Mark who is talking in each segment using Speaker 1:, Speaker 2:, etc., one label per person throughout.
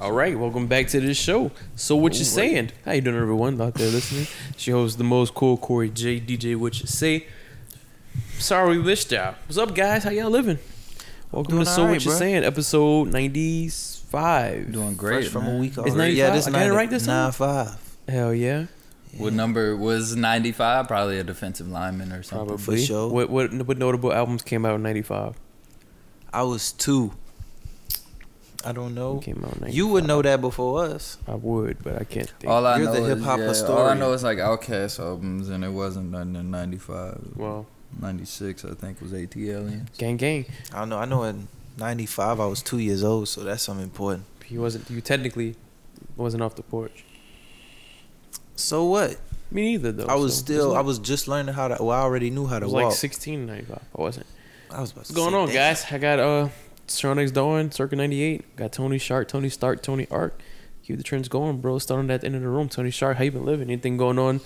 Speaker 1: All right, welcome back to the show. So what you
Speaker 2: Alright.
Speaker 1: saying? How you doing, everyone out there listening? She hosts the most cool Corey J DJ. What you say? Sorry, we missed y'all. What's up, guys? How y'all living? Welcome
Speaker 2: Doing
Speaker 1: to So
Speaker 2: alright,
Speaker 1: What You
Speaker 2: bruh.
Speaker 1: Saying, episode ninety five.
Speaker 3: Doing great.
Speaker 2: Fresh from
Speaker 3: man.
Speaker 2: a week
Speaker 1: It's
Speaker 2: already.
Speaker 1: 95?
Speaker 2: yeah, this
Speaker 1: I got it
Speaker 2: 90
Speaker 1: right this time?
Speaker 2: 95.
Speaker 1: Hell yeah,
Speaker 3: What number was 95? Probably a defensive lineman or something.
Speaker 1: probably.
Speaker 2: for sure.
Speaker 1: What what what notable albums came out in ninety five?
Speaker 2: I was two. I don't know.
Speaker 1: Came out in 90,
Speaker 2: Oh, You would know that before us.
Speaker 1: I would, but I can't think.
Speaker 3: All I
Speaker 2: You're
Speaker 3: know
Speaker 2: the
Speaker 3: is,
Speaker 2: hip-hop
Speaker 3: yeah, All I
Speaker 2: historian.
Speaker 3: know is like Outkast albums, and it wasn't none in 95.
Speaker 1: well,
Speaker 3: 96, I think, was AT Aliens.
Speaker 1: gang gang.
Speaker 2: I don't know. I know in '95 I was two years old, so that's something important.
Speaker 1: He wasn't. You technically wasn't off the porch.
Speaker 2: So what?
Speaker 1: Me neither though.
Speaker 2: I was
Speaker 1: so
Speaker 2: still.
Speaker 1: it's
Speaker 2: I
Speaker 1: not-
Speaker 2: was just learning how to. Well, I already knew how
Speaker 1: I
Speaker 2: to
Speaker 1: was
Speaker 2: walk.
Speaker 1: like sixteen in ninety five. I wasn't.
Speaker 2: I was about
Speaker 1: What's
Speaker 2: to
Speaker 1: going
Speaker 2: say,
Speaker 1: on,
Speaker 2: damn.
Speaker 1: guys? I got uh Sean X Dawn, Circa 98. Got Tony Shark, Tony Stark, Tony Arc. Keep the trends going, bro. Starting at the end of the room. Tony Shark, how you been living? Anything going on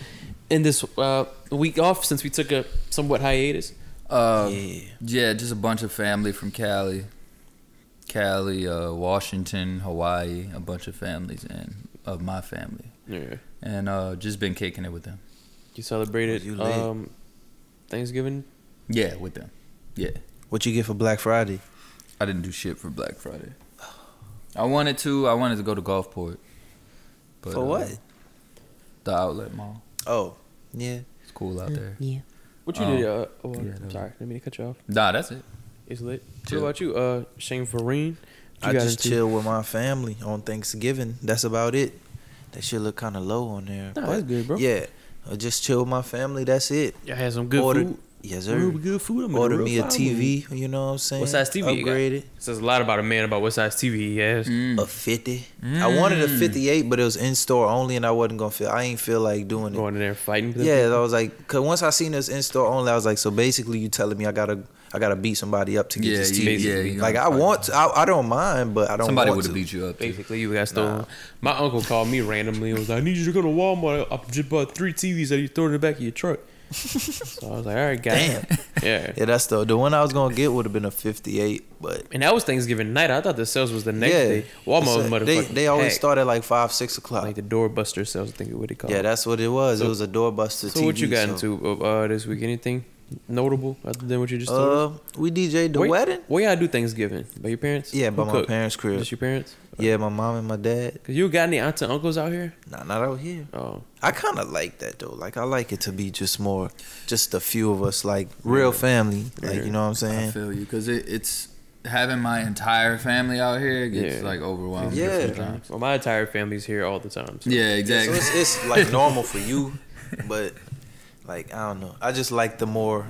Speaker 1: in this uh week off since we took a somewhat hiatus?
Speaker 3: Uh, yeah.
Speaker 2: yeah.
Speaker 3: just a bunch of family from Cali. Cali, uh, Washington, Hawaii, a bunch of families and of my family.
Speaker 1: Yeah.
Speaker 3: And uh, just been kicking it with them.
Speaker 1: You celebrated
Speaker 2: You lit.
Speaker 1: um Thanksgiving.
Speaker 3: Yeah, with them. Yeah.
Speaker 2: What you get for Black Friday?
Speaker 3: I didn't do shit for Black Friday. I wanted to. I wanted to go to Gulfport. But,
Speaker 2: for
Speaker 3: uh,
Speaker 2: what?
Speaker 3: The outlet mall.
Speaker 2: Oh, yeah.
Speaker 3: It's cool out there.
Speaker 1: What you
Speaker 3: Oh.
Speaker 1: did? Uh, oh,
Speaker 3: Yeah, that was-
Speaker 1: sorry, let me cut you off.
Speaker 3: Nah, that's it.
Speaker 1: It's lit.
Speaker 3: Chill.
Speaker 1: What about you, uh, Shane Vereen?
Speaker 2: I just chill with my family on Thanksgiving. That's about it. That shit look kind of low on there.
Speaker 1: Nah,
Speaker 2: but
Speaker 1: that's good, bro.
Speaker 2: Yeah, I just chill with my family. That's it.
Speaker 1: I had some good
Speaker 2: Ordered-
Speaker 1: food.
Speaker 2: Yes, sir.
Speaker 1: Real good food. I'm in
Speaker 2: Ordered
Speaker 1: real
Speaker 2: me a
Speaker 1: fine mood.
Speaker 2: TV. You know what I'm saying?
Speaker 1: size TV you got? Mm.
Speaker 2: Upgraded.
Speaker 1: Says a lot about a man about what size TV he has.
Speaker 2: A fifty. I wanted a
Speaker 3: Mm.
Speaker 2: fifty-eight, but it was in store only, and I wasn't gonna feel. I ain't feel like doing it.
Speaker 1: Going in there fighting. with
Speaker 2: Yeah, I was like, cause once I seen this in store only, I was like, so basically, you telling me I gotta, I gotta beat somebody up to get
Speaker 3: Yeah,
Speaker 2: this
Speaker 3: you-
Speaker 2: TV.
Speaker 3: yeah, you know
Speaker 2: like
Speaker 3: what
Speaker 2: I
Speaker 3: I'm talking
Speaker 2: want, to, I, I don't mind, but I don't.
Speaker 3: Somebody
Speaker 2: want
Speaker 3: would have
Speaker 2: to.
Speaker 3: beat you up. too.
Speaker 1: Basically, you got stolen. My uncle called me randomly and was like, I need you to go to Walmart. I just bought three TVs that you throw in the back of your truck. so I was like, all right, guys.
Speaker 2: Damn.
Speaker 1: Yeah.
Speaker 2: Yeah, that's the the one I was gonna get would have been a fifty-eight, but
Speaker 1: And that was Thanksgiving night. I thought the sales was the next
Speaker 2: yeah,
Speaker 1: day. Walmart was
Speaker 2: It's a-
Speaker 1: motherfucking
Speaker 2: They they always
Speaker 1: packed.
Speaker 2: start at like five, six o'clock.
Speaker 1: Like the doorbuster sales, I think is what they call
Speaker 2: yeah,
Speaker 1: it.
Speaker 2: that's what it was.
Speaker 1: So-
Speaker 2: it was a doorbuster.
Speaker 1: So what you
Speaker 2: TV,
Speaker 1: got
Speaker 2: so-
Speaker 1: into uh, this week? Anything notable other than what you just told us?
Speaker 2: Uh, we DJ'd the
Speaker 1: Where-
Speaker 2: wedding.
Speaker 1: Where y'all do Thanksgiving? By your parents?
Speaker 2: Yeah, by
Speaker 1: Who
Speaker 2: my
Speaker 1: cooked?
Speaker 2: parents' crib.
Speaker 1: Just your parents?
Speaker 2: Yeah, my mom and my dad.
Speaker 1: Cause you got any aunts and uncles out here?
Speaker 2: Nah, not out here.
Speaker 1: Oh,
Speaker 2: I kind of like that though. Like I like it to be just more, just a few of us, like real family. Like you know what I'm
Speaker 3: I
Speaker 2: saying?
Speaker 3: feel you because it, it's having my entire family out here gets
Speaker 1: Yeah.
Speaker 3: like overwhelming.
Speaker 2: Yeah.
Speaker 3: sometimes.
Speaker 1: well, my entire family's here all the time. So.
Speaker 3: Yeah,
Speaker 2: Yeah, so
Speaker 3: exactly.
Speaker 2: it's, it's like normal for you, but like I don't know. I just like the more,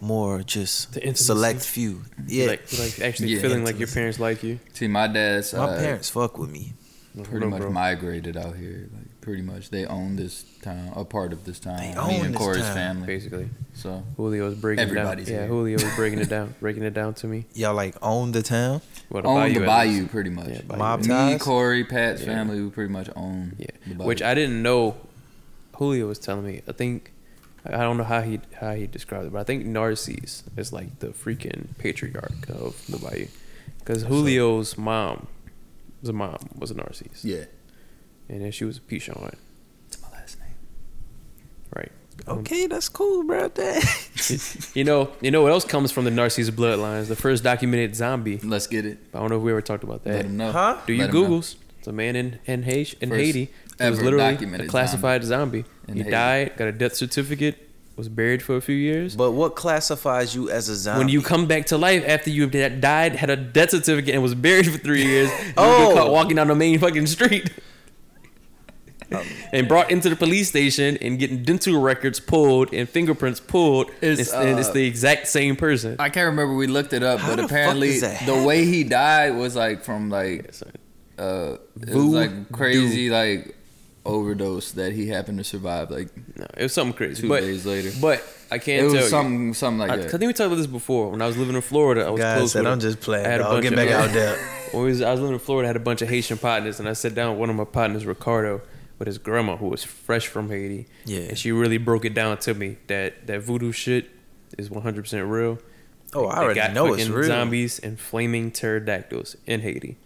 Speaker 2: more just
Speaker 1: The intimacy.
Speaker 2: select few. Yeah,
Speaker 1: like, like actually
Speaker 3: Yeah.
Speaker 1: feeling like your parents like you.
Speaker 3: See, my dad's
Speaker 2: my
Speaker 3: uh,
Speaker 2: parents fuck with me.
Speaker 3: pretty
Speaker 1: Hold on,
Speaker 3: much
Speaker 1: bro.
Speaker 3: migrated out here. Like pretty much, they own this town, a part of this town.
Speaker 2: They
Speaker 3: I mean,
Speaker 2: own
Speaker 3: and
Speaker 2: this
Speaker 3: Corey's
Speaker 2: town.
Speaker 3: family.
Speaker 1: basically.
Speaker 3: So
Speaker 1: Julio was breaking
Speaker 3: Everybody's
Speaker 1: it down.
Speaker 3: here.
Speaker 1: Yeah, Julio was breaking it down, breaking it down to me.
Speaker 2: Y'all like own the town.
Speaker 1: What
Speaker 3: own the
Speaker 1: at least.
Speaker 3: bayou, pretty much.
Speaker 1: Yeah, bayou.
Speaker 2: Mob
Speaker 3: Me,
Speaker 2: ties?
Speaker 3: Corey, Pat's
Speaker 1: Yeah.
Speaker 3: family, we pretty much own. the
Speaker 1: Yeah,
Speaker 3: bayou.
Speaker 1: which I didn't know. Julio was telling me. I think I don't know how he how he described it, but I think Narcisse is like the freaking patriarch of the bayou, because Julio's mom, his mom was a Narcisse,
Speaker 3: yeah,
Speaker 1: and then she was a Pichon,
Speaker 3: it's my last name.
Speaker 1: right? Um,
Speaker 2: Okay, that's cool, bro. That.
Speaker 1: You know, you know what else comes from the Narcisse bloodlines? The first documented zombie.
Speaker 3: Let's get it.
Speaker 1: I don't know if we ever talked about that.
Speaker 3: Let him know.
Speaker 2: Huh?
Speaker 1: Do you
Speaker 3: Let 'em know.
Speaker 1: Googles? It's a man in in, Haiti in
Speaker 3: First
Speaker 1: Haiti who was
Speaker 3: ever
Speaker 1: literally a
Speaker 3: documented
Speaker 1: classified zombie.
Speaker 3: in
Speaker 1: he
Speaker 3: Haiti.
Speaker 1: died, got a death certificate, was buried for a few years.
Speaker 2: But what classifies you as a
Speaker 3: uh,
Speaker 2: zombie?
Speaker 1: when you come back to life after you di- died, had a death certificate, and was buried for three years, you
Speaker 2: Oh.
Speaker 1: get caught walking down the main fucking street. and brought into the police station and getting dental records pulled and fingerprints pulled.
Speaker 3: It's,
Speaker 1: It's, and it's
Speaker 3: uh,
Speaker 1: the exact same person.
Speaker 3: I can't remember. We looked it up,
Speaker 2: How
Speaker 3: but
Speaker 2: the fuck
Speaker 3: apparently
Speaker 2: does
Speaker 3: the
Speaker 2: that
Speaker 3: way he died was like from like
Speaker 1: It's like,
Speaker 3: uh, it was
Speaker 1: Voodoo.
Speaker 3: like crazy like overdose that he happened to survive. Like
Speaker 1: no, it was something crazy.
Speaker 3: Two
Speaker 1: but,
Speaker 3: days later.
Speaker 1: But I can't
Speaker 3: it
Speaker 1: tell
Speaker 3: was
Speaker 1: you.
Speaker 3: something something
Speaker 1: I,
Speaker 3: like
Speaker 1: I
Speaker 3: that.
Speaker 1: think we talked about this before. When I was living in Florida, I was
Speaker 2: guys
Speaker 1: close.
Speaker 2: said
Speaker 1: with
Speaker 2: I'm just
Speaker 1: I
Speaker 2: playing.
Speaker 1: had a
Speaker 2: Dog.
Speaker 1: bunch
Speaker 2: Get
Speaker 1: of-
Speaker 2: back out there.
Speaker 1: When we was, I was living in Florida, I had a bunch of Haitian partners, and I sat down with one of my partners, Ricardo, with his grandma, who was fresh from Haiti.
Speaker 2: Yeah.
Speaker 1: And she really broke it down to me that that voodoo shit is 100% real.
Speaker 2: Oh, I
Speaker 1: They
Speaker 2: already
Speaker 1: got
Speaker 2: know it's
Speaker 1: fucking
Speaker 2: real.
Speaker 1: Zombies and flaming pterodactyls in Haiti.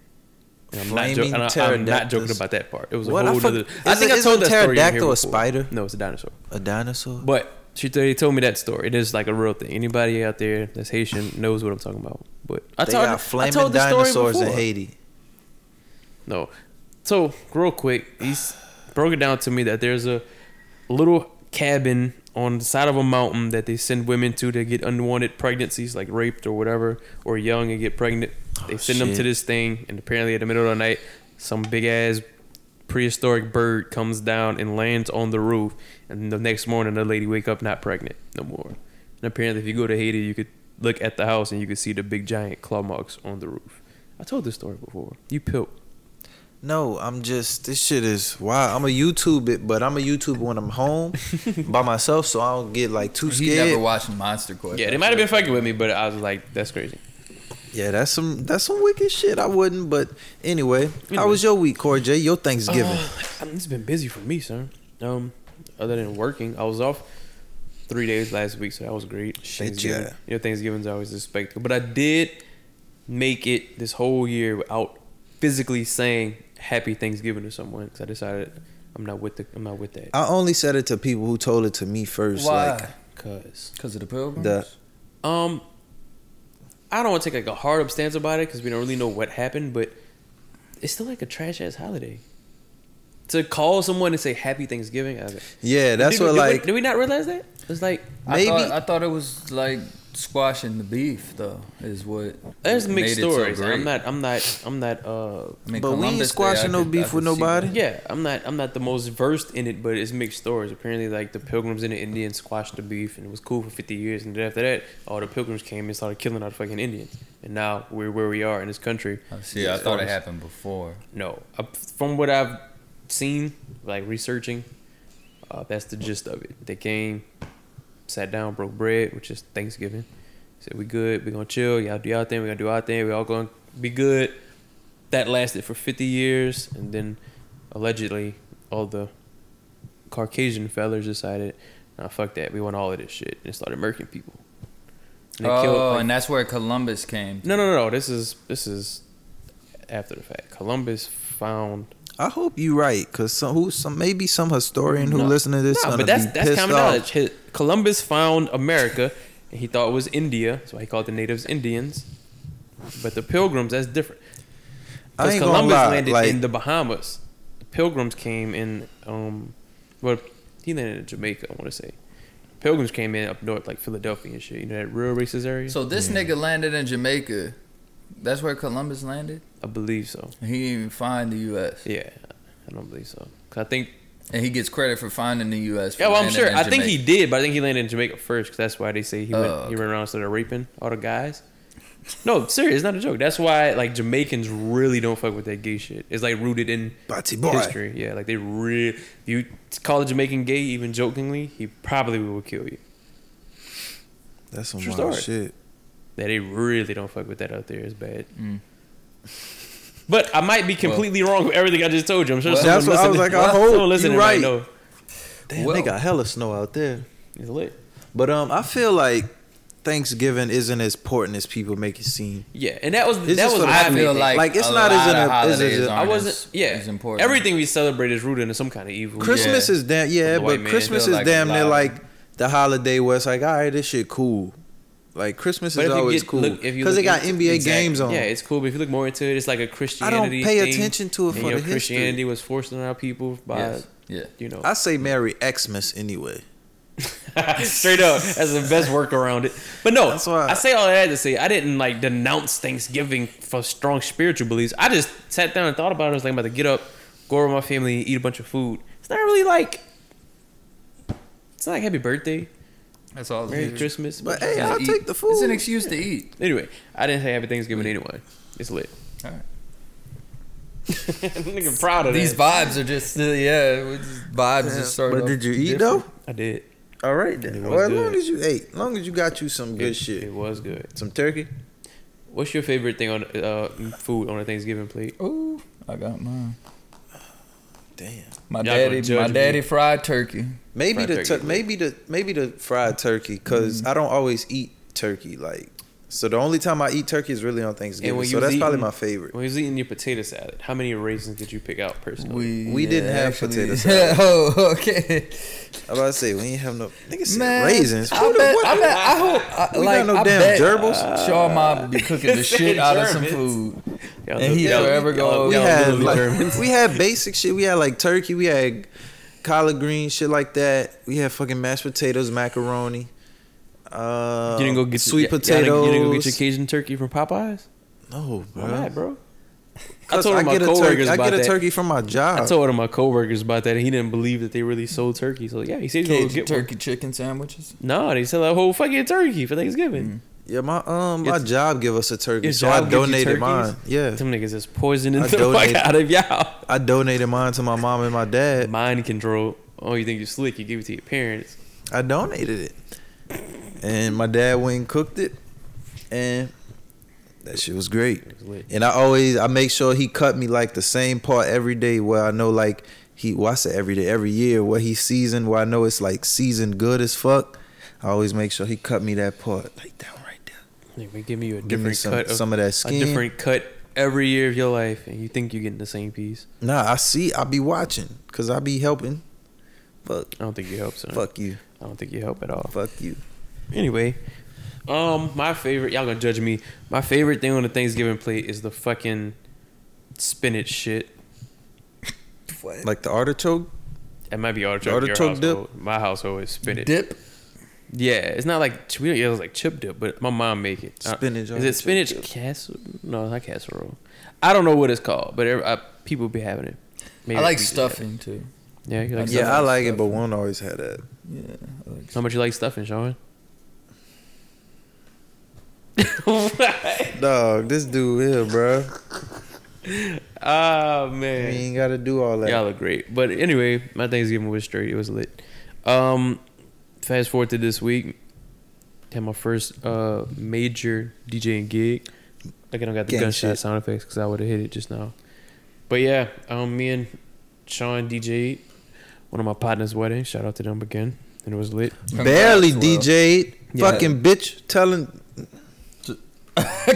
Speaker 1: And I'm, not, jo- and
Speaker 2: Flaming
Speaker 1: I, am not
Speaker 2: pterodactyls.
Speaker 1: joking about that part. It was a
Speaker 2: What? I
Speaker 1: whole
Speaker 2: fuck-
Speaker 1: other. I
Speaker 2: is
Speaker 1: think
Speaker 2: it-
Speaker 1: I
Speaker 2: is
Speaker 1: told
Speaker 2: a
Speaker 1: that story. in here
Speaker 2: pterodactyl a
Speaker 1: before.
Speaker 2: spider?
Speaker 1: No, it's a dinosaur.
Speaker 2: A dinosaur?
Speaker 1: But she they told me that story. It is like a real thing. Anybody out there that's Haitian knows what I'm talking about. But I
Speaker 2: they
Speaker 1: told
Speaker 2: got
Speaker 1: I
Speaker 2: flaming
Speaker 1: told the story
Speaker 2: dinosaurs in
Speaker 1: before.
Speaker 2: Haiti.
Speaker 1: No. So real quick, he's broke it down to me that there's a little cabin on the side of a mountain that they send women to to get unwanted pregnancies, like raped or whatever, or young and get pregnant. They
Speaker 2: Oh,
Speaker 1: send them to
Speaker 2: shit.
Speaker 1: this thing, and apparently at the middle of the night, some big ass prehistoric bird comes down and lands on the roof, and the next morning the lady wake up not pregnant no more. And apparently, if you go to Haiti, you could look at the house and you could see the big giant claw marks on the roof. I told this story before. You pilt.
Speaker 2: No, I'm just this shit is wild. I'm a YouTube it, but I'm a YouTube when I'm home by myself, so I don't get like too
Speaker 3: He's
Speaker 2: scared.
Speaker 3: never watching Monster Quest.
Speaker 1: Yeah, they might have been fucking with me, but I was like, that's crazy.
Speaker 2: yeah, that's some that's some wicked shit. I wouldn't, but anyway,
Speaker 1: Anyway. Uh.
Speaker 2: how was your week, Corey J? Your Thanksgiving?
Speaker 1: Oh, it's been busy for me, son. Um, other than working, I was off three days last week, so that was great.
Speaker 2: Shit,
Speaker 1: Thanksgiving-
Speaker 2: yeah.
Speaker 1: You know, Thanksgiving's always a spectacle, but I did make it this whole year without physically saying Happy Thanksgiving to someone because I decided I'm not with the I'm not with that.
Speaker 2: I only said it to people who told it to me first. Like,
Speaker 3: Why?
Speaker 1: Cause
Speaker 3: Because of the pilgrims.
Speaker 2: The-
Speaker 1: um, I don't want to take like a hard up stance about it because we don't really know what happened, but it's still like a trash ass holiday. To call someone and say Happy Thanksgiving, I was like,
Speaker 2: yeah, that's
Speaker 1: did,
Speaker 2: what
Speaker 1: we, did we-
Speaker 2: like
Speaker 1: Did we not realize that? It's like
Speaker 2: maybe.
Speaker 3: I thought, I thought it was like squashing the beef, though. Is what.
Speaker 1: there's
Speaker 3: made
Speaker 1: mixed
Speaker 3: it so
Speaker 1: stories.
Speaker 3: great.
Speaker 1: I'm not. I'm not. I'm not. Uh,
Speaker 3: I mean,
Speaker 2: But we ain't
Speaker 3: Columbus Day,
Speaker 2: squashing
Speaker 3: I
Speaker 2: no
Speaker 3: could- I
Speaker 2: beef
Speaker 3: could
Speaker 2: with
Speaker 3: see
Speaker 2: nobody.
Speaker 3: that.
Speaker 1: yeah, I'm not. I'm not the most versed in it, but it's mixed stories. Apparently, like the Pilgrims and the Indians squashed the beef, and it was cool for 50 years. And then after that, all the Pilgrims came and started killing all the fucking Indians, and now we're where we are in this country. um,
Speaker 3: Oh, see, I
Speaker 1: As far
Speaker 3: thought it
Speaker 1: as-
Speaker 3: happened before.
Speaker 1: No, Uh, from what I've seen, like researching, uh, that's the gist of it. They came, sat down, broke bread, which is Thanksgiving. Said we good, we gonna chill. Y'all do y'all thing, we gonna do our thing. We all gonna be good. That lasted for fifty years, and then allegedly all the Caucasian fellers decided, nah, fuck that, we want all of this shit, and started murking people. And they
Speaker 3: oh,
Speaker 1: killed, like,
Speaker 3: and that's where Columbus came.
Speaker 1: no, no, no, no. This is this is after the fact. Columbus found
Speaker 2: I hope you right, cause some who some maybe some historian who
Speaker 1: No.
Speaker 2: listen to this
Speaker 1: No,
Speaker 2: gonna
Speaker 1: but that's
Speaker 2: be
Speaker 1: that's
Speaker 2: pissed
Speaker 1: common
Speaker 2: off.
Speaker 1: knowledge. His- Columbus found America, and he thought it was India, so he called the natives Indians. But the Pilgrims, that's different.
Speaker 2: I
Speaker 1: Because
Speaker 2: ain't gonna
Speaker 1: Columbus
Speaker 2: lie,
Speaker 1: landed
Speaker 2: like
Speaker 1: in the Bahamas. The Pilgrims came in, um, well, he landed in Jamaica, I want to say. Pilgrims came in up north, like Philadelphia and shit. You know that real racist area?
Speaker 3: So this nigga landed in Jamaica. That's where Columbus landed.
Speaker 1: I believe so.
Speaker 3: He didn't even find the U.S.
Speaker 1: Yeah, I don't believe so. 'Cause I think
Speaker 3: And he gets credit for finding the U.S. for
Speaker 1: Yeah, well, I'm
Speaker 3: landing
Speaker 1: sure.
Speaker 3: in
Speaker 1: I think he
Speaker 3: Jamaica.
Speaker 1: did, but I think he landed in Jamaica first because that's why they say he went,
Speaker 3: Oh,
Speaker 1: he
Speaker 3: okay.
Speaker 1: went around and started raping all the guys. No, serious, it's not a joke. That's why like Jamaicans really don't fuck with that gay shit. It's like rooted in
Speaker 2: Batty boy.
Speaker 1: history. Yeah, like they really. You call a Jamaican gay, even jokingly, he probably will kill you.
Speaker 2: That's some
Speaker 1: True
Speaker 2: wild
Speaker 1: story.
Speaker 2: shit.
Speaker 1: That they really don't fuck with that out there. It's bad.
Speaker 3: Mm.
Speaker 1: But I might be completely wrong with everything I just told you. I'm sure
Speaker 3: Well,
Speaker 1: someone
Speaker 2: that's what I was
Speaker 1: listening-
Speaker 2: like, I hope
Speaker 1: someone listening
Speaker 2: you
Speaker 1: might
Speaker 2: right.
Speaker 1: know.
Speaker 2: Damn,
Speaker 3: Well-
Speaker 2: they got hella snow out there.
Speaker 1: It's lit.
Speaker 2: But um, I feel like Thanksgiving isn't as important as people make it seem.
Speaker 1: Yeah, and that was
Speaker 2: It's
Speaker 1: that
Speaker 2: just
Speaker 1: was
Speaker 2: for the
Speaker 1: my
Speaker 3: I feel
Speaker 1: main thing.
Speaker 3: like,
Speaker 2: Like, it's
Speaker 3: a
Speaker 2: not as
Speaker 3: lot
Speaker 2: in
Speaker 3: of
Speaker 2: a- as
Speaker 3: holidays
Speaker 2: in- I
Speaker 1: I
Speaker 3: aren't as-
Speaker 1: wasn't. Yeah,
Speaker 3: as important.
Speaker 1: Everything we celebrate is rooted in some kind of evil.
Speaker 2: Christmas
Speaker 3: Yeah.
Speaker 2: is damn
Speaker 1: For
Speaker 2: yeah,
Speaker 1: the white
Speaker 2: but
Speaker 1: man,
Speaker 2: Christmas
Speaker 3: feel
Speaker 2: is
Speaker 3: like
Speaker 2: damn
Speaker 3: a
Speaker 2: near
Speaker 3: lot.
Speaker 2: like the holiday where it's like, all right, this shit cool. Like Christmas
Speaker 1: But
Speaker 2: is
Speaker 1: if you
Speaker 2: always
Speaker 1: get-
Speaker 2: cool
Speaker 1: look- if you
Speaker 2: because they
Speaker 1: look
Speaker 2: got
Speaker 1: into-
Speaker 2: NBA
Speaker 3: exactly.
Speaker 2: games on.
Speaker 1: Yeah, it's cool. But if you look more into it, it's like a Christianity.
Speaker 2: pay
Speaker 1: thing,
Speaker 2: attention to it
Speaker 1: and,
Speaker 2: for
Speaker 1: you know,
Speaker 2: the history.
Speaker 1: Christianity was forced on our people by
Speaker 3: Yes. Yeah.
Speaker 1: you know
Speaker 2: I say Merry Xmas anyway.
Speaker 1: straight up as the best work around it. But no,
Speaker 2: That's why-
Speaker 1: I say all I had to say. I didn't like denounce Thanksgiving for strong spiritual beliefs. I just sat down and thought about it. I was like, I'm about to get up, go over to my family, and eat a bunch of food. It's not really like. It's not like happy birthday,
Speaker 3: That's all. it
Speaker 1: Merry
Speaker 3: is.
Speaker 1: Christmas.
Speaker 2: But
Speaker 1: bunch of
Speaker 2: hey,
Speaker 1: stuff.
Speaker 2: I'll
Speaker 3: Eat.
Speaker 2: take the food.
Speaker 3: It's an excuse to eat.
Speaker 1: Anyway, I didn't say happy Thanksgiving to anyone. It's lit.
Speaker 3: All right.
Speaker 1: Nigga proud of
Speaker 3: These
Speaker 1: These
Speaker 3: vibes are just uh, yeah. we just- Vibes just started.
Speaker 2: But
Speaker 3: off
Speaker 2: did you eat
Speaker 3: different.
Speaker 2: though?
Speaker 1: I did.
Speaker 2: All right
Speaker 1: It
Speaker 2: then.
Speaker 1: was
Speaker 2: Well, as
Speaker 1: good.
Speaker 2: long as you ate, as long as you got you some good
Speaker 1: it,
Speaker 2: shit,
Speaker 1: It was good.
Speaker 2: some turkey.
Speaker 1: What's your favorite thing on uh, food on a Thanksgiving plate?
Speaker 3: Ooh, I got mine.
Speaker 2: Damn.
Speaker 3: My
Speaker 1: Y'all gonna
Speaker 3: daddy, my
Speaker 1: judge me.
Speaker 3: daddy fried turkey.
Speaker 2: Maybe
Speaker 1: Fried turkey
Speaker 2: the tur-
Speaker 1: is good.
Speaker 3: Mm-hmm.
Speaker 2: maybe the maybe the fried turkey because I don't always eat turkey. Like So the only time I eat turkey is really on Thanksgiving.
Speaker 1: when you
Speaker 2: so
Speaker 1: was
Speaker 2: that's probably
Speaker 1: eating-
Speaker 2: my favorite.
Speaker 1: When you was eating your potato salad, how many raisins did you pick out personally?
Speaker 2: We didn't have potato
Speaker 3: salad. oh, okay.
Speaker 2: I about to say we ain't have no niggas said
Speaker 3: Man,
Speaker 2: raisins.
Speaker 3: I
Speaker 2: Who the-
Speaker 3: bet,
Speaker 2: what
Speaker 3: I
Speaker 2: the-
Speaker 3: bet, I hope, I,
Speaker 2: We got
Speaker 3: like,
Speaker 2: no
Speaker 3: I
Speaker 2: damn
Speaker 3: bet uh,
Speaker 2: gerbils?
Speaker 3: Shaw Mom be cooking the
Speaker 1: Said
Speaker 3: shit out of some
Speaker 1: Germans.
Speaker 3: food.
Speaker 1: Y'all
Speaker 3: And
Speaker 1: know-
Speaker 3: he
Speaker 1: y'all-
Speaker 3: forever
Speaker 1: y'all-
Speaker 3: go-
Speaker 2: we
Speaker 1: Oh, y'all
Speaker 2: had
Speaker 1: literally
Speaker 2: like,
Speaker 1: Germans.
Speaker 2: we had basic shit. We had like turkey. We had collard greens, shit like that. We had fucking mashed potatoes, macaroni. Uh,
Speaker 1: You didn't go get your, y'all
Speaker 2: sweet
Speaker 1: didn't-
Speaker 2: potatoes.
Speaker 1: You didn't go get your Cajun turkey from Popeyes.
Speaker 2: No, bro.
Speaker 1: Why not, bro? I
Speaker 2: Cuz
Speaker 1: told one of my
Speaker 2: get a
Speaker 1: coworkers
Speaker 2: turkey. I
Speaker 1: about
Speaker 2: get a
Speaker 1: that.
Speaker 2: turkey from my job.
Speaker 1: I told one of my coworkers about that. and He didn't believe that they really sold turkey. So yeah, he said he
Speaker 3: Cajun
Speaker 1: get turkey.
Speaker 3: turkey chicken sandwiches.
Speaker 1: No, they sell a whole fucking turkey for Thanksgiving.
Speaker 2: yeah, my um, my
Speaker 1: It's-
Speaker 2: job give us a turkey,
Speaker 1: your
Speaker 2: so I
Speaker 1: job gives you
Speaker 2: donated
Speaker 1: turkeys?
Speaker 2: mine. Yeah,
Speaker 1: Some niggas is poisoning
Speaker 2: I
Speaker 1: the
Speaker 2: donated-
Speaker 1: fuck out of y'all.
Speaker 2: I donated mine to my mom and my dad.
Speaker 1: Mind control. Oh, you think you're slick? You give it to your parents.
Speaker 2: I donated it, and my dad went and cooked it, and that shit was great.
Speaker 1: It was lit.
Speaker 2: And I always I make sure he cut me like the same part every day where I know like he well I say every day every year where he seasoned where I know it's like seasoned good as fuck. I always make sure he cut me that part like that one right there.
Speaker 1: Nigga, give you a
Speaker 2: Give me
Speaker 1: different
Speaker 2: some,
Speaker 1: cut of
Speaker 2: some of that
Speaker 1: a
Speaker 2: skin.
Speaker 1: different cut every year of your life, and you think you're getting the same piece.
Speaker 2: Nah, I see. I be watching because I be helping. Fuck,
Speaker 1: I don't think you help, son.
Speaker 2: fuck you,
Speaker 1: I don't think you help at all.
Speaker 2: fuck you.
Speaker 1: Anyway, um, my favorite. Y'all gonna judge me. My favorite thing on the Thanksgiving plate is the fucking spinach shit.
Speaker 3: What?
Speaker 2: Like the artichoke.
Speaker 1: It might be artichoke.
Speaker 2: Artichoke
Speaker 1: Artichoke your dip. My household is spinach.
Speaker 3: Dip?
Speaker 1: Yeah, it's not like we don't eat it like chip dip, but my mom make it. Uh,
Speaker 2: Spinach
Speaker 1: is it
Speaker 2: artichoke
Speaker 1: spinach
Speaker 2: dip.
Speaker 1: casserole? No, not casserole. I don't know what it's called, but every, I, people be having it.
Speaker 3: I
Speaker 1: we
Speaker 3: like
Speaker 1: just have it.
Speaker 3: stuffing too.
Speaker 1: Yeah, you like
Speaker 3: Yeah.
Speaker 1: stuffing.
Speaker 2: Yeah, I like it, but one always had that.
Speaker 3: Yeah. I like
Speaker 1: How much you like stuffing, Sean?
Speaker 2: Dog, this dude here, bro.
Speaker 1: Ah
Speaker 2: You
Speaker 1: man,
Speaker 2: ain't gotta do all that.
Speaker 1: y'all look great. But anyway, my Thanksgiving was straight. It was lit. Um, fast forward to this week, had my first uh major DJing gig. Like I don't got the
Speaker 2: Gang
Speaker 1: gunshot
Speaker 2: shit.
Speaker 1: sound effects because I would have hit it just now. But yeah, um, me and Sean DJed one of my partners' wedding. Shout out to them again, and it was lit.
Speaker 3: Congrats,
Speaker 2: Barely
Speaker 3: Will.
Speaker 2: DJ'd.
Speaker 1: Yeah.
Speaker 2: Fucking bitch telling.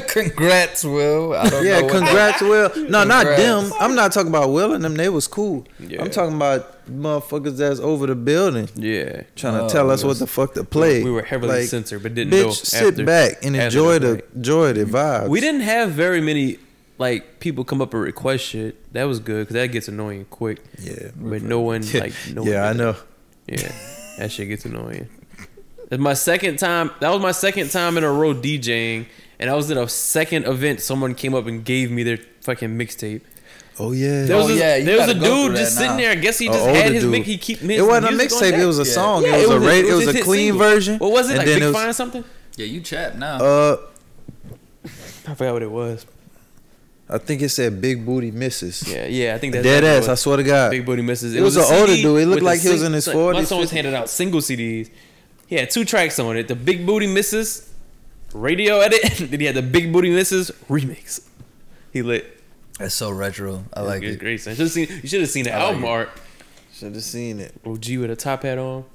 Speaker 3: congrats, Will. I don't
Speaker 2: Yeah,
Speaker 3: know what-
Speaker 2: congrats, Will. No, not
Speaker 3: Congrats.
Speaker 2: them. I'm not talking about Will and them. They was cool.
Speaker 1: Yeah.
Speaker 2: I'm talking about motherfuckers that's over the building
Speaker 1: Yeah,
Speaker 2: trying to
Speaker 3: Oh,
Speaker 2: tell us
Speaker 3: yes.
Speaker 2: what the fuck to play.
Speaker 1: we were heavily
Speaker 2: Like,
Speaker 1: censored, but didn't know.
Speaker 2: Bitch, sit
Speaker 1: after-
Speaker 2: back and
Speaker 1: after
Speaker 2: enjoy the
Speaker 1: fact.
Speaker 2: enjoy the vibe.
Speaker 1: We didn't have very many like people come up and request shit. That was good because that gets annoying quick.
Speaker 2: Yeah.
Speaker 1: But no one like no one
Speaker 2: yeah, I
Speaker 1: did it.
Speaker 2: know.
Speaker 1: Yeah, that shit gets annoying. That's my second time. That was my second time in a row DJing, and I was at a second event. Someone came up and gave me their fucking mixtape.
Speaker 2: Oh yeah.
Speaker 1: There was,
Speaker 3: Oh,
Speaker 1: a,
Speaker 3: yeah, you
Speaker 1: there was a
Speaker 3: gotta go
Speaker 1: dude
Speaker 3: through
Speaker 1: just
Speaker 3: that
Speaker 1: sitting
Speaker 3: now.
Speaker 1: there. I guess he
Speaker 2: A
Speaker 1: just
Speaker 2: older
Speaker 1: had his
Speaker 2: dude.
Speaker 1: mix. He keep
Speaker 2: it
Speaker 1: mixing.
Speaker 2: wasn't a
Speaker 1: music on
Speaker 2: mixtape.
Speaker 1: that.
Speaker 2: It was a
Speaker 3: Yeah.
Speaker 2: song.
Speaker 1: Yeah,
Speaker 2: it was a ra- it was
Speaker 1: his
Speaker 2: a
Speaker 1: hit
Speaker 2: clean
Speaker 1: single.
Speaker 2: version.
Speaker 1: What was it?
Speaker 2: And
Speaker 1: Like
Speaker 2: then
Speaker 1: Big
Speaker 2: it was-
Speaker 1: Fine something?
Speaker 3: Yeah, you chap now.
Speaker 2: Uh,
Speaker 1: I forgot what it was.
Speaker 2: I think it said Big Booty Misses.
Speaker 1: Yeah, yeah, I think that's
Speaker 2: Dead
Speaker 1: what it
Speaker 2: ass.
Speaker 1: was.
Speaker 2: I swear to God.
Speaker 1: Big booty misses.
Speaker 2: Uh, It was an
Speaker 1: a
Speaker 2: older
Speaker 1: CD
Speaker 2: dude. It
Speaker 1: with
Speaker 2: looked
Speaker 1: a
Speaker 2: like he was
Speaker 1: sing-
Speaker 2: in his
Speaker 1: son-
Speaker 2: 40s,
Speaker 1: My son was handing out single CDs. He had two tracks on it: the Big Booty Misses radio edit, and then he had the Big Booty Misses remix. He lit.
Speaker 3: That's so retro. I like
Speaker 1: It was
Speaker 3: it.
Speaker 1: Great son. Should've seen- You should have seen the
Speaker 3: like
Speaker 1: album
Speaker 3: it.
Speaker 1: art.
Speaker 2: Should have seen it.
Speaker 1: OG with a top hat on.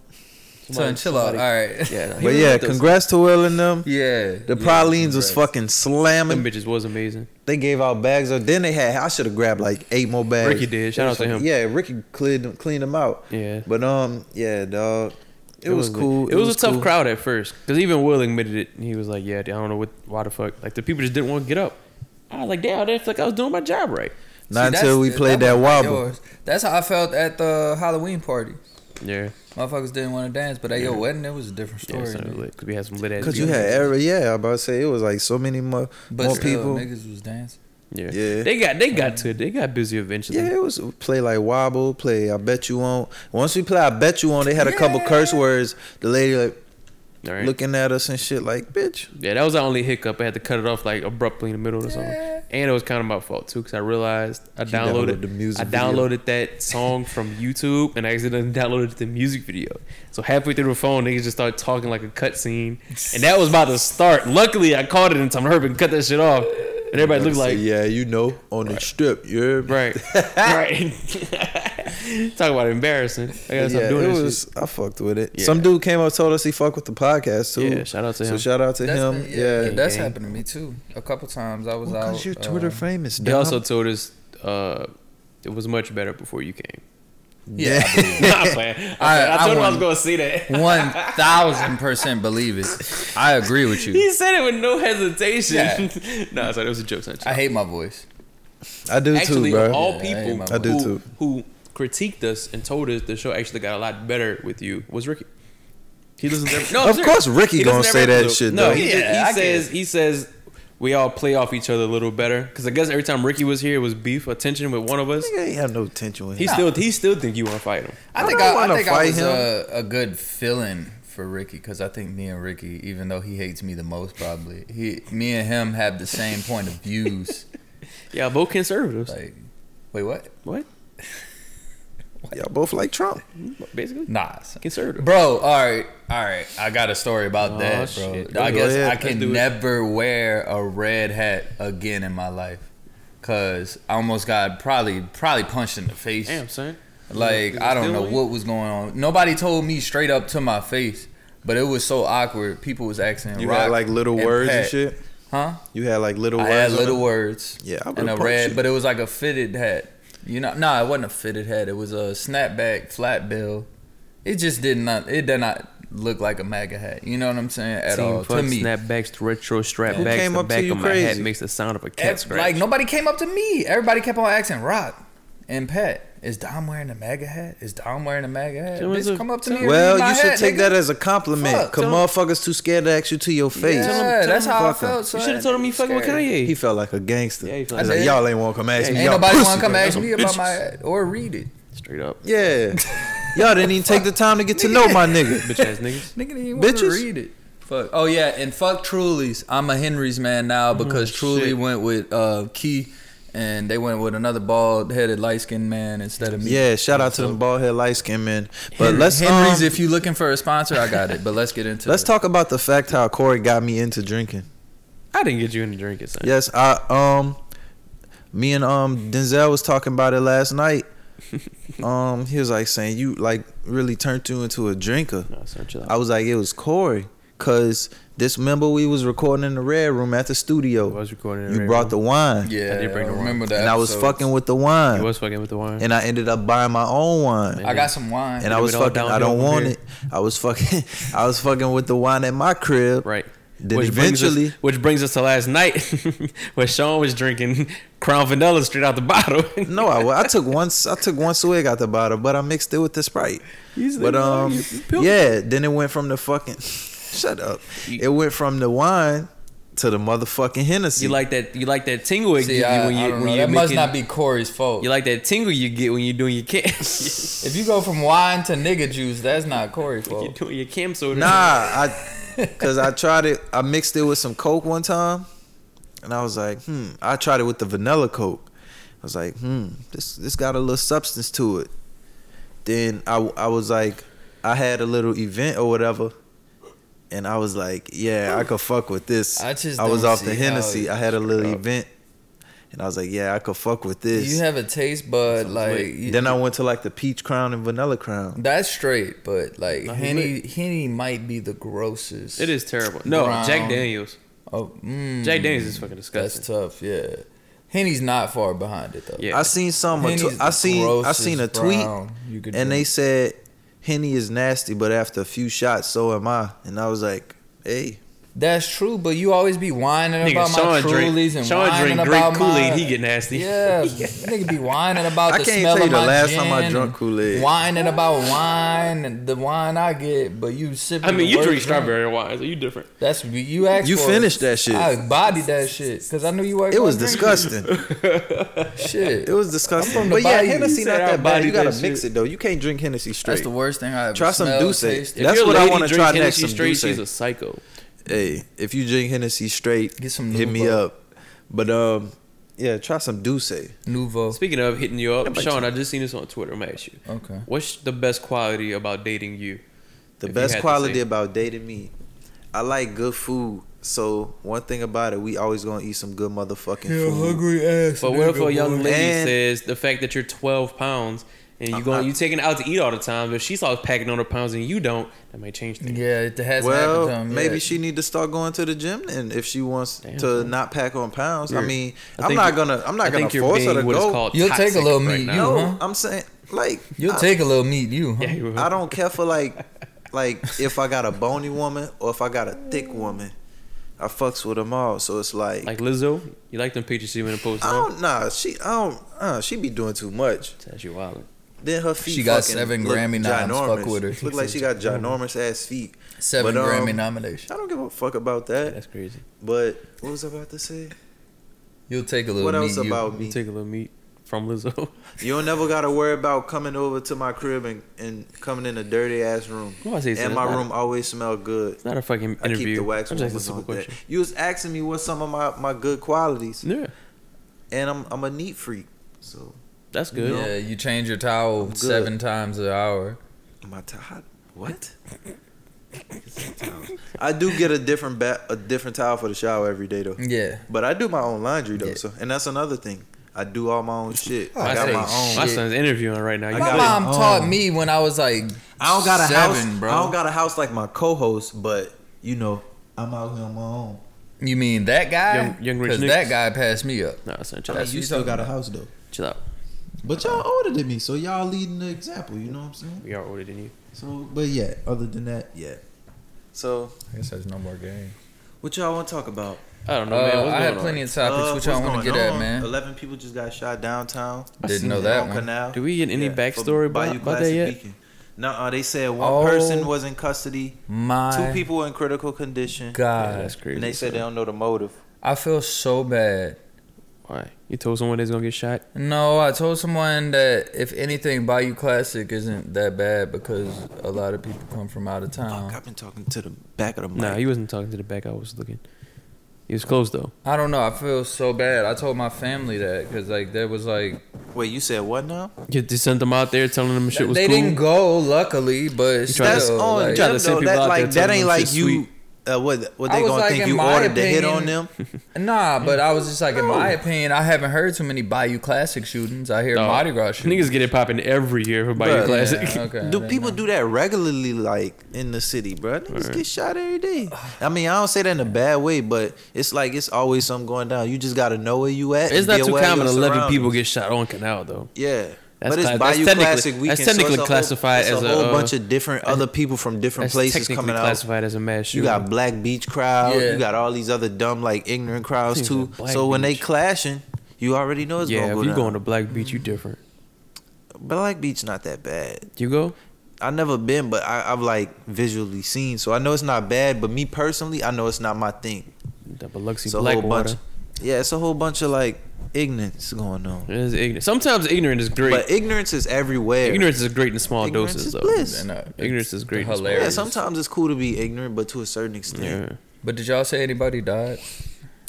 Speaker 3: Son, chill out. All right.
Speaker 1: Yeah,
Speaker 2: But yeah, congrats to Will and them.
Speaker 3: Yeah.
Speaker 2: The Pralines was fucking
Speaker 1: Them
Speaker 2: slamming.
Speaker 1: bitches was amazing.
Speaker 2: They gave out bags. Of, then they had. I should have grabbed like eight more bags.
Speaker 1: Ricky did. Shout out to him.
Speaker 2: Yeah, Ricky cleared them, cleaned them out.
Speaker 1: Yeah.
Speaker 2: But um, yeah, dog. It, was,
Speaker 1: lit.
Speaker 2: cool.
Speaker 1: It, was, a tough
Speaker 2: cool.
Speaker 1: crowd at first because even Will admitted it. He was like, "Yeah, I don't know what, why the fuck." Like the people just didn't want to get up. I was like, "Damn, I didn't feel like I was doing my job right."
Speaker 2: Not
Speaker 3: See,
Speaker 2: until we
Speaker 3: that's-
Speaker 2: played that,
Speaker 3: was like
Speaker 2: wobble.
Speaker 3: yours. That's how I felt at the Halloween party.
Speaker 1: Yeah.
Speaker 3: Motherfuckers didn't want to dance, but at your wedding, it was a different
Speaker 1: Yeah,
Speaker 3: story.
Speaker 1: it's
Speaker 3: nigga.
Speaker 1: not lit because we had some lit ass.
Speaker 2: Cause you
Speaker 1: beats.
Speaker 2: had every yeah. I about to say it was like so many more
Speaker 3: but
Speaker 2: more
Speaker 3: still,
Speaker 2: people.
Speaker 3: niggas was dancing.
Speaker 1: yeah.
Speaker 2: Yeah.
Speaker 1: They got they got to it. They got busy eventually.
Speaker 2: Yeah, it was play like wobble, play I bet you won't. Once we play I bet you won't, they had a couple curse words. The lady like
Speaker 1: All right.
Speaker 2: looking at us and shit like, bitch.
Speaker 1: yeah, that was the only hiccup. I had to cut it off like abruptly in the middle or something. And it was kind of my fault too because I realized I
Speaker 2: You
Speaker 1: downloaded,
Speaker 2: downloaded the music
Speaker 1: I
Speaker 2: video.
Speaker 1: downloaded that song from YouTube and I accidentally downloaded the music video. So halfway through the phone, niggas just started talking like a cutscene, and that was about to start. Luckily, I caught it in time. Herb and cut that shit off, and everybody looked
Speaker 2: Say,
Speaker 1: like
Speaker 2: yeah, you know, on the strip, yeah.
Speaker 1: right, right. Talk about embarrassing. I guess I'm doing
Speaker 2: it
Speaker 1: this.
Speaker 2: was, I fucked with it.
Speaker 1: Yeah.
Speaker 2: Some dude came up told us he fucked with the podcast too.
Speaker 1: shit. Yeah, shout out to
Speaker 2: so
Speaker 1: him.
Speaker 2: shout out to him.
Speaker 3: been-
Speaker 2: yeah.
Speaker 3: yeah, that's
Speaker 1: Gang.
Speaker 3: happened to me too. A couple times I was out.
Speaker 2: Because you're Twitter
Speaker 3: uh,
Speaker 2: famous.
Speaker 1: He also told us uh, it was much better before you came.
Speaker 3: Yeah, I believe
Speaker 1: Nah, I'm playing. I,
Speaker 3: I-
Speaker 1: I,
Speaker 3: I
Speaker 1: told him I was
Speaker 3: wouldn't-
Speaker 1: going to see that.
Speaker 3: One thousand percent believe it. I agree with you.
Speaker 1: He said it with no hesitation.
Speaker 3: Yeah.
Speaker 1: no, sorry, it was a joke. Son.
Speaker 3: I hate my voice.
Speaker 2: I do
Speaker 1: Actually,
Speaker 2: too, bro.
Speaker 1: of all
Speaker 3: Yeah, I hate
Speaker 1: people
Speaker 3: my
Speaker 2: I do
Speaker 1: who,
Speaker 2: too.
Speaker 1: who critiqued us and told us the show actually got a lot better with you was Ricky. He listens. to Every, no, I'm
Speaker 2: Of
Speaker 1: serious.
Speaker 2: course Ricky
Speaker 1: He listens
Speaker 2: gonna
Speaker 1: to every
Speaker 2: say that
Speaker 1: episode.
Speaker 2: shit,
Speaker 1: No,
Speaker 2: though.
Speaker 1: he, just-
Speaker 3: Yeah, I
Speaker 1: he says he says we all play off each other a little better because I guess every time Ricky was here, it was beef, attention with one of us.
Speaker 2: Nigga ain't have no tension with
Speaker 1: He
Speaker 2: him.
Speaker 1: still he still think you want to fight him.
Speaker 3: I
Speaker 2: I
Speaker 3: think
Speaker 2: don't
Speaker 3: I, I
Speaker 2: wanna
Speaker 3: think I
Speaker 2: fight
Speaker 3: was
Speaker 2: him.
Speaker 3: a, a good fill-in for Ricky because I think me and Ricky, even though he hates me the most, probably he, me and him have the same point of views.
Speaker 1: Yeah, both conservatives.
Speaker 3: Like, wait, what?
Speaker 1: What?
Speaker 2: Y'all both like Trump.
Speaker 1: Basically,
Speaker 3: Nah, son.
Speaker 1: conservative.
Speaker 3: bro. All right, all right. I got a story about
Speaker 1: Oh,
Speaker 3: that, bro.
Speaker 1: shit.
Speaker 3: I
Speaker 2: Go
Speaker 3: guess
Speaker 2: ahead.
Speaker 3: I can
Speaker 1: Let's do it.
Speaker 3: never wear a red hat again in my life because I almost got probably probably punched in the face.
Speaker 1: Damn, son. Is
Speaker 3: Like
Speaker 1: it
Speaker 3: I don't
Speaker 1: still
Speaker 3: know
Speaker 1: on you?
Speaker 3: what was going on. Nobody told me straight up to my face, but it was so awkward. People was asking.
Speaker 2: You
Speaker 3: Rock
Speaker 2: had like little
Speaker 3: and
Speaker 2: words and
Speaker 3: Pat,
Speaker 2: shit.
Speaker 3: huh?
Speaker 2: You had like little
Speaker 3: I
Speaker 2: words.
Speaker 3: had
Speaker 2: on
Speaker 3: little
Speaker 2: it?
Speaker 3: words.
Speaker 2: Yeah, I would've
Speaker 3: and a
Speaker 2: punched
Speaker 3: red,
Speaker 2: you.
Speaker 3: but it was like a fitted hat. You know, nah, it wasn't a fitted hat. It was a snapback flat bill. It just did not. It did not look like a MAGA hat. You know what I'm saying? At all to me.
Speaker 1: snapbacks to retro strap
Speaker 2: Who
Speaker 1: backs.
Speaker 2: came
Speaker 1: the
Speaker 2: up to
Speaker 1: back
Speaker 2: you
Speaker 1: of my hat
Speaker 2: crazy?
Speaker 1: makes the sound of a cat
Speaker 3: Ev-
Speaker 1: scratch.
Speaker 3: like nobody came up to me. Everybody kept on asking Rock and Pat. Is Dom wearing a MAGA hat? Is Dom wearing a MAGA hat?
Speaker 1: It was
Speaker 3: Bitch,
Speaker 1: a-
Speaker 3: come up to me. and
Speaker 2: Well,
Speaker 3: read my
Speaker 2: you should
Speaker 3: hat,
Speaker 2: take
Speaker 3: nigga.
Speaker 2: that as a compliment.
Speaker 3: Fuck,
Speaker 2: Cause
Speaker 1: tell
Speaker 2: motherfuckers too scared to ask you to your face.
Speaker 3: Yeah, that's how I felt.
Speaker 1: you
Speaker 3: son.
Speaker 1: should have told him you fucking with
Speaker 3: Scary.
Speaker 1: Kanye.
Speaker 2: He felt like a gangster.
Speaker 1: Yeah, he felt
Speaker 2: He's
Speaker 3: like-
Speaker 2: like, y'all ain't want to come ask me.
Speaker 1: Ain't
Speaker 3: Ain't
Speaker 2: y'all
Speaker 3: nobody
Speaker 2: pussy,
Speaker 3: want to come
Speaker 2: man.
Speaker 3: ask me about my or read it.
Speaker 1: Straight up,
Speaker 2: Yeah. y'all didn't even take the time to get to know my nigga.
Speaker 1: bitch ass niggas.
Speaker 3: Nigga didn't even
Speaker 2: wanna Bitches?
Speaker 3: read it. Fuck. Oh yeah, and fuck Truly's. I'm a Henry's man now
Speaker 2: Mm-hmm.
Speaker 3: because Truly
Speaker 1: shit.
Speaker 3: went with uh, Key, and they went with another bald-headed, light-skinned man instead of me.
Speaker 2: Yeah, shout out to them bald head light skinned men. But
Speaker 3: Hen-
Speaker 2: let's um,
Speaker 3: Henry's. if you looking for a sponsor, I got it. But let's get into.
Speaker 2: let's
Speaker 3: it.
Speaker 2: talk about the fact how Corey got me into drinking.
Speaker 1: I didn't get you into drinking, son.
Speaker 2: Yes, I um me and um Denzel was talking about it last night. Um he was like saying you like really turned you into a drinker.
Speaker 1: No, son, chill out.
Speaker 2: I was like it was Corey cuz this member we was recording in the red room at the studio.
Speaker 1: I was recording. it
Speaker 2: you
Speaker 1: right
Speaker 2: brought the wine.
Speaker 3: Yeah,
Speaker 1: I did bring the wine.
Speaker 3: remember that.
Speaker 2: And I was fucking with the
Speaker 1: now.
Speaker 2: wine.
Speaker 1: He was fucking with the wine.
Speaker 2: and I ended up buying my own wine.
Speaker 3: I got some wine.
Speaker 2: and I was
Speaker 1: it all
Speaker 2: fucking
Speaker 1: downhill
Speaker 2: I don't
Speaker 1: from
Speaker 2: want
Speaker 1: here.
Speaker 2: it. I was fucking I was fucking with the wine at my crib.
Speaker 1: right.
Speaker 2: Then
Speaker 1: brings us-
Speaker 2: eventually-
Speaker 1: which brings us to last night, where Sean was drinking Crown Vanilla straight out the bottle.
Speaker 2: No, I, wa- I took once I took one swig out the bottle, but I mixed it with the Sprite.
Speaker 1: He's like,
Speaker 2: But
Speaker 1: "No,
Speaker 2: um,
Speaker 1: you- you pilled
Speaker 2: yeah. Then it went from the fucking shut up. It went from the wine to the motherfucking Hennessy.
Speaker 1: You like that? You like that tingle it give
Speaker 3: See,
Speaker 1: you
Speaker 3: I,
Speaker 1: when
Speaker 3: I
Speaker 1: you
Speaker 3: don't
Speaker 1: when
Speaker 3: know.
Speaker 1: you're
Speaker 3: That must
Speaker 1: making-
Speaker 3: not be Corey's fault.
Speaker 1: You like that tingle you get when you're doing your cam. when
Speaker 3: if you go from wine to nigga juice, that's not Corey's
Speaker 1: you're
Speaker 3: fault.
Speaker 1: doing your cam soda.
Speaker 2: nah? I because I tried it. I mixed it with some Coke one time, and I was like, hmm. I tried it with the vanilla Coke. I was like, hmm. This this got a little substance to it. Then I I was like, I had a little event or whatever. And I was like, yeah, I could fuck with this.
Speaker 3: I just
Speaker 2: I was
Speaker 3: don't
Speaker 2: off the
Speaker 3: see how
Speaker 2: Hennessy.
Speaker 3: you-
Speaker 2: I had a little
Speaker 1: up.
Speaker 2: event. And I was like, yeah, I could fuck with this.
Speaker 3: You have a taste bud, like
Speaker 1: lit.
Speaker 3: you-
Speaker 2: Then I went to like the peach crown and vanilla crown.
Speaker 3: That's straight, but like
Speaker 1: Nah, he
Speaker 3: Henny, Henny might be the grossest.
Speaker 1: It is terrible. No,
Speaker 3: Brown.
Speaker 1: Jack Daniels.
Speaker 3: Oh, mm,
Speaker 1: Jack Daniels is fucking
Speaker 3: That's
Speaker 1: disgusting.
Speaker 3: tough. Yeah, Henny's not far behind it though.
Speaker 1: Yeah.
Speaker 2: I seen some. a
Speaker 3: Henny's
Speaker 2: tw- I
Speaker 3: the
Speaker 2: seen. I seen a
Speaker 3: grossest
Speaker 2: tweet,
Speaker 3: brown you could
Speaker 2: and they
Speaker 3: drink.
Speaker 2: said Henny is nasty, but after a few shots, so am I. And I was like, hey,
Speaker 3: That's true, but you always be whining
Speaker 1: Nigga,
Speaker 3: about my
Speaker 1: Sean drink-
Speaker 3: Trulies and
Speaker 1: Sean
Speaker 3: whining
Speaker 1: drink
Speaker 3: about
Speaker 1: Greek Kool-Aid,
Speaker 3: my-
Speaker 1: he get nasty.
Speaker 3: Yeah, nigga be whining about
Speaker 2: I
Speaker 3: the
Speaker 2: can't
Speaker 3: smell
Speaker 2: tell
Speaker 3: of
Speaker 2: you the
Speaker 3: my
Speaker 2: last time I
Speaker 3: gin,
Speaker 2: drunk Kool-Aid.
Speaker 3: Whining about wine and the wine I get, but you sipping.
Speaker 1: I mean,
Speaker 3: the
Speaker 1: you drink
Speaker 3: worst drink.
Speaker 1: strawberry wine, so you different.
Speaker 3: That's you asked.
Speaker 2: You
Speaker 3: for
Speaker 2: finished
Speaker 3: it.
Speaker 2: that shit.
Speaker 3: I bodied that shit because I knew you weren't.
Speaker 2: it
Speaker 3: gonna
Speaker 2: was
Speaker 3: drink
Speaker 2: disgusting.
Speaker 3: Shit.
Speaker 2: It was
Speaker 3: I'm from
Speaker 2: disgusting.
Speaker 3: the
Speaker 2: But yeah,
Speaker 3: bayou.
Speaker 2: Hennessy
Speaker 1: You
Speaker 2: not
Speaker 1: said I
Speaker 2: that bad. You
Speaker 1: bodied
Speaker 2: gotta
Speaker 1: that
Speaker 2: mix
Speaker 1: shit.
Speaker 2: it though. You can't drink Hennessy straight.
Speaker 3: That's the worst thing I ever
Speaker 2: Try some
Speaker 3: smelled,
Speaker 2: Douce.
Speaker 3: tasted.
Speaker 2: That's
Speaker 1: If your
Speaker 2: what I
Speaker 1: lady
Speaker 2: wanna
Speaker 1: drink
Speaker 2: try next,
Speaker 1: Hennessy
Speaker 2: some
Speaker 1: straight,
Speaker 2: Douce.
Speaker 1: she's a psycho.
Speaker 2: hey, if you drink Hennessy straight,
Speaker 3: Get some
Speaker 2: hit me
Speaker 3: Nuvo.
Speaker 2: up. But um, yeah, try some Douce.
Speaker 3: Nouveau.
Speaker 1: Speaking of hitting you up,
Speaker 2: Nobody
Speaker 1: Sean, I just seen this on Twitter. I'm gonna ask you.
Speaker 3: Okay.
Speaker 1: What's the best quality about dating you?
Speaker 2: The
Speaker 1: If you had
Speaker 2: best
Speaker 1: to
Speaker 2: quality
Speaker 1: say-
Speaker 2: about dating me, I like good food. So one thing about it, we always gonna eat some good motherfucking food.
Speaker 3: ass.
Speaker 1: But what if a young lady
Speaker 2: And-
Speaker 1: says the fact that you're 12 pounds and you going you taking her out to eat all the time. If she starts packing on her pounds and you don't, that might change things.
Speaker 3: Yeah, it hasn't
Speaker 2: well,
Speaker 3: happened to him.
Speaker 2: maybe
Speaker 3: yet.
Speaker 2: she need to start going to the gym and if she wants
Speaker 1: Damn,
Speaker 2: to
Speaker 1: son.
Speaker 2: not pack on pounds. I
Speaker 1: You're-
Speaker 2: mean,
Speaker 1: I
Speaker 2: I am
Speaker 1: think
Speaker 2: not
Speaker 1: you're-
Speaker 2: gonna I'm not
Speaker 1: I
Speaker 2: gonna
Speaker 1: think you're
Speaker 2: force her
Speaker 1: being
Speaker 2: to
Speaker 1: what is
Speaker 2: go.
Speaker 1: called
Speaker 3: You'll take a
Speaker 1: toxic
Speaker 3: little
Speaker 1: right
Speaker 3: meat,
Speaker 1: now.
Speaker 3: you
Speaker 2: No,
Speaker 3: huh?
Speaker 2: I'm saying like
Speaker 3: You'll
Speaker 2: I-
Speaker 3: take a little meat, you. Huh?
Speaker 1: Yeah, you will.
Speaker 2: I don't care for like like if I got a bony woman or if I got a thick woman. I fucks with them all, so it's like,
Speaker 1: like Lizzo. You like them pictures she went and posted.
Speaker 2: I
Speaker 1: huh?
Speaker 2: don't nah. She I don't uh, she be doing too much.
Speaker 1: That's you wild.
Speaker 2: Then her feet.
Speaker 3: She got
Speaker 2: fucking
Speaker 3: seven
Speaker 2: look
Speaker 3: Grammy noms, fuck
Speaker 2: ginormous.
Speaker 3: with her.
Speaker 2: Look like she got ginormous ass feet.
Speaker 3: Seven
Speaker 2: But, um,
Speaker 3: Grammy nominations.
Speaker 2: I don't give a fuck about that.
Speaker 1: That's crazy.
Speaker 2: But what was I about to say?
Speaker 3: You'll take a little
Speaker 2: What
Speaker 3: meat.
Speaker 2: else
Speaker 3: you.
Speaker 2: about
Speaker 1: You
Speaker 2: me?
Speaker 1: take a little meat from Lizzo.
Speaker 2: You don't never gotta worry about coming over to my crib and, and coming in a dirty ass room.
Speaker 1: Why is he saying
Speaker 2: and my
Speaker 1: that?
Speaker 2: room always smell good.
Speaker 1: It's not a fucking
Speaker 2: I
Speaker 1: interview.
Speaker 2: keep the wax
Speaker 1: I'm just asking a
Speaker 2: warmers
Speaker 1: simple
Speaker 2: on that.
Speaker 1: question.
Speaker 2: You was asking me what some of my, my good qualities,
Speaker 1: Yeah,
Speaker 2: and I'm I'm a neat freak, so
Speaker 1: that's good.
Speaker 3: Yeah, you change your towel
Speaker 2: good.
Speaker 3: seven times an hour.
Speaker 2: my t- hot- what? I do get a different ba- a different towel for the shower every day though.
Speaker 3: Yeah.
Speaker 2: But I do my own laundry though,
Speaker 3: Yeah.
Speaker 2: so and that's another thing. I do all my own shit.
Speaker 1: My,
Speaker 2: I got
Speaker 1: son-
Speaker 2: my
Speaker 3: say
Speaker 2: own.
Speaker 1: my
Speaker 3: shit.
Speaker 1: son's interviewing right now. You
Speaker 2: I
Speaker 3: My
Speaker 2: got
Speaker 1: good?
Speaker 2: it.
Speaker 3: mom taught
Speaker 2: Oh.
Speaker 3: me when I was like
Speaker 2: I don't got a
Speaker 3: seven,
Speaker 2: house.
Speaker 3: bro.
Speaker 2: I don't got a house like my co-host, but you know, I'm out here on my own.
Speaker 3: you mean that guy?
Speaker 1: Young- young rich niggas.
Speaker 3: that guy passed me up.
Speaker 1: No, son,
Speaker 2: I
Speaker 1: chill
Speaker 2: mean,
Speaker 1: out.
Speaker 2: you still got a house though.
Speaker 1: Chill out.
Speaker 2: But y'all older than me, so y'all leading the example. You know what I'm saying?
Speaker 1: We are older than you.
Speaker 2: So, but yeah, other than that, yeah. So,
Speaker 3: I guess there's no more game.
Speaker 2: what y'all want to talk about?
Speaker 1: I don't know,
Speaker 3: Uh,
Speaker 1: man. What's
Speaker 3: I
Speaker 1: going
Speaker 3: had
Speaker 1: on?
Speaker 3: plenty of topics.
Speaker 2: Uh,
Speaker 3: Which
Speaker 2: what's
Speaker 3: which I want
Speaker 2: going
Speaker 3: to get at,
Speaker 2: on? Uh,
Speaker 3: man?
Speaker 2: Eleven people just got shot downtown.
Speaker 3: Didn't
Speaker 1: seen
Speaker 3: know
Speaker 1: that
Speaker 3: that
Speaker 2: on
Speaker 3: one.
Speaker 2: Canal.
Speaker 1: Do we get any
Speaker 2: for
Speaker 1: backstory about-
Speaker 2: Bayou
Speaker 1: about that
Speaker 2: Classic
Speaker 1: yet?
Speaker 2: Weekend. Nuh-uh, they said one
Speaker 3: Oh.
Speaker 2: person was in custody,
Speaker 3: My
Speaker 2: two people were in critical condition,
Speaker 1: Yeah,
Speaker 3: God,
Speaker 1: that's crazy.
Speaker 2: and they said
Speaker 1: son.
Speaker 2: they don't know the motive.
Speaker 3: I feel so bad.
Speaker 1: Why? You told someone they was gonna get shot?
Speaker 3: No, I told someone that if anything, Bayou Classic isn't that bad because a lot of people come from out of town.
Speaker 2: Fuck, I've been talking to the back of the mic.
Speaker 1: Nah, he wasn't talking to the back. I was looking. He was close though.
Speaker 3: I don't know. I feel so bad. I told my family that because like there was like
Speaker 2: Wait, you said what now?
Speaker 1: You just sent them out there telling them shit was
Speaker 3: they
Speaker 1: cool.
Speaker 3: didn't go. Luckily, but still,
Speaker 1: tried to-
Speaker 2: That's on
Speaker 3: like,
Speaker 1: You tried to
Speaker 2: them,
Speaker 1: send
Speaker 2: though.
Speaker 1: people
Speaker 2: That
Speaker 1: out
Speaker 2: like
Speaker 1: there,
Speaker 2: that
Speaker 1: tell
Speaker 2: ain't
Speaker 1: them
Speaker 2: like
Speaker 1: shit
Speaker 2: you.
Speaker 1: sweet.
Speaker 2: Uh, what what
Speaker 3: I
Speaker 2: they
Speaker 3: was
Speaker 2: gonna
Speaker 3: like,
Speaker 2: think
Speaker 3: in
Speaker 2: you
Speaker 3: my
Speaker 2: ordered to hit on
Speaker 3: opinion-
Speaker 2: them?
Speaker 3: Nah, but I was just like, in my opinion, I haven't heard too many Bayou Classic shootings. I hear
Speaker 1: Dog.
Speaker 3: Mardi Gras shootings.
Speaker 1: Niggas get it popping every year for Bayou
Speaker 2: Bruh.
Speaker 1: Classic.
Speaker 3: Yeah, okay, I
Speaker 2: do
Speaker 3: didn't
Speaker 2: people
Speaker 3: know.
Speaker 2: do that regularly, like in the city, bro? Niggas get shot every day. I mean, I don't say that in a bad way, but it's like it's always something going down. You just gotta know where you at.
Speaker 1: It's
Speaker 2: and
Speaker 1: not
Speaker 2: be
Speaker 1: too
Speaker 2: aware of
Speaker 1: common.
Speaker 2: your
Speaker 1: Eleven people
Speaker 2: surroundings.
Speaker 1: get shot on Canal though.
Speaker 2: Yeah.
Speaker 1: That's
Speaker 2: but it's
Speaker 1: cla- that's
Speaker 2: Bayou
Speaker 1: technically-
Speaker 2: Classic
Speaker 1: that's
Speaker 2: weekend.
Speaker 1: technically
Speaker 2: so it's
Speaker 1: classified
Speaker 2: a whole,
Speaker 1: as
Speaker 2: it's
Speaker 1: a,
Speaker 2: a whole
Speaker 1: uh,
Speaker 2: bunch of different other people from different
Speaker 1: That's
Speaker 2: places
Speaker 1: technically
Speaker 2: coming out.
Speaker 1: classified as a mass
Speaker 2: You
Speaker 1: shooting.
Speaker 2: got Black Beach crowd.
Speaker 3: Yeah.
Speaker 2: You got all these other dumb, like ignorant crowds
Speaker 1: Things
Speaker 2: too.
Speaker 1: like Black
Speaker 2: so when they
Speaker 1: Beach.
Speaker 2: clashing, you already know it's
Speaker 1: yeah.
Speaker 2: gonna
Speaker 1: if
Speaker 2: go
Speaker 1: you
Speaker 2: down.
Speaker 1: going to Black Beach, you different.
Speaker 2: Black Beach not that bad.
Speaker 1: You go?
Speaker 2: I've never been, but I, I've like visually seen, so I know it's not bad. But me personally, I know it's not my thing.
Speaker 1: The Biloxi
Speaker 2: It's a whole bunch.
Speaker 1: Blackwater.
Speaker 2: Yeah, it's a whole bunch of like ignorance going on.
Speaker 1: It is ignorant. Sometimes ignorant is great.
Speaker 2: But ignorance is everywhere.
Speaker 1: ignorance is great in small
Speaker 2: Ignorance
Speaker 1: doses
Speaker 2: is
Speaker 1: though.
Speaker 2: bliss.
Speaker 3: And, uh,
Speaker 1: Ignorance is great.
Speaker 3: Hilarious.
Speaker 2: Yeah, sometimes it's cool to be ignorant, but to a certain
Speaker 1: Yeah.
Speaker 2: extent.
Speaker 3: But did y'all say anybody died?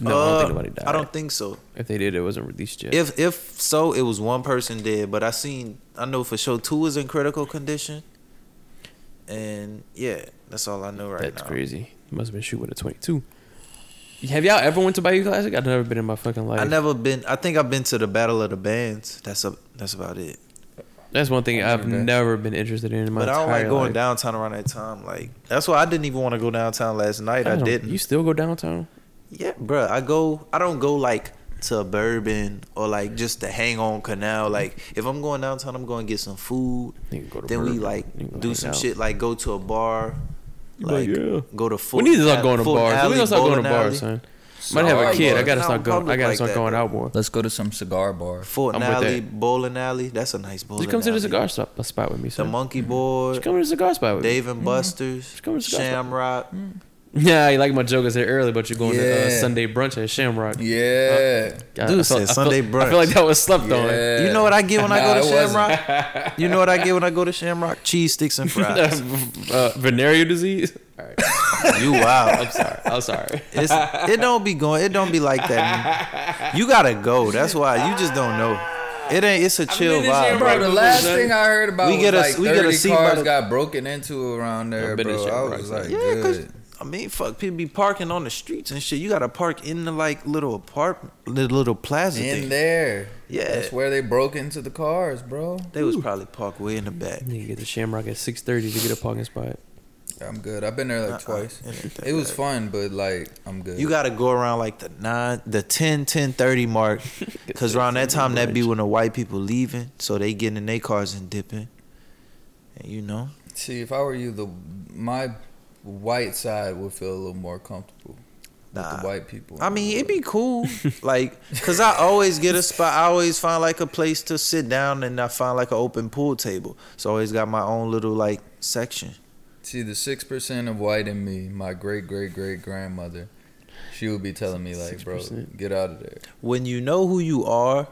Speaker 1: No, I don't think
Speaker 2: Uh,
Speaker 1: nobody died.
Speaker 2: I don't think so.
Speaker 1: If they did, it wasn't released yet.
Speaker 2: If if so, it was one person dead, but I seen I know for sure two was in critical condition. And yeah, that's all I know right
Speaker 1: That's
Speaker 2: now.
Speaker 1: crazy. You must have been shooting with a 22. Have y'all ever went to Bayou Classic? I've never been in my fucking life.
Speaker 2: I never been. I think I've been to the Battle of the Bands. That's a, that's about it.
Speaker 1: That's one thing
Speaker 3: I
Speaker 1: I've
Speaker 3: remember that.
Speaker 1: never been interested in in my
Speaker 2: But I don't
Speaker 1: entire
Speaker 2: like going
Speaker 1: life.
Speaker 2: downtown around that time. Like that's why I didn't even want to go downtown last night. I,
Speaker 1: don't-
Speaker 2: didn't.
Speaker 1: You still go downtown?
Speaker 2: yeah, bruh. I go. I don't go like to Bourbon or like just to hang on Canal.
Speaker 1: Mm-hmm.
Speaker 2: Like if I'm going downtown, I'm going to get some food.
Speaker 1: Nigga, go to
Speaker 2: then we
Speaker 1: Bourbon. Nigga, go
Speaker 2: like do
Speaker 1: hang
Speaker 2: some
Speaker 1: out.
Speaker 2: shit. Like go to a bar.
Speaker 1: You be like,
Speaker 2: Like
Speaker 1: yeah.
Speaker 2: go to.
Speaker 1: we
Speaker 2: Fulton
Speaker 1: need to start
Speaker 2: Alley-
Speaker 1: going to
Speaker 2: Fulton
Speaker 1: bars. we
Speaker 2: Alley,
Speaker 1: need to start going to
Speaker 2: bowling
Speaker 1: bars, son.
Speaker 2: alley.
Speaker 1: Might have a
Speaker 2: Sorry,
Speaker 1: kid. I
Speaker 2: bars.
Speaker 1: gotta
Speaker 2: Not
Speaker 1: start
Speaker 2: in
Speaker 1: going. I
Speaker 2: public
Speaker 1: gotta
Speaker 2: like
Speaker 1: start
Speaker 2: that,
Speaker 1: going
Speaker 2: bro.
Speaker 1: out more.
Speaker 3: Let's go to some cigar bar.
Speaker 2: Fulton
Speaker 1: I'm with
Speaker 2: Alley,
Speaker 1: that.
Speaker 2: bowling alley. That's a nice bowling.
Speaker 1: Just come to
Speaker 2: alley.
Speaker 1: the cigar stop a spot with me,
Speaker 2: The
Speaker 1: son.
Speaker 2: Monkey Board.
Speaker 1: Just come to the cigar spot with me.
Speaker 2: Dave and Buster's,
Speaker 1: come to Scottsdale.
Speaker 2: Shamrock.
Speaker 1: Mm. Yeah, you like my joke I said earlier, but you're going to uh,
Speaker 3: Yeah.
Speaker 1: Sunday brunch at Shamrock.
Speaker 3: Yeah.
Speaker 1: God,
Speaker 2: Dude
Speaker 1: I felt-
Speaker 2: said
Speaker 1: I
Speaker 2: Sunday
Speaker 1: feel, I feel like
Speaker 2: brunch.
Speaker 1: that was slept on.
Speaker 2: You know what I get when I go
Speaker 3: Nah,
Speaker 2: to
Speaker 3: it wasn't.
Speaker 2: Shamrock? you know what I get when I go to Shamrock? Cheese sticks and fries.
Speaker 1: uh, venereal disease. All right,
Speaker 2: you wow.
Speaker 1: I'm sorry. I'm sorry.
Speaker 2: It's, it don't be going. It don't be like that. man. You gotta go. That's why you just don't know. It ain't. It's a chill
Speaker 1: been to
Speaker 2: vibe.
Speaker 1: Shamrock
Speaker 2: bro.
Speaker 3: Bro, the last thing I heard about
Speaker 2: We
Speaker 3: was
Speaker 2: get a-
Speaker 3: like
Speaker 2: we get a
Speaker 3: 30
Speaker 2: seat by
Speaker 3: cars
Speaker 2: the-
Speaker 3: got broken into around there,
Speaker 1: I've been to
Speaker 3: bro. I
Speaker 1: Shamrock,
Speaker 3: was
Speaker 1: right?
Speaker 3: like,
Speaker 2: Yeah, cause
Speaker 3: good.
Speaker 2: I mean, fuck, people be parking on the streets and shit. You gotta park in the like little apartment, the little plaza
Speaker 3: in
Speaker 2: thing.
Speaker 3: there.
Speaker 2: Yeah.
Speaker 3: that's where they broke into the cars, bro.
Speaker 2: They was probably parked way in the back.
Speaker 1: Nigga get the Shamrock at six thirty to get a parking spot.
Speaker 3: I'm good. I've been there like
Speaker 2: Uh-uh.
Speaker 3: twice.
Speaker 2: It ain't that
Speaker 3: It was
Speaker 2: bad.
Speaker 3: fun, but like I'm good.
Speaker 2: You gotta go around like the nine, the 10, 10 30 mark, cause around that time that be when the white people leaving, so they getting in their cars and dipping. And you know,
Speaker 3: see if I were you, the my white side would feel a little more comfortable with
Speaker 2: nah.
Speaker 3: the white people.
Speaker 2: I mean, it'd be cool, like, cause I always get a spot. I always find like a place to sit down, and I find like an open pool table. So I always got my own little like section.
Speaker 3: see the six percent of white in me. My great great great grandmother, she would be telling me like, bro,
Speaker 1: 6%.
Speaker 3: get out of there.
Speaker 2: When you know who you are,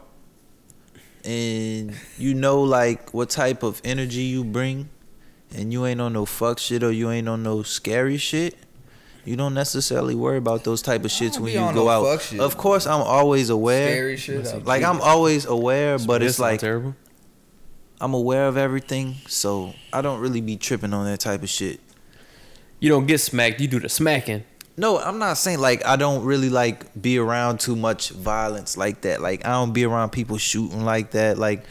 Speaker 2: and you know like what type of energy you bring, and you ain't on no fuck shit or you ain't on no scary shit. You don't necessarily worry about those type of shits
Speaker 3: don't
Speaker 2: when you
Speaker 3: be on
Speaker 2: go
Speaker 3: no
Speaker 2: out.
Speaker 3: fuck shit.
Speaker 2: Of course, I'm always aware.
Speaker 3: Scary shit. I-
Speaker 2: Like I'm always aware, but
Speaker 1: That
Speaker 2: it's
Speaker 1: sound
Speaker 2: like
Speaker 1: terrible.
Speaker 2: I'm aware of everything, so I don't really be tripping on that type of shit.
Speaker 1: You don't get smacked. You do the smacking.
Speaker 2: No, I'm not saying like I don't really like be around too much violence like that. Like I don't be around people shooting like that. Like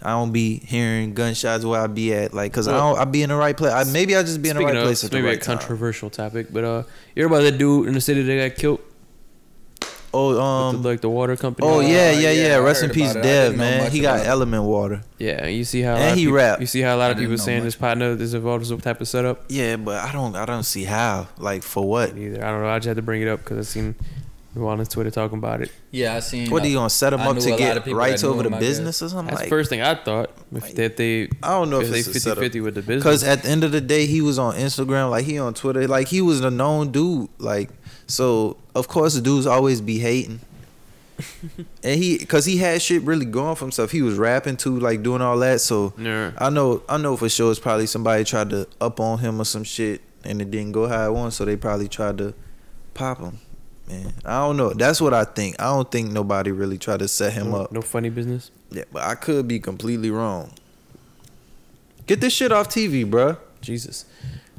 Speaker 2: I don't be hearing gunshots where I be at. Like because I
Speaker 1: Well,
Speaker 2: don't I be in the right place. I, maybe I just be in the
Speaker 1: Speaking
Speaker 2: right
Speaker 1: of, it's
Speaker 2: place at the
Speaker 1: maybe
Speaker 2: right
Speaker 1: a
Speaker 2: time.
Speaker 1: controversial topic, but uh, you heard about that dude in the city that got killed
Speaker 2: Oh
Speaker 1: with
Speaker 2: um.
Speaker 1: the, like the water company?
Speaker 2: Oh
Speaker 1: Uh,
Speaker 2: yeah, yeah,
Speaker 3: yeah,
Speaker 2: yeah.
Speaker 3: I
Speaker 2: Rest in
Speaker 3: heard
Speaker 2: peace,
Speaker 3: about it. I didn't
Speaker 2: Dev
Speaker 3: know
Speaker 2: man.
Speaker 3: much
Speaker 2: He got
Speaker 3: about it.
Speaker 2: element water.
Speaker 1: yeah. You see how a
Speaker 2: And
Speaker 1: lot of
Speaker 2: he
Speaker 1: people,
Speaker 2: rap.
Speaker 1: You see how a lot
Speaker 3: I
Speaker 1: of
Speaker 3: didn't
Speaker 1: people
Speaker 3: know
Speaker 1: saying
Speaker 3: much.
Speaker 1: his partner is involved in some type of setup.
Speaker 2: Yeah, but I don't I don't see how. Like for what?
Speaker 1: Either I don't know. I just had to bring it up because I seen people on his Twitter talking about it.
Speaker 3: yeah, I seen.
Speaker 2: What are
Speaker 3: uh,
Speaker 2: you gonna set them
Speaker 3: I
Speaker 2: up
Speaker 3: knew a
Speaker 2: to
Speaker 3: lot of
Speaker 2: get
Speaker 3: people
Speaker 2: rights
Speaker 3: that knew
Speaker 2: over the
Speaker 3: him, I guess.
Speaker 2: business or something?
Speaker 1: That's the
Speaker 2: Like,
Speaker 1: first thing I thought. If
Speaker 2: Like,
Speaker 1: that they,
Speaker 2: I don't know if
Speaker 1: they
Speaker 2: it's a setup.
Speaker 1: 50-50 with the business.
Speaker 2: Because at the end of the day, he was on Instagram, like he on Twitter, like he was a known dude, like so. Of course, the dudes always be hating, and he because he had shit really going for himself. He was rapping too, like doing all that. So
Speaker 1: Yeah.
Speaker 2: I know, I know for sure, it's probably somebody tried to up on him or some shit, and it didn't go how it wanted. So they probably tried to pop him. Man, I don't know. That's what I think. I don't think nobody really tried to set him
Speaker 1: no,
Speaker 2: up.
Speaker 1: no funny business.
Speaker 2: Yeah, but I could be completely wrong. Get this shit off TV, bruh.
Speaker 1: Jesus,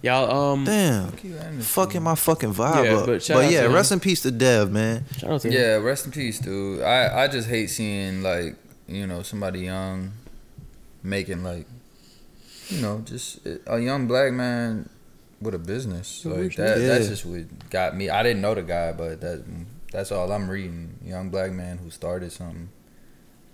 Speaker 1: y'all. Um,
Speaker 2: Damn.
Speaker 3: Fuck you, Anderson.
Speaker 2: Fucking my fucking vibe
Speaker 1: Yeah, but
Speaker 2: up. But,
Speaker 1: shout out
Speaker 2: yeah,
Speaker 1: to
Speaker 2: rest
Speaker 1: him.
Speaker 2: in peace to Dev, man.
Speaker 1: shout out to him.
Speaker 3: Yeah, rest in peace, dude. I I just hate seeing like you know somebody young making like you know just a young black man with a business like that. That's
Speaker 2: Yeah.
Speaker 3: just what got me. I didn't know the guy, but that that's all I'm reading. Young black man who started something.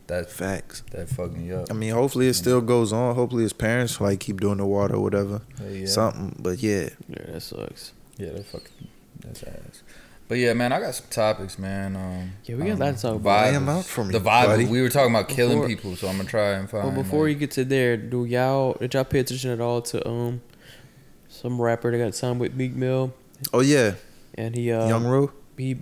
Speaker 3: That
Speaker 2: Facts.
Speaker 3: that fucked me up.
Speaker 2: I mean, hopefully it still goes on. Hopefully his parents like keep doing the water or whatever.
Speaker 3: Hey, yeah.
Speaker 2: Something. But yeah.
Speaker 1: yeah, that sucks.
Speaker 3: Yeah, that fucking that's ass. But yeah, man, I got some topics, man. Um,
Speaker 1: Yeah, we got
Speaker 3: um,
Speaker 1: lots to talk about.
Speaker 3: vibe-
Speaker 2: Lay 'em out for me,
Speaker 3: The vibe.
Speaker 2: buddy.
Speaker 3: We were talking about killing
Speaker 1: Before-
Speaker 3: people, so I'm gonna try and find.
Speaker 1: Well, before
Speaker 3: like-
Speaker 1: you get to there, do y'all did y'all pay attention at all to um some rapper that got signed with Meek Mill
Speaker 2: Oh yeah.
Speaker 1: and he uh
Speaker 2: Young Ru.
Speaker 1: he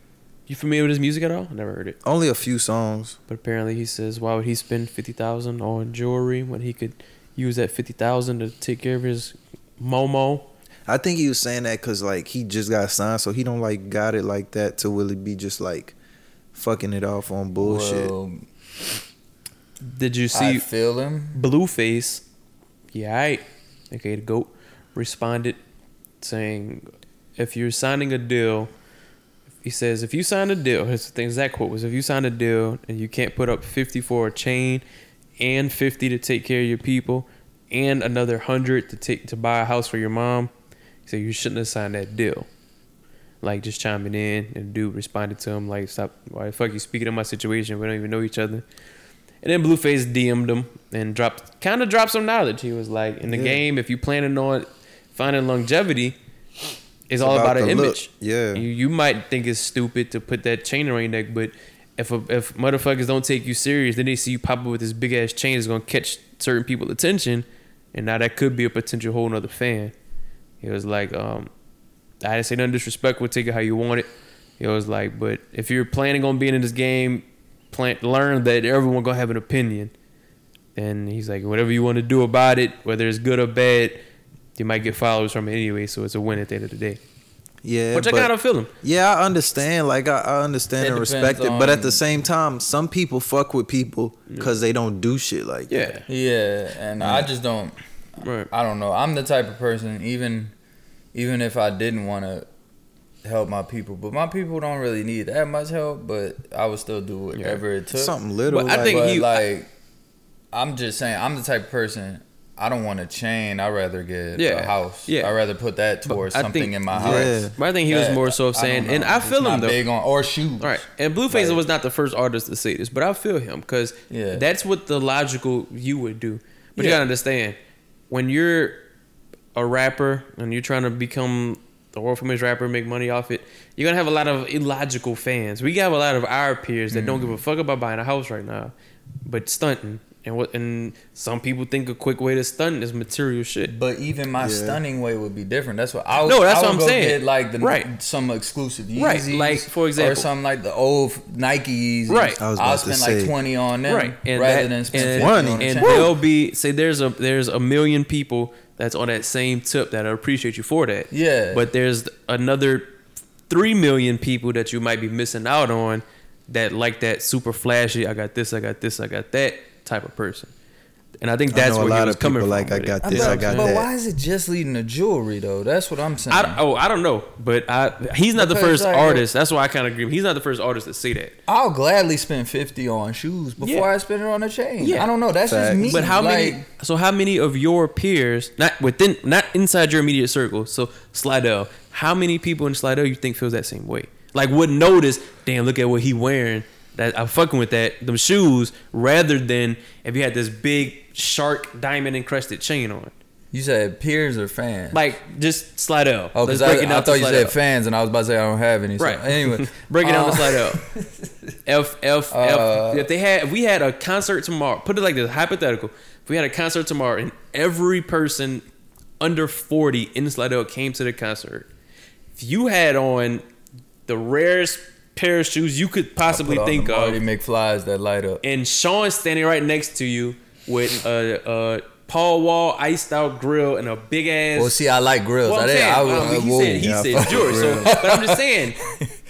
Speaker 1: you familiar with his music at all? I never heard it,
Speaker 2: Only a few songs.
Speaker 1: but apparently he says why would he spend fifty thousand on jewelry when he could use that fifty thousand to take care of his momo?
Speaker 2: I think he was saying that because like he just got signed, so he don't like got it like that to really be just like fucking it off on bullshit.
Speaker 3: Well,
Speaker 1: Did you
Speaker 3: I
Speaker 1: see
Speaker 3: feel him.
Speaker 1: Blueface? Yeah, right. Okay, the goat responded saying, "If you're signing a deal." he says, if you sign a deal, his the exact quote was, if you sign a deal and you can't put up 50 for a chain and 50 to take care of your people and another 100 to take to buy a house for your mom, he said, you shouldn't have signed that deal. Like, just chiming in, and dude responded to him, like, stop, why the fuck you speaking of my situation? We don't even know each other. And then Blueface DM'd him and dropped, kind of dropped some knowledge. He was like, in the
Speaker 2: Yeah.
Speaker 1: game, if you planning on finding longevity, it's, all about,
Speaker 2: about
Speaker 1: an
Speaker 2: the look.
Speaker 1: image.
Speaker 2: Yeah.
Speaker 1: You, you might think it's stupid to put that chain around your neck, but if a, if motherfuckers don't take you serious, then they see you pop up with this big ass chain that's gonna catch certain people's attention, and now that could be a potential whole nother fan. It was like, um, I didn't say nothing disrespectful. Take it how you want it. It was like, but if you're planning on being in this game, plan learn that everyone gonna have an opinion. And he's like, whatever you want to do about it, whether it's good or bad, you might get followers from it anyway. So it's a win at the end of the day.
Speaker 2: Yeah,
Speaker 1: Which I
Speaker 2: but-
Speaker 1: kind of feel him.
Speaker 2: Yeah, I understand. Like I, I understand
Speaker 3: It
Speaker 2: and
Speaker 3: depends
Speaker 2: respect it, but
Speaker 3: on-
Speaker 2: at the same time, some people fuck with people because they don't do shit like
Speaker 1: Yeah.
Speaker 2: that.
Speaker 3: Yeah, and I just don't.
Speaker 1: Right.
Speaker 3: I don't know. I'm the type of person even even if I didn't want to help my people, but my people don't really need that much help. But I would still do whatever it took.
Speaker 2: Something little.
Speaker 1: But I
Speaker 2: like-
Speaker 1: think-
Speaker 3: but
Speaker 1: he-
Speaker 3: like, I, am just saying, I'm the type of person. I don't want a chain. I'd rather get
Speaker 1: Yeah,
Speaker 3: a house.
Speaker 1: yeah.
Speaker 3: I'd rather put that towards
Speaker 1: I
Speaker 3: something
Speaker 1: think-
Speaker 3: in my house.
Speaker 2: Yeah.
Speaker 1: But I think he was
Speaker 3: That-
Speaker 1: more so of
Speaker 3: I
Speaker 1: saying,
Speaker 3: don't
Speaker 1: and
Speaker 3: know.
Speaker 1: I
Speaker 3: It's
Speaker 1: feel
Speaker 3: not
Speaker 1: him though.
Speaker 3: Big on or shoes.
Speaker 1: All right, and Blueface
Speaker 3: Like-
Speaker 1: was not the first artist to say this, but I feel him because
Speaker 3: Yeah.
Speaker 1: that's what the logical you would do. But you
Speaker 3: Yeah.
Speaker 1: gotta understand, when you're a rapper and you're trying to become the world famous rapper, make money off it, you're gonna have a lot of illogical fans. We have a lot of our peers that don't give a
Speaker 3: Mm.
Speaker 1: fuck about buying a house right now, but stunting. And what and some people think a quick way to stunt is material shit.
Speaker 3: But even my
Speaker 2: Yeah.
Speaker 3: stunning way would be different. That's what I would.
Speaker 1: No, that's
Speaker 3: I would
Speaker 1: what I'm
Speaker 3: go
Speaker 1: saying.
Speaker 3: Get like the
Speaker 1: Right.
Speaker 3: some exclusive Yeezys,
Speaker 1: Right, like, for
Speaker 3: or
Speaker 1: example-
Speaker 3: something like the old Nike Yeezys.
Speaker 1: Right.
Speaker 2: I was
Speaker 3: I'll
Speaker 2: about to
Speaker 3: spend
Speaker 2: say-
Speaker 3: like twenty on them,
Speaker 1: right and
Speaker 3: rather
Speaker 1: that-
Speaker 3: than
Speaker 1: and,
Speaker 3: spend 20 on a
Speaker 1: and
Speaker 3: chain.
Speaker 1: they'll be say there's a there's a million people that's on that same tip that appreciate you for that
Speaker 3: Yeah.
Speaker 1: but there's another three million people that you might be missing out on that like that super flashy i got this i got this i got that type of person and i think that's
Speaker 2: know a
Speaker 1: where
Speaker 2: lot
Speaker 1: he was
Speaker 2: of people
Speaker 1: coming
Speaker 2: like,
Speaker 1: from
Speaker 2: I
Speaker 1: with
Speaker 2: got
Speaker 1: it.
Speaker 3: I
Speaker 2: this, I
Speaker 3: bet-
Speaker 2: got
Speaker 3: but
Speaker 2: that.
Speaker 3: why is it just leading to jewelry though? That's what I'm saying.
Speaker 1: I, oh, I don't know, but I he's not the
Speaker 3: Because,
Speaker 1: first
Speaker 3: like,
Speaker 1: artist. That's why I kind of agree. He's not the first artist to say that.
Speaker 3: I'll gladly spend fifty on shoes before
Speaker 1: Yeah.
Speaker 3: I spend it on a chain.
Speaker 1: Yeah.
Speaker 3: I don't know. That's
Speaker 2: Facts.
Speaker 3: just me.
Speaker 1: But how many?
Speaker 3: Like,
Speaker 1: So how many of your peers, not within, not inside your immediate circle? So Slidell, how many people in Slidell you think feels that same way? Like would notice? Damn, look at what he wearing. That I'm fucking with that them shoes. Rather than if you had this big shark diamond encrusted chain on,
Speaker 3: You said peers or fans?
Speaker 1: like just Slidell.
Speaker 3: oh, because
Speaker 1: Let's
Speaker 3: I,
Speaker 1: break it
Speaker 3: I
Speaker 1: down to
Speaker 3: thought you
Speaker 1: Slidell.
Speaker 3: said fans, and I was about to say I don't have any. so-
Speaker 1: Right.
Speaker 3: anyway,
Speaker 1: Break it down to
Speaker 3: Uh,
Speaker 1: Slidell. F F
Speaker 3: Uh,
Speaker 1: F. If they had, if we had a concert tomorrow, put it like this, hypothetical. If we had a concert tomorrow, and every person under forty in Slidell came to the concert, if you had on the rarest pair of shoes you could possibly
Speaker 3: put on
Speaker 1: think
Speaker 3: the
Speaker 1: of,
Speaker 3: Marty McFlies that light up.
Speaker 1: and Sean standing right next to you with a, a Paul Wall iced out grill and a big ass.
Speaker 3: Well, see, I like grills.
Speaker 1: Well,
Speaker 3: I
Speaker 1: I'm
Speaker 3: didn't.
Speaker 1: saying,
Speaker 3: I
Speaker 1: well,
Speaker 3: was, uh,
Speaker 1: he
Speaker 3: whoa.
Speaker 1: said he
Speaker 2: Yeah, I
Speaker 1: said
Speaker 2: fuck
Speaker 1: yours.
Speaker 2: with
Speaker 1: So,
Speaker 2: real.
Speaker 1: but I'm just saying,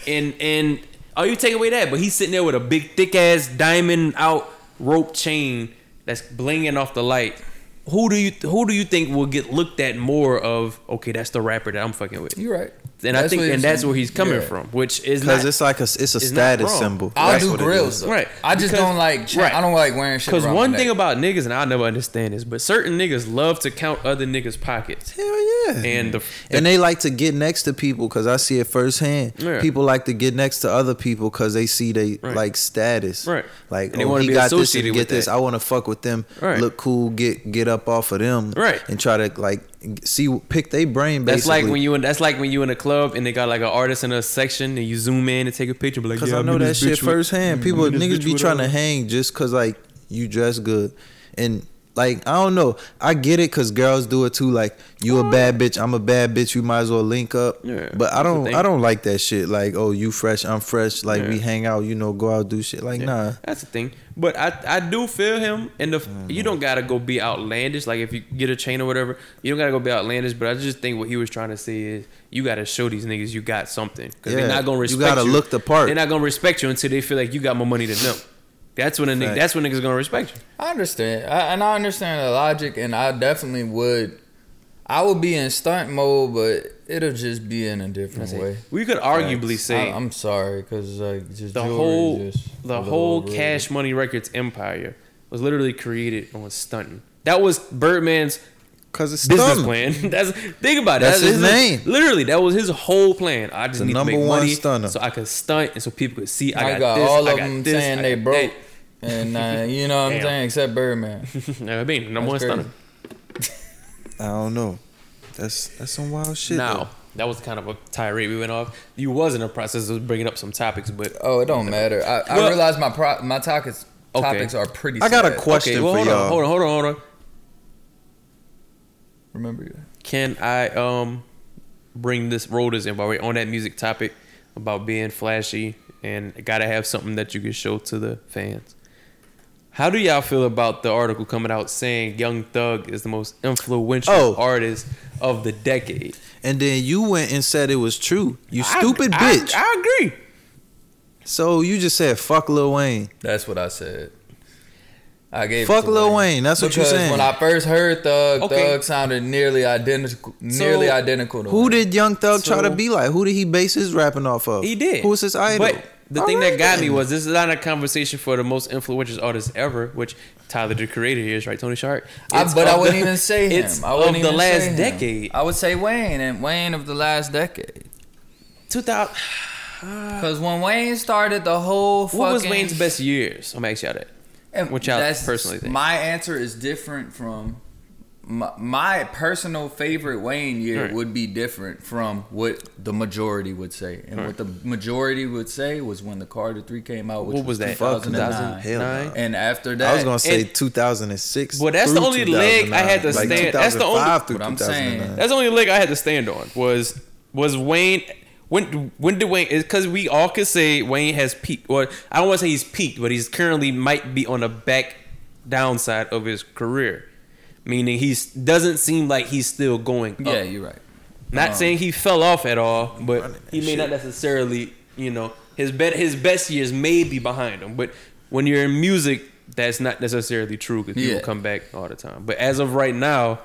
Speaker 1: and and oh, you take away that, but he's sitting there with a big, thick ass diamond out rope chain that's blinging off the light. Who do you who do you think will get looked at more of? Okay, that's the rapper that I'm fucking with, and
Speaker 3: You're right.
Speaker 1: I think
Speaker 3: what
Speaker 1: and
Speaker 3: he's
Speaker 1: that's
Speaker 3: saying.
Speaker 1: where he's coming
Speaker 3: Yeah.
Speaker 1: from, which is
Speaker 2: Because
Speaker 1: not
Speaker 2: it's like a it's a
Speaker 1: not
Speaker 2: status
Speaker 1: wrong.
Speaker 2: symbol.
Speaker 3: I'll
Speaker 2: That's
Speaker 3: do
Speaker 2: what it
Speaker 3: grills.
Speaker 2: is.
Speaker 3: Though.
Speaker 1: Right.
Speaker 3: Right. I just
Speaker 1: Because-
Speaker 3: don't like. Chain.
Speaker 1: right.
Speaker 3: I don't like wearing shit.
Speaker 1: because
Speaker 3: around
Speaker 1: one
Speaker 3: my
Speaker 1: thing
Speaker 3: neck.
Speaker 1: about niggas, and I'll never understand this, but certain niggas love to count other niggas' pockets.
Speaker 2: Hell yeah.
Speaker 1: And the-
Speaker 2: and they like to get next to people because I see it firsthand.
Speaker 1: Yeah.
Speaker 2: People like to get next to other people because they see they
Speaker 1: Right.
Speaker 2: like status.
Speaker 1: Right.
Speaker 2: Like
Speaker 1: And they
Speaker 2: oh,
Speaker 1: wanna
Speaker 2: he
Speaker 1: be
Speaker 2: got this
Speaker 1: associated
Speaker 2: and
Speaker 1: with
Speaker 2: get this.
Speaker 1: that.
Speaker 2: I want to fuck with them.
Speaker 1: Right.
Speaker 2: Look cool. Get get up off of them.
Speaker 1: Right.
Speaker 2: And try to like see pick their brain. Basically.
Speaker 1: That's like when you in, that's like when you in a club and they got like an artist in a section and you zoom in and take a picture. Be like,
Speaker 2: Cause
Speaker 1: yeah,
Speaker 2: I
Speaker 1: I'm
Speaker 2: know
Speaker 1: in
Speaker 2: that
Speaker 1: this
Speaker 2: shit
Speaker 1: bitch with-
Speaker 2: firsthand.
Speaker 1: I'm
Speaker 2: People
Speaker 1: in this
Speaker 2: niggas
Speaker 1: bitch
Speaker 2: be
Speaker 1: with
Speaker 2: trying
Speaker 1: her.
Speaker 2: to hang just cause like you dress good, and like I don't know. I get it cause girls do it too. Like you a bad bitch, I'm a bad bitch. You might as well link up.
Speaker 1: Yeah,
Speaker 2: but I
Speaker 1: that's the
Speaker 2: don't.
Speaker 1: thing.
Speaker 2: I don't like that shit. Like oh, you fresh, I'm fresh. Like we
Speaker 1: Yeah.
Speaker 2: hang out, you know, go out do shit. Like
Speaker 1: Yeah,
Speaker 2: nah.
Speaker 1: That's the thing. But I I do feel him and the you don't gotta go be outlandish. Like if you get a chain or whatever, you don't gotta go be outlandish. But I just think what he was trying to say is you gotta show these niggas you got something. Because
Speaker 2: Yeah,
Speaker 1: they're not gonna
Speaker 2: you
Speaker 1: respect
Speaker 2: gotta look the part.
Speaker 1: They're not gonna respect you until they feel like you got more money than them. That's when a nigga,
Speaker 2: Fact.
Speaker 1: that's when niggas gonna respect you.
Speaker 3: I understand, I, and I understand the logic, and I definitely would. I would be in stunt mode, but it'll just be in a different way.
Speaker 1: We could arguably
Speaker 3: Facts.
Speaker 1: say
Speaker 3: I, am sorry because like just
Speaker 1: the
Speaker 3: jewelry
Speaker 1: whole
Speaker 3: just,
Speaker 1: the
Speaker 3: is
Speaker 1: whole
Speaker 3: overrated.
Speaker 1: Cash Money Records empire was literally created on stunting. That was Birdman's
Speaker 2: Cause it's
Speaker 1: business
Speaker 2: dumb.
Speaker 1: plan. That's think about it.
Speaker 2: That's his name.
Speaker 1: Literally, that was his whole plan. I just
Speaker 2: The
Speaker 1: need to
Speaker 2: number
Speaker 1: make
Speaker 2: one
Speaker 1: money
Speaker 2: stunner.
Speaker 1: so I could stunt and so people could see I
Speaker 3: I
Speaker 1: got,
Speaker 3: got,
Speaker 1: this,
Speaker 3: all
Speaker 1: I
Speaker 3: of
Speaker 1: got
Speaker 3: them
Speaker 1: this,
Speaker 3: saying
Speaker 1: I
Speaker 3: they
Speaker 1: got
Speaker 3: broke, and uh, you know what I'm
Speaker 1: Damn.
Speaker 3: saying, except Birdman.
Speaker 1: that. I mean, number one
Speaker 3: That's
Speaker 1: stunner.
Speaker 2: I don't know. That's that's some wild shit. though.
Speaker 1: Now that was kind of a tirade we went off. You was in the process of bringing up some topics, but
Speaker 3: Oh, it don't matter. I, I
Speaker 1: Well-
Speaker 3: realize my pro- my topics
Speaker 1: Okay.
Speaker 3: topics are pretty.
Speaker 2: I got a
Speaker 3: sad.
Speaker 2: question
Speaker 1: okay, well,
Speaker 2: for
Speaker 1: hold
Speaker 2: y'all.
Speaker 1: on, hold on, hold on, hold on.
Speaker 3: Remember that.
Speaker 1: Can I um bring this roll this in while we're on that music topic about being flashy and gotta have something that you can show to the fans? How do y'all feel about the article coming out saying Young Thug is the most influential
Speaker 2: Oh.
Speaker 1: artist of the decade?
Speaker 2: And then you went and said it was true. You
Speaker 1: I-
Speaker 2: stupid
Speaker 1: I-
Speaker 2: bitch.
Speaker 1: I, agree.
Speaker 2: so you just said fuck Lil Wayne.
Speaker 3: That's what I said. I gave it
Speaker 2: Fuck
Speaker 3: to
Speaker 2: Lil Wayne. That's what you're
Speaker 3: Because
Speaker 2: saying.
Speaker 3: When I first heard Thug,
Speaker 1: Okay.
Speaker 3: Thug sounded nearly identical, nearly identical to
Speaker 2: Who
Speaker 3: Wayne.
Speaker 2: did Young Thug try to
Speaker 1: So-
Speaker 2: be like? Who did he base his rapping off of?
Speaker 1: He did.
Speaker 2: Who was his idol?
Speaker 1: But the
Speaker 2: All
Speaker 1: thing
Speaker 2: right
Speaker 1: that got me
Speaker 2: then.
Speaker 1: was this is not a conversation for the most influential artist ever, which Tyler the Creator is, right? Tony Sharp.
Speaker 3: I,
Speaker 1: It's
Speaker 3: but I
Speaker 1: of
Speaker 3: wouldn't
Speaker 1: the-
Speaker 3: even say him.
Speaker 1: It's
Speaker 3: I wouldn't
Speaker 1: of the
Speaker 3: even
Speaker 1: last
Speaker 3: say him.
Speaker 1: decade.
Speaker 3: I would say Wayne and Wayne of the last decade.
Speaker 1: 2000.
Speaker 3: Because when Wayne started the whole fucking
Speaker 1: What was Wayne's best years? I'm gonna ask y'all that.
Speaker 3: And
Speaker 1: Which I personally think.
Speaker 3: My answer is different from my, my personal favorite Wayne year
Speaker 1: Right.
Speaker 3: would be different from what the majority would say, and what
Speaker 1: Right.
Speaker 3: the majority would say was when the Carter Three came out. Which
Speaker 1: What was that?
Speaker 2: Fuck, 2000?
Speaker 3: 2009.
Speaker 2: Hell no.
Speaker 3: And after that,
Speaker 2: I was gonna say
Speaker 1: and-
Speaker 2: 2006.
Speaker 1: Well, that's the
Speaker 2: through
Speaker 1: only leg I had to
Speaker 2: 2009. like
Speaker 1: stand- that's the only-
Speaker 2: 2005 through
Speaker 3: What I'm saying-
Speaker 2: 2009.
Speaker 1: That's the only leg I had to stand on was was Wayne. When when did Wayne? Because we all could say Wayne has peaked. Or I don't want to say he's peaked, but he's currently might be on the back downside of his career, meaning he's doesn't seem like he's still going. up.
Speaker 3: yeah, you're right.
Speaker 1: Not
Speaker 3: um,
Speaker 1: saying he fell off at all, but
Speaker 2: running
Speaker 1: he
Speaker 2: and
Speaker 1: may not
Speaker 2: shit.
Speaker 1: necessarily. You know, his bet his best years may be behind him, but when you're in music, that's not necessarily true because people
Speaker 3: Yeah.
Speaker 1: come back all the time. But as of right now,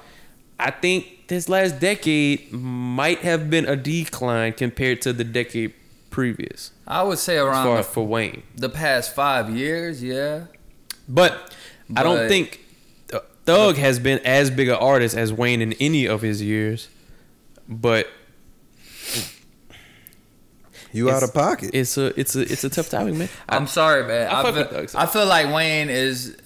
Speaker 1: I think this last decade might have been a decline compared to the decade previous
Speaker 3: I would say
Speaker 1: as
Speaker 3: around
Speaker 1: far
Speaker 3: the,
Speaker 1: for Wayne.
Speaker 3: the past five years, yeah.
Speaker 1: But, I don't
Speaker 3: But-
Speaker 1: think Th- Thug has been as big an artist as Wayne in any of his years. But
Speaker 2: You out
Speaker 1: It's-
Speaker 2: of pocket.
Speaker 1: it's a it's a it's a tough topic, man. I-
Speaker 3: I'm sorry, man.
Speaker 1: I
Speaker 3: I,
Speaker 1: fuck with
Speaker 3: feel,
Speaker 1: Thug Song.
Speaker 3: I feel like Wayne is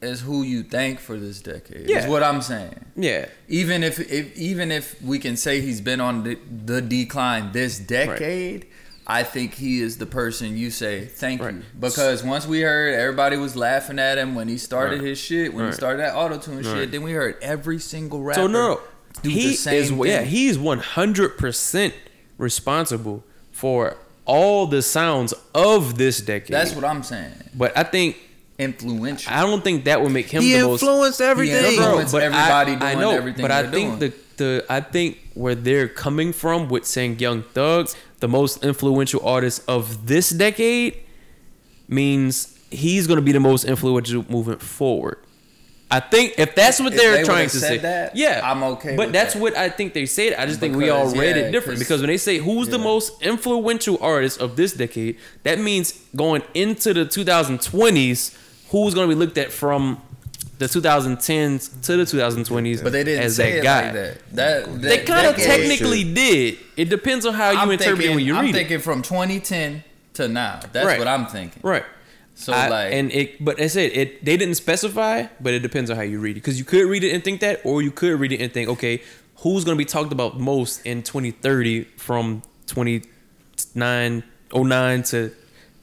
Speaker 3: is who you thank for this decade. Yeah.
Speaker 1: Yeah.
Speaker 3: Is what I'm saying.
Speaker 1: yeah.
Speaker 3: Even if, if even if we can say he's been on the, the decline this decade, I think he is the person you say thank
Speaker 1: Right.
Speaker 3: you because once we heard everybody was laughing at him when he started
Speaker 1: Right.
Speaker 3: his shit, when he
Speaker 1: Right.
Speaker 3: started that auto tune
Speaker 1: Right.
Speaker 3: shit, then we heard every single rapper.
Speaker 1: So no,
Speaker 3: do
Speaker 1: he
Speaker 3: the same
Speaker 1: is
Speaker 3: thing.
Speaker 1: yeah he is one hundred percent responsible for all the sounds of this decade.
Speaker 3: That's what I'm saying.
Speaker 1: but I think
Speaker 3: Influential.
Speaker 1: I don't think that would make him
Speaker 2: he
Speaker 1: the most.
Speaker 2: influenced everything.
Speaker 3: influenced
Speaker 1: Bro,
Speaker 3: Influence
Speaker 1: but
Speaker 3: everybody
Speaker 1: I, I
Speaker 3: doing
Speaker 1: know,
Speaker 3: everything
Speaker 1: but I
Speaker 3: they're
Speaker 1: think
Speaker 3: doing.
Speaker 1: the the I think where they're coming from with saying Young Thug, the most influential artist of this decade, means he's going to be the most influential moving forward. I think if that's what
Speaker 3: If
Speaker 1: they're
Speaker 3: they
Speaker 1: trying
Speaker 3: would've
Speaker 1: to
Speaker 3: said
Speaker 1: say,
Speaker 3: that,
Speaker 1: yeah,
Speaker 3: I'm okay
Speaker 1: But
Speaker 3: with
Speaker 1: that's
Speaker 3: that.
Speaker 1: what I think they said. I just think we all
Speaker 3: Because,
Speaker 1: read
Speaker 3: yeah,
Speaker 1: it different
Speaker 3: 'cause-
Speaker 1: because when they say who's the
Speaker 3: yeah.
Speaker 1: most influential artist of this decade, that means going into the 2020s, who's going to be looked at from the 2010s to the 2020s.
Speaker 3: but they didn't
Speaker 1: as
Speaker 3: say
Speaker 1: that
Speaker 3: it
Speaker 1: guy.
Speaker 3: like that. That,
Speaker 1: They kind of
Speaker 3: that gave-
Speaker 1: technically did. It depends on how you
Speaker 3: I'm
Speaker 1: interpret it
Speaker 3: thinking,
Speaker 1: when you
Speaker 3: I'm
Speaker 1: read it,
Speaker 3: thinking from 2010 to now. That's
Speaker 1: Right.
Speaker 3: what I'm thinking.
Speaker 1: right?
Speaker 3: So
Speaker 1: I-
Speaker 3: like,
Speaker 1: and it, but I said it. They didn't specify, but it depends on how you read it because you could read it and think that, or you could read it and think, okay, who's going to be talked about most in 2030 from 29 09 to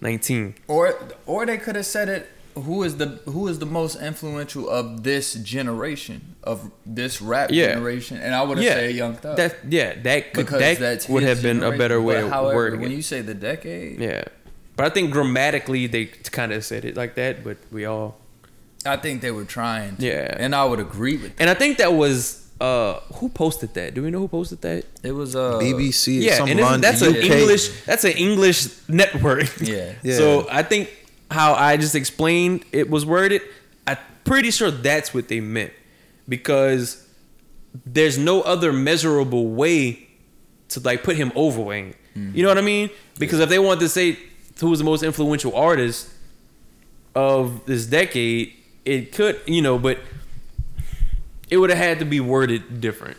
Speaker 1: 19?
Speaker 3: or or they could have said it. Who is the who is the most influential of this generation of this rap
Speaker 1: Yeah.
Speaker 3: generation? And I would have said Young Thug
Speaker 1: That yeah, that could, that would
Speaker 3: his
Speaker 1: have been a
Speaker 3: generation.
Speaker 1: better way
Speaker 3: But
Speaker 1: of
Speaker 3: however,
Speaker 1: wording
Speaker 3: When
Speaker 1: it.
Speaker 3: you say the decade,
Speaker 1: yeah, but I think grammatically they kind of said it like that, but we all
Speaker 3: I think they were trying. To,
Speaker 1: Yeah.
Speaker 3: and I would agree with. That.
Speaker 1: and I think that was uh who posted that? Do we know who posted that?
Speaker 3: It was uh,
Speaker 2: BBC,
Speaker 1: yeah,
Speaker 2: some
Speaker 1: and it's-
Speaker 2: London,
Speaker 1: that's an
Speaker 2: UK.
Speaker 1: English that's an English network.
Speaker 3: Yeah.
Speaker 2: Yeah.
Speaker 1: So I think how I just explained it was worded, I'm pretty sure that's what they meant because there's no other measurable way to like put him over Wayne. You know what I mean? Because if they wanted to say who was the most influential artist of this decade, it could you know, but it would have had to be worded different.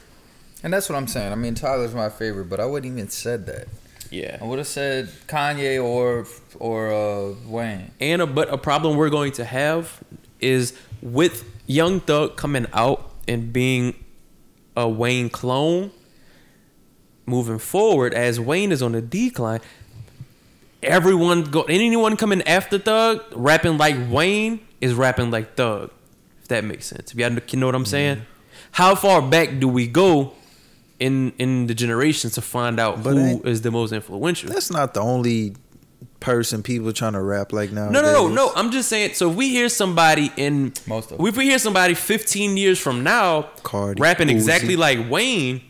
Speaker 3: And that's what I'm saying. I mean, Tyler's my favorite, but I wouldn't even said that.
Speaker 1: Yeah.
Speaker 3: I would have said Kanye or or uh, Wayne.
Speaker 1: and a, but a problem we're going to have is with Young Thug coming out and being a Wayne clone moving forward as Wayne is on the decline everyone go anyone coming after Thug rapping like Wayne is rapping like Thug if that makes sense if y'all kn- you know what I'm saying how far back do we go in in the generations to find out
Speaker 2: But
Speaker 1: who
Speaker 2: ain't-
Speaker 1: is the most influential
Speaker 2: That's not the only person people trying to rap like now.
Speaker 1: No, no, no, no. I'm just saying. So if we hear somebody in
Speaker 3: Most of them.
Speaker 1: if we hear somebody 15 years from now
Speaker 2: Cardi,
Speaker 1: rapping
Speaker 2: Uzi.
Speaker 1: exactly like Wayne,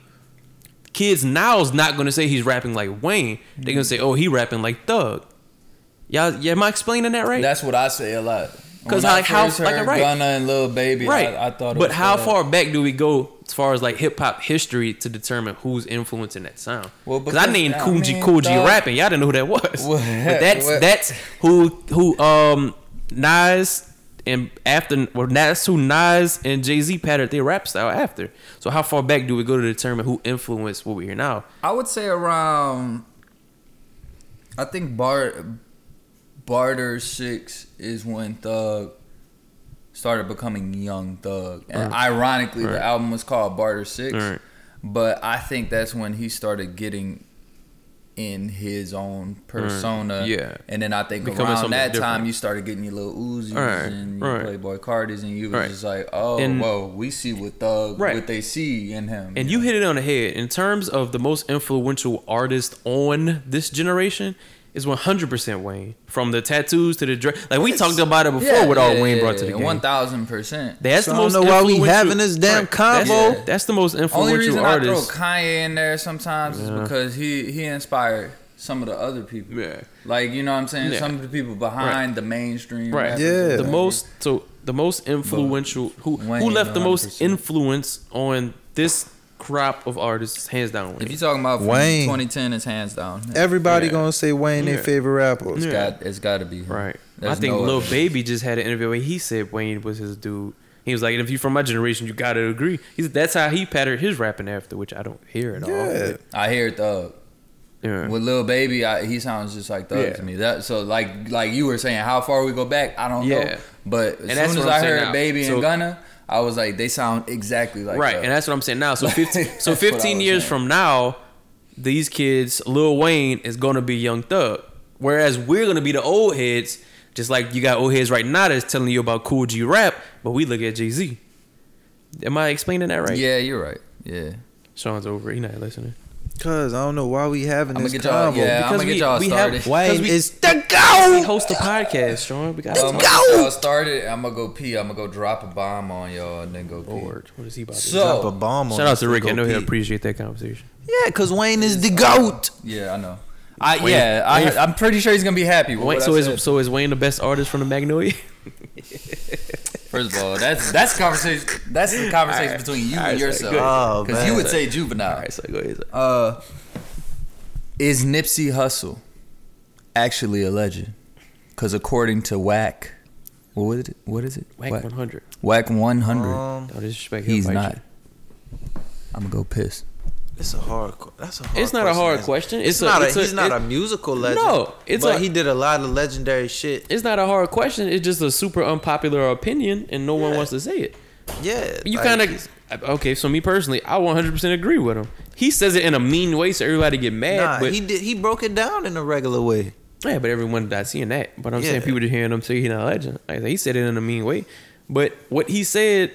Speaker 1: kids now's not gonna say he's rapping like Wayne. They're gonna say, oh, he rapping like Thug. Y'all, yeah, am I explaining that right?
Speaker 3: That's what I say a lot.
Speaker 1: Because
Speaker 3: When I
Speaker 1: like how
Speaker 3: first
Speaker 1: like
Speaker 3: heard
Speaker 1: right.
Speaker 3: Gunna and Lil Baby,
Speaker 1: Right.
Speaker 3: I, I thought. It
Speaker 1: but
Speaker 3: was
Speaker 1: how
Speaker 3: uh,
Speaker 1: far back do we go as far as like hip hop history to determine who's influencing that sound?
Speaker 3: Well,
Speaker 1: because I
Speaker 3: because-
Speaker 1: named
Speaker 3: I
Speaker 1: Coogee
Speaker 3: mean,
Speaker 1: Coogee
Speaker 3: dog.
Speaker 1: rapping. Y'all didn't know who that was.
Speaker 3: Well,
Speaker 1: but that's
Speaker 3: well-
Speaker 1: that's who who um Nas and after well that's who Nas and Jay Z patterned their rap style after. So how far back do we go to determine who influenced what we hear now?
Speaker 3: I would say around. I think Bar, Barter Six is when Thug started becoming Young Thug, and ironically,
Speaker 1: Right.
Speaker 3: the album was called Barter Six.
Speaker 1: Right.
Speaker 3: But I think that's when he started getting in his own persona.
Speaker 1: Yeah.
Speaker 3: and then I think
Speaker 1: Becoming
Speaker 3: around
Speaker 1: something
Speaker 3: that time
Speaker 1: different.
Speaker 3: you started getting your little Uzis
Speaker 1: Right,
Speaker 3: and your
Speaker 1: right.
Speaker 3: Playboy Cardis, and you was
Speaker 1: Right.
Speaker 3: just like, oh,
Speaker 1: And-
Speaker 3: whoa, we see what Thug,
Speaker 1: Right.
Speaker 3: what they see in him,
Speaker 1: And you hit it on the head. In terms of the most influential artist on this generation, is 100% Wayne. From the tattoos to the dress. Like, we talked about it before with all Wayne brought to the game.
Speaker 3: One thousand percent.
Speaker 1: That's
Speaker 2: So
Speaker 1: the
Speaker 2: I
Speaker 1: most
Speaker 2: don't know why we
Speaker 1: influential-
Speaker 2: having this damn
Speaker 1: that's-
Speaker 2: convo.
Speaker 1: That's, the most
Speaker 3: Only
Speaker 1: influential
Speaker 3: reason I
Speaker 1: artist.
Speaker 3: throw Kanye in there sometimes
Speaker 1: Yeah.
Speaker 3: is because he he inspired some of the other people.
Speaker 1: Yeah.
Speaker 3: Like you know what I'm saying.
Speaker 1: Yeah.
Speaker 3: Some of the people behind the mainstream.
Speaker 1: Right.
Speaker 3: rappers
Speaker 2: Yeah.
Speaker 3: and
Speaker 2: The
Speaker 1: the
Speaker 3: whatever.
Speaker 1: most so the most influential who who
Speaker 3: Wayne,
Speaker 1: left the most
Speaker 3: 100%.
Speaker 1: influence on this crop of artists hands down Wayne.
Speaker 3: If you're talking about from
Speaker 2: Wayne.
Speaker 3: 2010, it's hands down.
Speaker 2: Everybody
Speaker 1: Yeah.
Speaker 2: gonna say Wayne
Speaker 1: Yeah.
Speaker 2: their favorite rapper.
Speaker 1: Yeah.
Speaker 3: Got, it's got to be him.
Speaker 1: Right.
Speaker 3: There's
Speaker 1: I think
Speaker 3: no
Speaker 1: Lil
Speaker 3: other-
Speaker 1: Baby just had an interview where he said Wayne was his dude. He was like, and if you from my generation, you gotta agree. He said that's how he patterned his rapping after, which I don't hear at all.
Speaker 2: Yeah.
Speaker 1: but-
Speaker 3: I hear Thug.
Speaker 1: yeah.
Speaker 3: With Lil Baby, I, he sounds just like Thug
Speaker 1: Yeah.
Speaker 3: to me. That so like like you were saying, how far we go back, I don't
Speaker 1: Yeah.
Speaker 3: know. But as
Speaker 1: that's
Speaker 3: soon
Speaker 1: what I'm
Speaker 3: as I
Speaker 1: saying
Speaker 3: heard
Speaker 1: now.
Speaker 3: Baby
Speaker 1: So-
Speaker 3: and Gunna, I was like, they sound exactly like uh,
Speaker 1: right,
Speaker 3: Thug.
Speaker 1: and that's what I'm saying now. So 15, so
Speaker 3: That's what I
Speaker 1: 15
Speaker 3: was
Speaker 1: years
Speaker 3: saying.
Speaker 1: from now, these kids, Lil Wayne is gonna be Young Thug, whereas we're gonna be the old heads. Just like you got old heads right now that's telling you about Cool G rap, but we look at Jay Z. Am I explaining that right?
Speaker 3: Yeah, you're right. Yeah,
Speaker 1: Sean's over. He not listening.
Speaker 2: Cause I don't know why we having
Speaker 3: I'm gonna
Speaker 2: this
Speaker 3: get y'all.
Speaker 2: convo.
Speaker 3: Yeah, I'm
Speaker 1: Because
Speaker 3: gonna get
Speaker 1: we-
Speaker 3: y'all
Speaker 1: we have-
Speaker 3: started.
Speaker 1: why-
Speaker 2: Wayne
Speaker 1: Because we-
Speaker 2: is the
Speaker 1: We
Speaker 2: goat.
Speaker 1: host a podcast, Sean. We got
Speaker 3: I'm
Speaker 1: some
Speaker 3: gonna
Speaker 2: go!
Speaker 3: get y'all started. I'm gonna go pee. I'm gonna go drop a bomb on y'all and then go pee.
Speaker 1: board. What is he about to
Speaker 3: So-
Speaker 2: Drop a bomb
Speaker 1: do?
Speaker 2: on
Speaker 1: Shout out
Speaker 2: us,
Speaker 1: to Rick. I
Speaker 2: go
Speaker 1: know he'll
Speaker 2: Pete.
Speaker 1: appreciate that conversation.
Speaker 2: Yeah, cause Wayne is the goat.
Speaker 3: Yeah, I know. I yeah, I, I'm pretty sure he's gonna be happy. With
Speaker 1: Wayne,
Speaker 3: what
Speaker 1: so
Speaker 3: I
Speaker 1: is
Speaker 3: said.
Speaker 1: so is Wayne the best artist from the Magnolia?
Speaker 3: First of all, that's that's conversation. That's the conversation between you and
Speaker 1: so
Speaker 3: yourself.
Speaker 1: good.
Speaker 2: Oh,
Speaker 3: Because you
Speaker 2: man.
Speaker 3: would say juvenile.
Speaker 1: All right, so go ahead.
Speaker 3: Uh, is Nipsey Hussle actually a legend? Because according to WAC, what was it? What is it?
Speaker 1: Whack 100.
Speaker 3: WAC 100.
Speaker 1: Oh.
Speaker 2: Um,
Speaker 1: Don't disrespect him.
Speaker 3: he's
Speaker 1: fight you.
Speaker 3: not. I'm gonna go piss.
Speaker 2: it's a hard. que- That's a hard.
Speaker 1: It's not a hard
Speaker 2: to answer.
Speaker 1: question. It's
Speaker 2: It's not.
Speaker 1: a-
Speaker 2: A,
Speaker 1: it's a-
Speaker 2: he's not
Speaker 1: it-
Speaker 2: a musical legend.
Speaker 1: No, it's
Speaker 2: but
Speaker 1: a-
Speaker 2: he did a lot of legendary shit.
Speaker 1: It's not a hard question. It's just a super unpopular opinion, and no one wants to say it.
Speaker 2: Yeah,
Speaker 1: You
Speaker 2: like,
Speaker 1: kind of okay. So me personally, I 100% agree with him. He says it in a mean way, so everybody get mad.
Speaker 2: Nah,
Speaker 1: but
Speaker 2: he did. He broke it down in a regular way.
Speaker 1: Yeah, but everyone not seeing that. But I'm saying
Speaker 2: Yeah.
Speaker 1: people just hearing him say he's not a legend. Like, he said it in a mean way, but what he said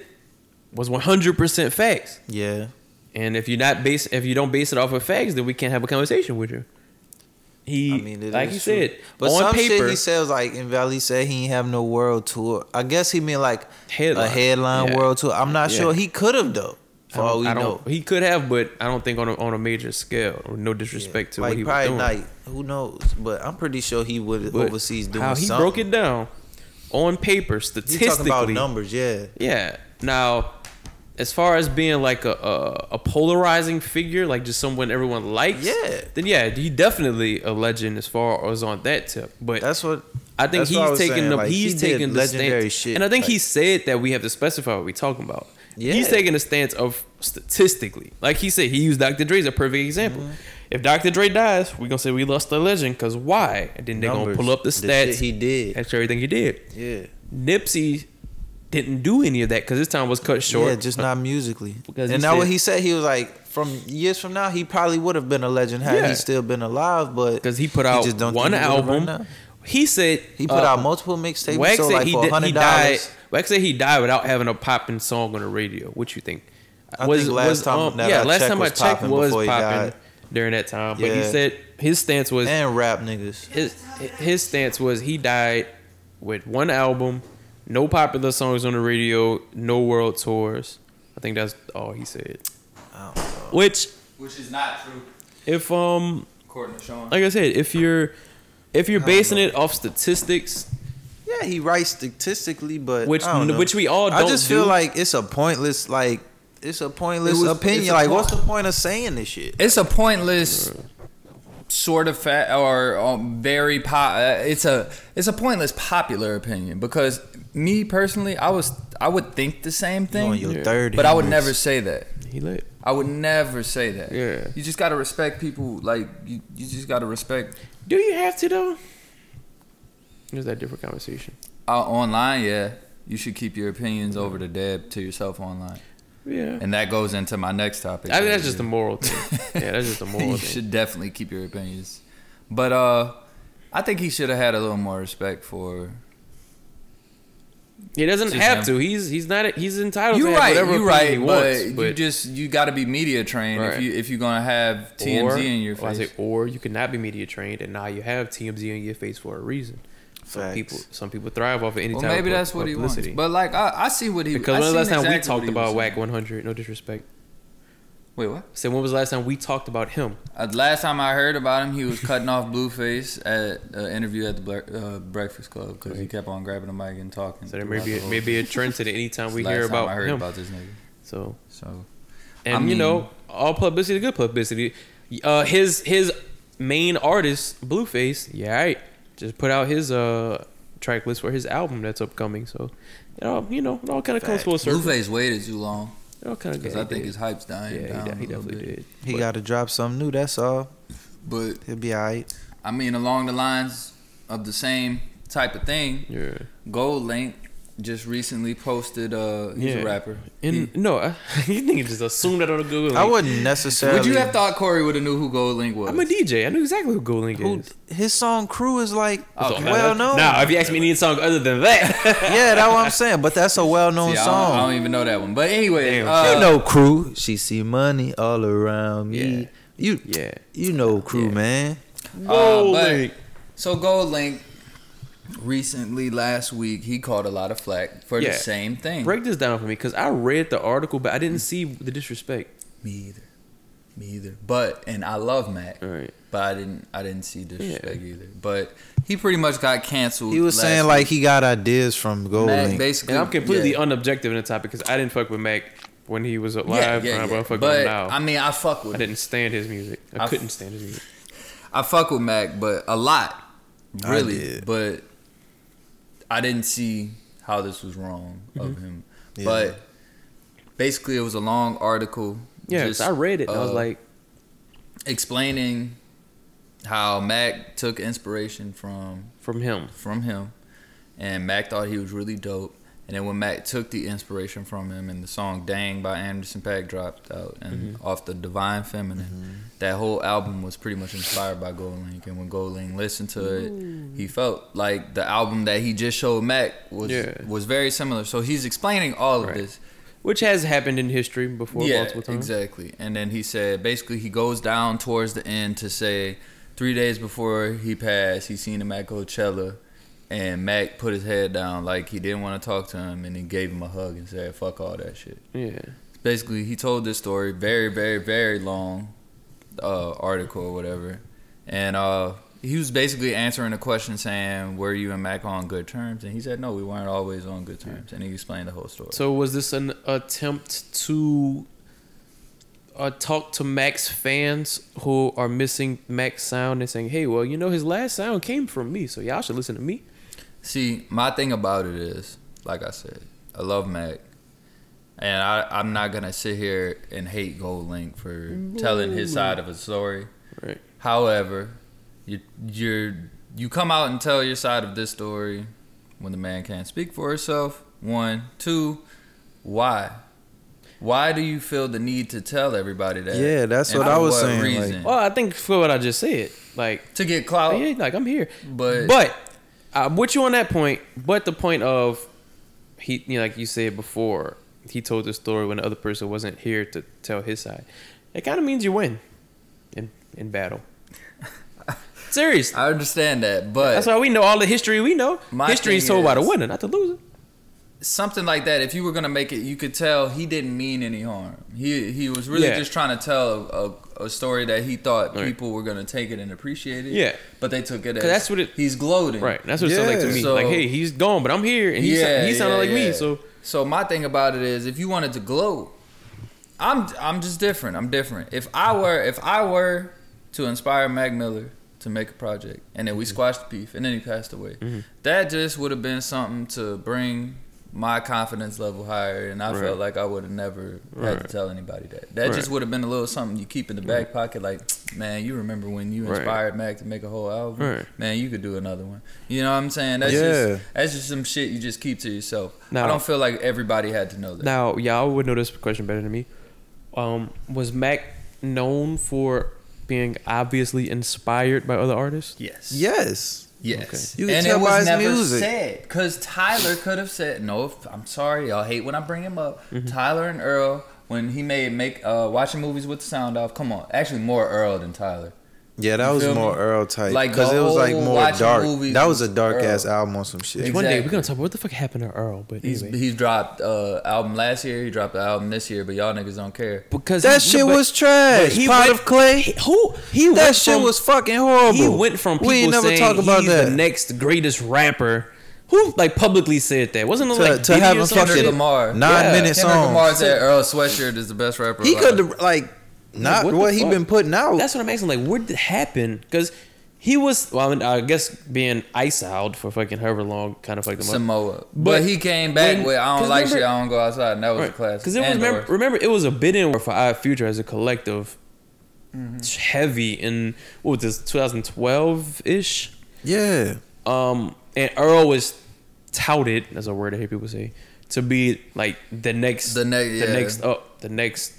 Speaker 1: was 100% facts.
Speaker 2: Yeah.
Speaker 1: And if you're not base, if you don't base it off of facts, then we can't have a conversation with you. He,
Speaker 2: I mean, it is
Speaker 1: like he
Speaker 2: true.
Speaker 1: said,
Speaker 2: but
Speaker 1: on
Speaker 2: some
Speaker 1: paper,
Speaker 2: shit he said was like, and Valley said he ain't have no world tour. I guess he mean like
Speaker 1: Headline.
Speaker 2: a headline
Speaker 1: Yeah.
Speaker 2: world tour. I'm not
Speaker 1: Yeah.
Speaker 2: sure. He could have though.
Speaker 1: I
Speaker 2: For
Speaker 1: don't-
Speaker 2: all we
Speaker 1: I
Speaker 2: know,
Speaker 1: don't- he could have, but I don't think on a, on a major scale. Or no disrespect to
Speaker 2: like
Speaker 1: what he was
Speaker 2: probably
Speaker 1: doing.
Speaker 2: like who knows. But I'm pretty sure he would
Speaker 1: But
Speaker 2: overseas doing
Speaker 1: how he
Speaker 2: something.
Speaker 1: broke it down on paper
Speaker 2: You
Speaker 1: statistically.
Speaker 2: talking about numbers? Yeah.
Speaker 1: Yeah. Now, as far as being like a, a a polarizing figure, like just someone everyone likes,
Speaker 2: Yeah.
Speaker 1: then yeah, he definitely a legend as far as on that tip. But
Speaker 2: That's what
Speaker 1: I think
Speaker 2: that's what I
Speaker 1: he's
Speaker 2: was
Speaker 1: taking
Speaker 2: saying,
Speaker 1: the
Speaker 2: like,
Speaker 1: he's
Speaker 2: he did
Speaker 1: taking the
Speaker 2: legendary
Speaker 1: stance,
Speaker 2: shit,
Speaker 1: and I think he
Speaker 2: like-
Speaker 1: said that we have to specify what we talking about.
Speaker 2: Yeah.
Speaker 1: He's taking a stance of statistically, like he said, he used Dr. Dre as a perfect example.
Speaker 2: Mm-hmm.
Speaker 1: If Dr. Dre dies, we gonna say we lost the legend, cause why? And then they gonna
Speaker 2: Numbers.
Speaker 1: pull up the
Speaker 2: The shit
Speaker 1: stats.
Speaker 2: he did.
Speaker 1: That's everything he did.
Speaker 2: Yeah.
Speaker 1: Nipsey didn't do any of that because his time was cut short.
Speaker 2: Yeah, just not musically.
Speaker 1: Because he
Speaker 2: and now what
Speaker 1: said-
Speaker 2: he said, he was like, from years from now, he probably would have been a legend had
Speaker 1: Yeah.
Speaker 2: he still been alive. But
Speaker 1: because he put out
Speaker 2: just don't
Speaker 1: one
Speaker 2: think he would've
Speaker 1: album.
Speaker 2: right now.
Speaker 1: he said
Speaker 2: He put
Speaker 1: uh,
Speaker 2: out multiple mixtapes.
Speaker 1: Wax
Speaker 2: so
Speaker 1: said
Speaker 2: like
Speaker 1: he,
Speaker 2: for
Speaker 1: di- he
Speaker 2: hundred
Speaker 1: died.
Speaker 2: dollars.
Speaker 1: Wax said he died without having a popping song on the radio. What you think? um,
Speaker 2: I think last time that
Speaker 1: yeah,
Speaker 2: I
Speaker 1: last
Speaker 2: checked
Speaker 1: time I
Speaker 2: was
Speaker 1: checked
Speaker 2: popping
Speaker 1: was
Speaker 2: before he
Speaker 1: popping
Speaker 2: died.
Speaker 1: during that time. But he
Speaker 2: Yeah.
Speaker 1: said his stance was
Speaker 2: And rap niggas.
Speaker 1: his his stance was he died with one album, no popular songs on the radio, no world tours. I think that's all he said.
Speaker 2: I
Speaker 1: Which
Speaker 3: Which is not true,
Speaker 1: if um
Speaker 3: according to Sean.
Speaker 1: like I said, if you're if you're basing it off statistics,
Speaker 2: Yeah, he right statistically, but
Speaker 1: Which-
Speaker 2: I don't know.
Speaker 1: which we all
Speaker 2: I
Speaker 1: don't
Speaker 2: just feel
Speaker 1: do.
Speaker 2: like it's a pointless like it's a pointless
Speaker 3: was- it's
Speaker 2: opinion.
Speaker 3: a
Speaker 2: Like,
Speaker 3: point-
Speaker 2: what's the point of saying this shit?
Speaker 3: It's a pointless sort of fat or um, very po- uh, it's a it's a pointless popular opinion because me personally I was I would think the same
Speaker 2: You
Speaker 3: thing
Speaker 2: on your
Speaker 1: Yeah.
Speaker 2: third,
Speaker 3: but I would
Speaker 2: hands.
Speaker 3: never say that.
Speaker 1: He lit.
Speaker 3: I would never say that.
Speaker 1: Yeah.
Speaker 3: You just got to respect people like you, you just got to respect
Speaker 1: Do you have to though? There's that different conversation.
Speaker 3: uh, online, yeah. You should keep your opinions over the dead to yourself online.
Speaker 1: Yeah.
Speaker 3: And that goes into my next topic.
Speaker 1: I think that's just a moral thing. yeah, that's just a moral
Speaker 3: you
Speaker 1: thing.
Speaker 3: should definitely keep your opinions. But uh I think he should have had a little more respect for
Speaker 1: He doesn't
Speaker 3: Just
Speaker 1: have
Speaker 3: him.
Speaker 1: to. He's he's not. He's entitled.
Speaker 3: You're
Speaker 1: to have
Speaker 3: right.
Speaker 1: Whatever opinion
Speaker 3: You're right.
Speaker 1: He
Speaker 3: but,
Speaker 1: wants,
Speaker 3: you just you got to be media trained if
Speaker 1: Right.
Speaker 3: you if you're gonna have TMZ
Speaker 1: or-
Speaker 3: in your
Speaker 1: or I
Speaker 3: face.
Speaker 1: say, or you could not be media trained, and now you have TMZ in your face for a reason. Some
Speaker 2: Facts.
Speaker 1: people, some people thrive off of any
Speaker 3: well,
Speaker 1: type
Speaker 3: maybe
Speaker 1: of
Speaker 3: that's what
Speaker 1: publicity.
Speaker 3: he wants. But like I, I see what he
Speaker 1: because
Speaker 3: I
Speaker 1: when was the last
Speaker 3: seen
Speaker 1: time we
Speaker 3: exactly what
Speaker 1: talked
Speaker 3: he
Speaker 1: about
Speaker 3: was
Speaker 1: WAC 100? No disrespect.
Speaker 3: saying. Wait, what?
Speaker 1: Say, when was the last time we talked about him?
Speaker 3: Uh, last time I heard about him, he was cutting off Blueface at an interview at the Bre- uh, Breakfast Club because he kept on grabbing the mic and talking.
Speaker 1: So there
Speaker 3: throughout
Speaker 1: may be
Speaker 3: the whole-
Speaker 1: maybe a trend to the anytime we
Speaker 3: Last
Speaker 1: hear
Speaker 3: time
Speaker 1: about
Speaker 3: I heard
Speaker 1: him.
Speaker 3: about this nigga.
Speaker 1: so
Speaker 3: So
Speaker 1: and
Speaker 3: I
Speaker 1: you know
Speaker 3: mean-
Speaker 1: all publicity is good publicity. Uh, his his main artist Blueface, yeah, right, just put out his uh track list for his album that's upcoming. So it all you know it all kind of comes
Speaker 2: Facts.
Speaker 1: full circle.
Speaker 3: Blueface waited too long
Speaker 1: It all kind of
Speaker 3: because I think his hype's dying
Speaker 1: yeah,
Speaker 3: down.
Speaker 1: he, de- he
Speaker 3: a little
Speaker 1: definitely
Speaker 3: bit.
Speaker 1: did.
Speaker 2: He
Speaker 1: But-
Speaker 2: got to drop something new. That's all.
Speaker 3: But
Speaker 2: He'll be alright.
Speaker 3: I mean, along the lines of the same type of thing,
Speaker 1: yeah.
Speaker 3: Gold Link just recently posted. Uh, he's
Speaker 1: Yeah.
Speaker 3: a rapper.
Speaker 1: And no, I, you think he just assumed that on a Google.
Speaker 2: I
Speaker 1: link.
Speaker 2: wouldn't
Speaker 3: He-
Speaker 2: necessarily.
Speaker 3: would you have thought Corey would have knew who Gold Link was?
Speaker 1: I'm a DJ. I knew exactly who Google Link
Speaker 2: Who,
Speaker 1: is.
Speaker 2: his song "Crew" is like
Speaker 1: So,
Speaker 2: well known.
Speaker 1: Nah, if you ask me any song other than that,
Speaker 2: yeah, that's what I'm saying. But that's a well known
Speaker 3: See, I,
Speaker 2: song.
Speaker 3: don't, I don't even know that one. But anyway,
Speaker 1: Damn.
Speaker 3: uh,
Speaker 2: you know crew. She see money all around me.
Speaker 1: Yeah.
Speaker 2: You
Speaker 1: Yeah.
Speaker 2: You know crew,
Speaker 1: Yeah.
Speaker 2: man.
Speaker 1: Gold
Speaker 3: Uh, but-
Speaker 1: Link.
Speaker 3: so Gold Link recently last week he caught a lot of flack for
Speaker 1: Yeah.
Speaker 3: the same thing.
Speaker 1: break this down for me because I read the article, but I didn't see the disrespect.
Speaker 3: Me either. Me either. But and I love Mac.
Speaker 1: All right.
Speaker 3: But I didn't. I didn't see disrespect either. But he pretty much got canceled.
Speaker 2: He was
Speaker 3: last
Speaker 2: saying
Speaker 3: week.
Speaker 2: like he got ideas from Gold
Speaker 3: Mac
Speaker 2: Link.
Speaker 3: basically.
Speaker 1: And I'm completely
Speaker 3: yeah.
Speaker 1: unobjective in the topic because I didn't fuck with Mac when he was alive.
Speaker 3: Yeah, yeah,
Speaker 1: and I
Speaker 3: yeah.
Speaker 1: don't fuck with
Speaker 3: But
Speaker 1: him now.
Speaker 3: I
Speaker 1: i
Speaker 3: mean, I fuck with.
Speaker 1: didn't stand his music. I,
Speaker 3: I f-
Speaker 1: couldn't stand his music.
Speaker 3: I fuck with Mac, but a lot,
Speaker 2: I
Speaker 3: really.
Speaker 2: did.
Speaker 3: But I didn't see how this was wrong of
Speaker 1: Mm-hmm.
Speaker 3: him.
Speaker 2: Yeah.
Speaker 3: But basically, it was a long article.
Speaker 1: Yeah, 'cause
Speaker 3: just,
Speaker 1: I read it. and I was
Speaker 3: uh,
Speaker 1: like,
Speaker 3: explaining how Mac took inspiration from
Speaker 1: from him.
Speaker 3: from him, and Mac thought he was really dope. And then when Mac took the inspiration from him, and the song "Dang" by Anderson Paak dropped out, and
Speaker 1: Mm-hmm.
Speaker 3: off the Divine Feminine, that whole album was pretty much inspired by Gold Link. And when Gold Link listened to it, he felt like the album that he just showed Mac was
Speaker 1: Yeah.
Speaker 3: was very similar. So he's explaining all of
Speaker 1: Right.
Speaker 3: this.
Speaker 1: Which has happened in history before multiple times.
Speaker 3: Exactly. And then he said basically he goes down towards the end to say three days before he passed, he seen him at Coachella and Mac put his head down like he didn't want to talk to him and he gave him a hug and said, Fuck all that shit.
Speaker 1: Yeah.
Speaker 3: Basically he told this story very, very, very long uh, article or whatever. And uh he was basically answering a question saying, Were you and Mac on good terms? And he said, No, we weren't always on good terms. And he explained the whole story.
Speaker 1: So was this an attempt to uh, talk to Max fans who are missing Max sound and saying, "Hey, well, you know, his last sound came from me, so y'all should listen to me."
Speaker 3: See, my thing about it is, like I said, I love Mac. And I, I'm not gonna sit here and hate Gold Link for telling his side of a story.
Speaker 1: Right.
Speaker 3: However, you you're you come out and tell your side of this story when the man can't speak for herself. One, two, why? Why do you feel the need to tell everybody that?
Speaker 2: Yeah, that's
Speaker 3: And
Speaker 2: what
Speaker 3: for
Speaker 2: I was saying, like-
Speaker 1: Well, Oh, I think for what I just said, like,
Speaker 3: to get clout,
Speaker 1: yeah, like I'm here.
Speaker 3: but
Speaker 1: But I'm with you on that point. But the point of he, you know, like you said before, he told the story when the other person wasn't here to tell his side. It kind of means you win in in battle. Seriously,
Speaker 3: I understand that. But
Speaker 1: that's why we know all the history we know.
Speaker 3: My
Speaker 1: history is
Speaker 3: thing
Speaker 1: told by the
Speaker 3: is-
Speaker 1: winner, not the loser.
Speaker 3: something like that. If you were gonna make it, you could tell he didn't mean any harm. He he was really
Speaker 1: Yeah.
Speaker 3: just trying to tell a, a story that he thought
Speaker 1: Right.
Speaker 3: people were gonna take it and appreciate it.
Speaker 1: Yeah.
Speaker 3: but they took it as
Speaker 1: 'Cause that's what it-
Speaker 3: he's gloating.
Speaker 1: Right. That's what it sounded like to
Speaker 3: Yeah.
Speaker 1: me.
Speaker 3: So-
Speaker 1: like, hey, he's gone, but I'm here, and he, yeah, he sounded
Speaker 3: yeah,
Speaker 1: like
Speaker 3: yeah.
Speaker 1: me. So
Speaker 3: so my thing about it is, if you wanted to gloat, I'm I'm just different. I'm different. If I were if I were to inspire Mac Miller to make a project, and then we
Speaker 1: Mm-hmm.
Speaker 3: squashed the beef, and then he passed away, that just would have been something to bring my confidence level higher, and I
Speaker 1: Right.
Speaker 3: felt like I would have never had to
Speaker 1: Right.
Speaker 3: tell anybody that. That just
Speaker 1: Right.
Speaker 3: would have been a little something you keep in the back pocket, like man, you remember when you
Speaker 1: Right.
Speaker 3: inspired Mac to make a whole album?
Speaker 1: Right.
Speaker 3: Man, you could do another one. You know what I'm saying? That's
Speaker 2: Yeah.
Speaker 3: just that's just some shit you just keep to yourself. I
Speaker 1: Now-
Speaker 3: don't feel like everybody had to know that.
Speaker 1: now y'all would know this question better than me. Um, was Mac known for being obviously inspired by other artists?
Speaker 3: Yes.
Speaker 2: Yes.
Speaker 3: Yes.
Speaker 2: You can tell by his music.
Speaker 3: said because Tyler could have said, "No, if- I'm sorry, y'all hate when I bring him up." Tyler and Earl, when he made make uh, watching movies with the sound off. Come on, actually more Earl than Tyler.
Speaker 2: Yeah, that
Speaker 3: You
Speaker 2: was
Speaker 3: feel
Speaker 2: more
Speaker 3: me?
Speaker 2: Earl type.
Speaker 3: Like,
Speaker 2: Because
Speaker 3: the
Speaker 2: it was like
Speaker 3: whole
Speaker 2: more
Speaker 3: watching
Speaker 2: dark.
Speaker 3: movies
Speaker 2: That was a
Speaker 3: was
Speaker 2: dark
Speaker 3: Earl.
Speaker 2: ass album on some shit.
Speaker 1: One day
Speaker 3: Exactly.
Speaker 1: we're gonna talk about what the fuck happened to Earl, but
Speaker 3: He's
Speaker 1: anyway.
Speaker 3: he's dropped uh, album last year. He dropped the album this year, but y'all niggas don't care.
Speaker 1: because
Speaker 2: That
Speaker 1: he-
Speaker 2: shit
Speaker 1: but-
Speaker 2: was trash.
Speaker 1: but he
Speaker 2: Pot
Speaker 1: went-
Speaker 2: of clay.
Speaker 1: he- who he
Speaker 2: that
Speaker 1: went
Speaker 2: shit
Speaker 1: from-
Speaker 2: was fucking horrible.
Speaker 1: He went from people
Speaker 2: we ain't never
Speaker 1: saying
Speaker 2: talk about
Speaker 1: he's
Speaker 2: that
Speaker 1: the next greatest rapper. Who like publicly said that? Wasn't it
Speaker 2: to,
Speaker 1: like
Speaker 2: to
Speaker 1: Diddy
Speaker 2: have
Speaker 1: or
Speaker 2: a
Speaker 1: some
Speaker 2: fucking
Speaker 1: shit?
Speaker 3: Kendrick Lamar.
Speaker 2: nine
Speaker 1: Yeah,
Speaker 2: minute
Speaker 3: Kendrick Lamar
Speaker 2: song.
Speaker 3: said Earl Sweatshirt is the best rapper. uh,
Speaker 2: He
Speaker 3: alive.
Speaker 2: could like not
Speaker 1: what
Speaker 2: what,
Speaker 1: the
Speaker 2: he
Speaker 1: fuck?
Speaker 2: been putting out.
Speaker 1: That's what I'm asking. Like, where did it happen? Because he was, well, I, mean, I guess being ice out for fucking however long kind of fucked him up.
Speaker 3: Samoa. But,
Speaker 1: But
Speaker 3: he came back
Speaker 1: when-
Speaker 3: with I
Speaker 1: 'cause
Speaker 3: don't like
Speaker 1: remember-
Speaker 3: shit, I don't go outside, and that was a classic.
Speaker 1: Because it was
Speaker 3: And
Speaker 1: remember,
Speaker 3: Doors.
Speaker 1: remember it was a bid in war for our future as a collective,
Speaker 2: Mm-hmm.
Speaker 1: It's heavy in what was this 2012 ish.
Speaker 2: yeah.
Speaker 1: Um, and Earl was touted. That's a word I hear people say to be like the next,
Speaker 3: The next- yeah.
Speaker 1: the next up, the next,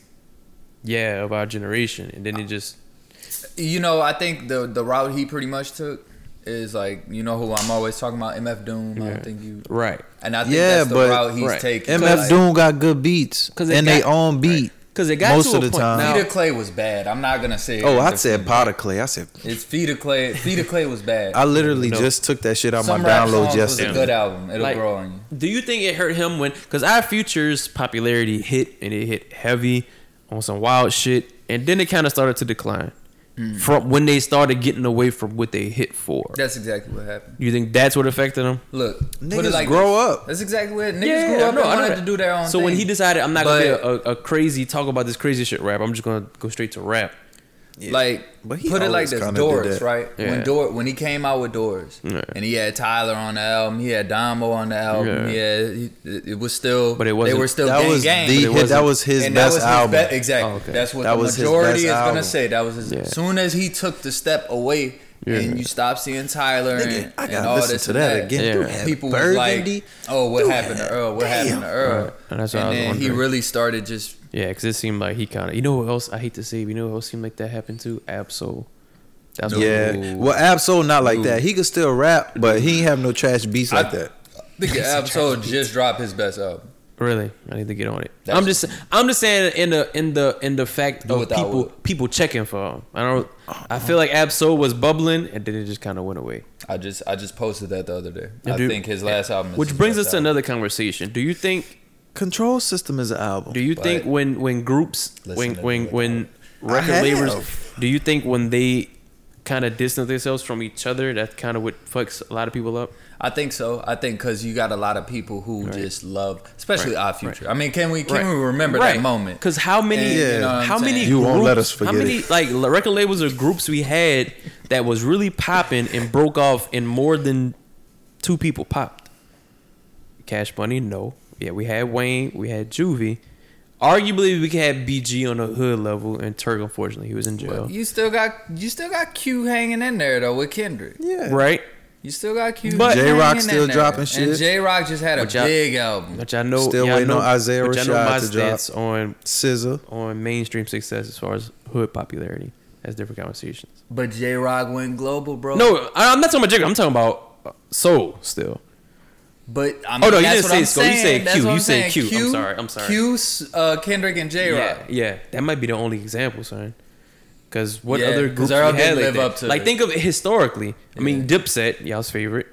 Speaker 1: yeah, of our generation. And then it just
Speaker 3: you know, I think the the route he pretty much took is like you know who I'm always talking about, MF Doom. I
Speaker 1: Yeah.
Speaker 3: don't think you
Speaker 1: right.
Speaker 3: and I think
Speaker 2: Yeah,
Speaker 3: that's the
Speaker 2: but-
Speaker 3: route he's
Speaker 1: right.
Speaker 3: taking.
Speaker 2: MF
Speaker 3: Like,
Speaker 2: Doom got good beats
Speaker 1: 'Cause it
Speaker 2: and they
Speaker 1: got-
Speaker 2: own beat.
Speaker 1: Because it got
Speaker 2: Most
Speaker 1: to
Speaker 2: of
Speaker 1: a
Speaker 2: the
Speaker 1: point
Speaker 2: time.
Speaker 1: now-
Speaker 3: Feet of Clay was bad. I'm not gonna say.
Speaker 2: Oh,
Speaker 3: it
Speaker 2: I
Speaker 3: was
Speaker 2: said
Speaker 3: different.
Speaker 2: pot of clay. I said
Speaker 3: It's Feet of Clay. Feet of Clay was bad.
Speaker 2: I literally
Speaker 1: No.
Speaker 2: just took that shit out my
Speaker 3: Some rap
Speaker 2: download
Speaker 3: songs was a good
Speaker 2: yesterday.
Speaker 3: album. It'll
Speaker 1: Like-
Speaker 3: grow on you.
Speaker 1: Do you think it hurt him when? Because our future's popularity hit and it hit heavy on some wild shit, and then it kind of started to decline
Speaker 3: Hmm.
Speaker 1: from when they started getting away from what they hit for.
Speaker 3: That's exactly what happened.
Speaker 1: you think that's what affected him?
Speaker 3: Look, put it
Speaker 2: Niggas
Speaker 3: like
Speaker 2: grow
Speaker 3: this.
Speaker 2: up.
Speaker 3: That's exactly what niggas
Speaker 1: Yeah,
Speaker 3: grew up
Speaker 1: no,
Speaker 3: and
Speaker 1: I know
Speaker 3: wanted
Speaker 1: that.
Speaker 3: to do their own
Speaker 1: So
Speaker 3: thing.
Speaker 1: when he decided, I'm not gonna
Speaker 3: But-
Speaker 1: be a, a, a crazy talk about this crazy shit rap. I'm just gonna go straight to rap.
Speaker 3: Like,
Speaker 2: But he
Speaker 3: put it like
Speaker 2: always
Speaker 3: this:
Speaker 2: kinda did
Speaker 3: Doors,
Speaker 2: that.
Speaker 3: right? When
Speaker 1: Yeah.
Speaker 3: Dor when he came out with Doors,
Speaker 1: Yeah.
Speaker 3: and he had Tyler on the album, he had Damo on the album.
Speaker 1: Yeah.
Speaker 3: Yeah, he, it it was still,
Speaker 1: But it
Speaker 3: they
Speaker 1: wasn't-
Speaker 3: were still
Speaker 2: That
Speaker 3: gang
Speaker 2: was
Speaker 3: gang.
Speaker 2: the
Speaker 3: but it
Speaker 2: hit-
Speaker 1: wasn't-
Speaker 2: that was his
Speaker 3: and
Speaker 2: best album.
Speaker 3: His be- exactly.
Speaker 1: Oh, okay.
Speaker 3: That's what
Speaker 2: That
Speaker 3: the
Speaker 2: was his
Speaker 3: majority
Speaker 2: best
Speaker 3: is
Speaker 2: album.
Speaker 3: gonna say. That was his.
Speaker 1: Yeah.
Speaker 3: As soon as he took the step away, and you stop seeing Tyler
Speaker 2: Nigga,
Speaker 3: and,
Speaker 2: I
Speaker 3: and
Speaker 2: gotta
Speaker 3: all
Speaker 2: listen
Speaker 3: this
Speaker 2: to
Speaker 3: and
Speaker 2: that again.
Speaker 1: Yeah.
Speaker 2: Dude had
Speaker 3: People was
Speaker 2: burgundy.
Speaker 3: like, "Oh, what
Speaker 2: Dude
Speaker 3: happened to
Speaker 2: had-
Speaker 3: Earl? What
Speaker 2: damn.
Speaker 3: happened to Earl?"
Speaker 1: Right. And that's what I
Speaker 3: and
Speaker 1: was
Speaker 3: then he
Speaker 1: wondering.
Speaker 3: really started just
Speaker 1: Yeah, because it seemed like he kind of. You know what else? I hate to say. You know what else seemed like that happened to Absol. That's
Speaker 2: Yeah. Well, Absol not like that. He could still rap, but he ain't have no trash beats like
Speaker 3: I-
Speaker 2: that.
Speaker 3: I think Absol just dropped his best album.
Speaker 1: Really, I need to get on it.
Speaker 3: That's-
Speaker 1: I'm just, I'm just saying in the in the in the fact
Speaker 3: Do
Speaker 1: of
Speaker 3: without Oh,
Speaker 1: people
Speaker 3: Will.
Speaker 1: people checking for him. I don't. I feel like Absol was bubbling and then it just kind of went away.
Speaker 3: I just I just posted that the other day.
Speaker 1: And
Speaker 3: I
Speaker 1: do-
Speaker 3: think his last album. Is
Speaker 1: Which
Speaker 3: his
Speaker 1: brings us
Speaker 3: best
Speaker 1: to
Speaker 3: album.
Speaker 1: another conversation. Do you think?
Speaker 2: Control System is an album.
Speaker 1: Do you
Speaker 3: But-
Speaker 1: think when when groups
Speaker 3: Listen
Speaker 1: when
Speaker 3: to
Speaker 1: when
Speaker 3: it.
Speaker 1: when
Speaker 2: I
Speaker 1: record
Speaker 2: have.
Speaker 1: labels
Speaker 3: Oh.
Speaker 1: do you think when they kind of distance themselves from each other that kind of what fucks a lot of people up?
Speaker 3: I think so. I think because you got a lot of people who just love, especially
Speaker 1: Right.
Speaker 3: our future. I mean, can we can
Speaker 1: Right.
Speaker 3: we remember
Speaker 1: Right.
Speaker 3: that moment?
Speaker 1: Because how many,
Speaker 3: And,
Speaker 2: you Yeah. know what
Speaker 3: I'm
Speaker 1: how many,
Speaker 3: saying?
Speaker 2: You won't let us
Speaker 1: groups-
Speaker 2: forget
Speaker 1: How many
Speaker 2: it.
Speaker 1: like l- record labels or groups we had that was really popping and broke off, and more than two people popped. Cash Money, no. Yeah, we had Wayne, we had Juvie. Arguably, we had BG on a hood level, and Turk, unfortunately, he was in jail.
Speaker 3: You still got you still got Q hanging in there though with Kendrick.
Speaker 2: Yeah.
Speaker 1: Right,
Speaker 3: You still got Q.
Speaker 1: But-
Speaker 3: hanging
Speaker 2: J-Rock
Speaker 3: in
Speaker 2: still
Speaker 3: there.
Speaker 2: dropping
Speaker 3: And
Speaker 2: shit.
Speaker 3: J Rock just had a
Speaker 1: But y'all-
Speaker 3: big album.
Speaker 1: which I know.
Speaker 2: Still
Speaker 1: yeah, I
Speaker 2: waiting
Speaker 1: know,
Speaker 2: on Isaiah
Speaker 1: which I know my
Speaker 2: Rashad to drop.
Speaker 1: stance on
Speaker 2: Scissor.
Speaker 1: on mainstream success as far as hood popularity. That's different conversations.
Speaker 3: But J Rock went global, bro.
Speaker 1: No, I- I'm not talking about Jacob. I'm talking about uh, Soul still.
Speaker 3: But I mean,
Speaker 1: Oh, no, you
Speaker 3: that's
Speaker 1: didn't
Speaker 3: what
Speaker 1: say
Speaker 3: I'm
Speaker 1: Skull. You
Speaker 3: saying.
Speaker 1: said
Speaker 3: That's
Speaker 1: Q.
Speaker 3: what I'm
Speaker 1: You said
Speaker 3: saying.
Speaker 1: Q. I'm sorry. I'm sorry.
Speaker 3: Q, uh, Kendrick, and J Rock.
Speaker 1: Yeah, yeah, that might be the only example, son. Because what
Speaker 3: Yeah,
Speaker 1: other
Speaker 3: 'cause
Speaker 1: groups we
Speaker 3: Earl
Speaker 1: had
Speaker 3: didn't
Speaker 1: like
Speaker 3: live
Speaker 1: that?
Speaker 3: up to
Speaker 1: like
Speaker 3: it.
Speaker 1: think of it historically. I mean, Dipset, y'all's favorite,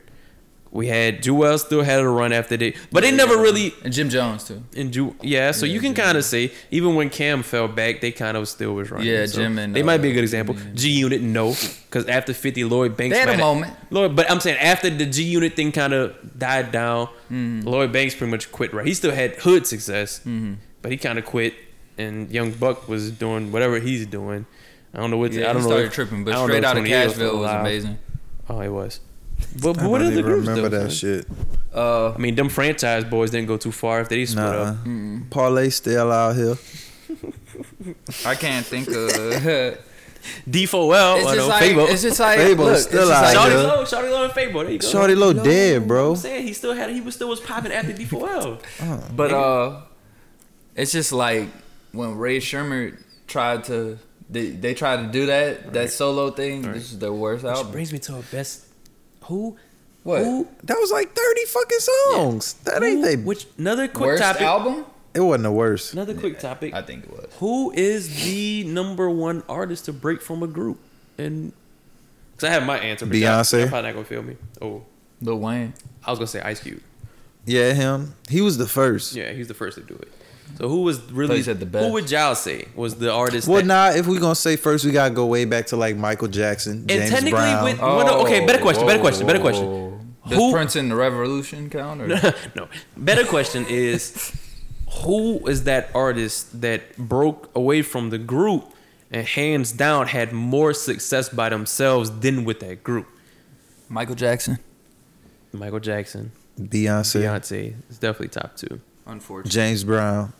Speaker 1: We had Jewel still had a run after they, but they never really
Speaker 3: And Jim Jones too.
Speaker 1: and Ju- yeah. So
Speaker 3: Yeah,
Speaker 1: you can
Speaker 3: Jim.
Speaker 1: kind of say even when Cam fell back, they kind of still was running.
Speaker 3: Yeah,
Speaker 1: so
Speaker 3: Jim and,
Speaker 1: they might be a
Speaker 3: uh,
Speaker 1: good example.
Speaker 3: yeah.
Speaker 1: G Unit, no, because after fifty, Lloyd Banks
Speaker 3: They had a
Speaker 1: might-
Speaker 3: moment.
Speaker 1: Lloyd, but I'm saying after the G Unit thing kind of died down,
Speaker 3: Mm-hmm.
Speaker 1: Lloyd Banks pretty much quit. Right, he still had hood success, but he kind of quit. And Young Buck was doing whatever he's doing. I don't know what.
Speaker 3: Yeah,
Speaker 1: I don't
Speaker 3: he
Speaker 1: know.
Speaker 3: started
Speaker 1: if-
Speaker 3: tripping,
Speaker 1: I
Speaker 3: but
Speaker 1: don't know
Speaker 3: straight
Speaker 1: if
Speaker 3: out of
Speaker 1: 28 was
Speaker 3: Cashville was
Speaker 1: alive.
Speaker 3: amazing.
Speaker 1: Oh, he was. But,
Speaker 2: I
Speaker 1: but what
Speaker 2: don't
Speaker 1: are the
Speaker 2: even
Speaker 1: groups
Speaker 2: remember
Speaker 1: though?
Speaker 2: that
Speaker 1: son?
Speaker 2: shit.
Speaker 3: Uh,
Speaker 1: I mean, them franchise boys didn't go too far after they split
Speaker 2: Nah,
Speaker 1: up.
Speaker 2: Parlay still out here.
Speaker 3: I can't think of. it's
Speaker 1: D4L, or
Speaker 3: just
Speaker 1: no,
Speaker 3: like
Speaker 1: Fabo.
Speaker 3: it's just like
Speaker 2: Fabo
Speaker 3: look,
Speaker 2: is still
Speaker 3: it's just
Speaker 2: out
Speaker 3: like-
Speaker 1: Shorty
Speaker 2: here.
Speaker 1: Low, Shorty Low and Fabo. There you go.
Speaker 2: Shorty Low dead, bro.
Speaker 1: I'm saying he still had, he was still was popping after D4L.
Speaker 3: But uh, it's just like when Ray Shermer tried to they, they tried to do that that solo thing. This is their worst
Speaker 1: Which
Speaker 3: album.
Speaker 1: brings me to our best. Who?
Speaker 3: Oh. What?
Speaker 1: Who?
Speaker 2: That was like thirty fucking songs. That ain't
Speaker 1: who
Speaker 2: they.
Speaker 1: which another quick
Speaker 3: worst
Speaker 1: topic?
Speaker 3: album?
Speaker 2: It wasn't the worst.
Speaker 1: Another quick topic.
Speaker 3: I think it was.
Speaker 1: Who is the number one artist to break from a group? And because I have my answer, but y'all-
Speaker 2: Beyonce.
Speaker 1: y'all probably not gonna feel me. Oh,
Speaker 3: Lil Wayne.
Speaker 1: I was gonna say Ice Cube.
Speaker 2: Yeah, him. He was the first.
Speaker 1: Yeah, he's the first to do it. So who was really
Speaker 3: you said the best.
Speaker 1: Who would y'all say was the artist?
Speaker 2: Well,
Speaker 1: that-
Speaker 2: nah. If we gonna say first, we gotta go way back to like Michael Jackson,
Speaker 1: and
Speaker 2: James
Speaker 1: technically,
Speaker 2: Brown.
Speaker 1: with well, no, okay, better question, better
Speaker 3: whoa,
Speaker 1: question, better
Speaker 3: whoa,
Speaker 1: question.
Speaker 3: whoa.
Speaker 1: Who-
Speaker 3: Does Prince in the Revolution count? Or?
Speaker 1: no. Better question is who is that artist that broke away from the group and hands down had more success by themselves than with that group?
Speaker 3: Michael Jackson.
Speaker 1: Michael Jackson,
Speaker 2: Beyonce,
Speaker 1: Beyonce is definitely top two.
Speaker 3: Unfortunately,
Speaker 2: James Brown,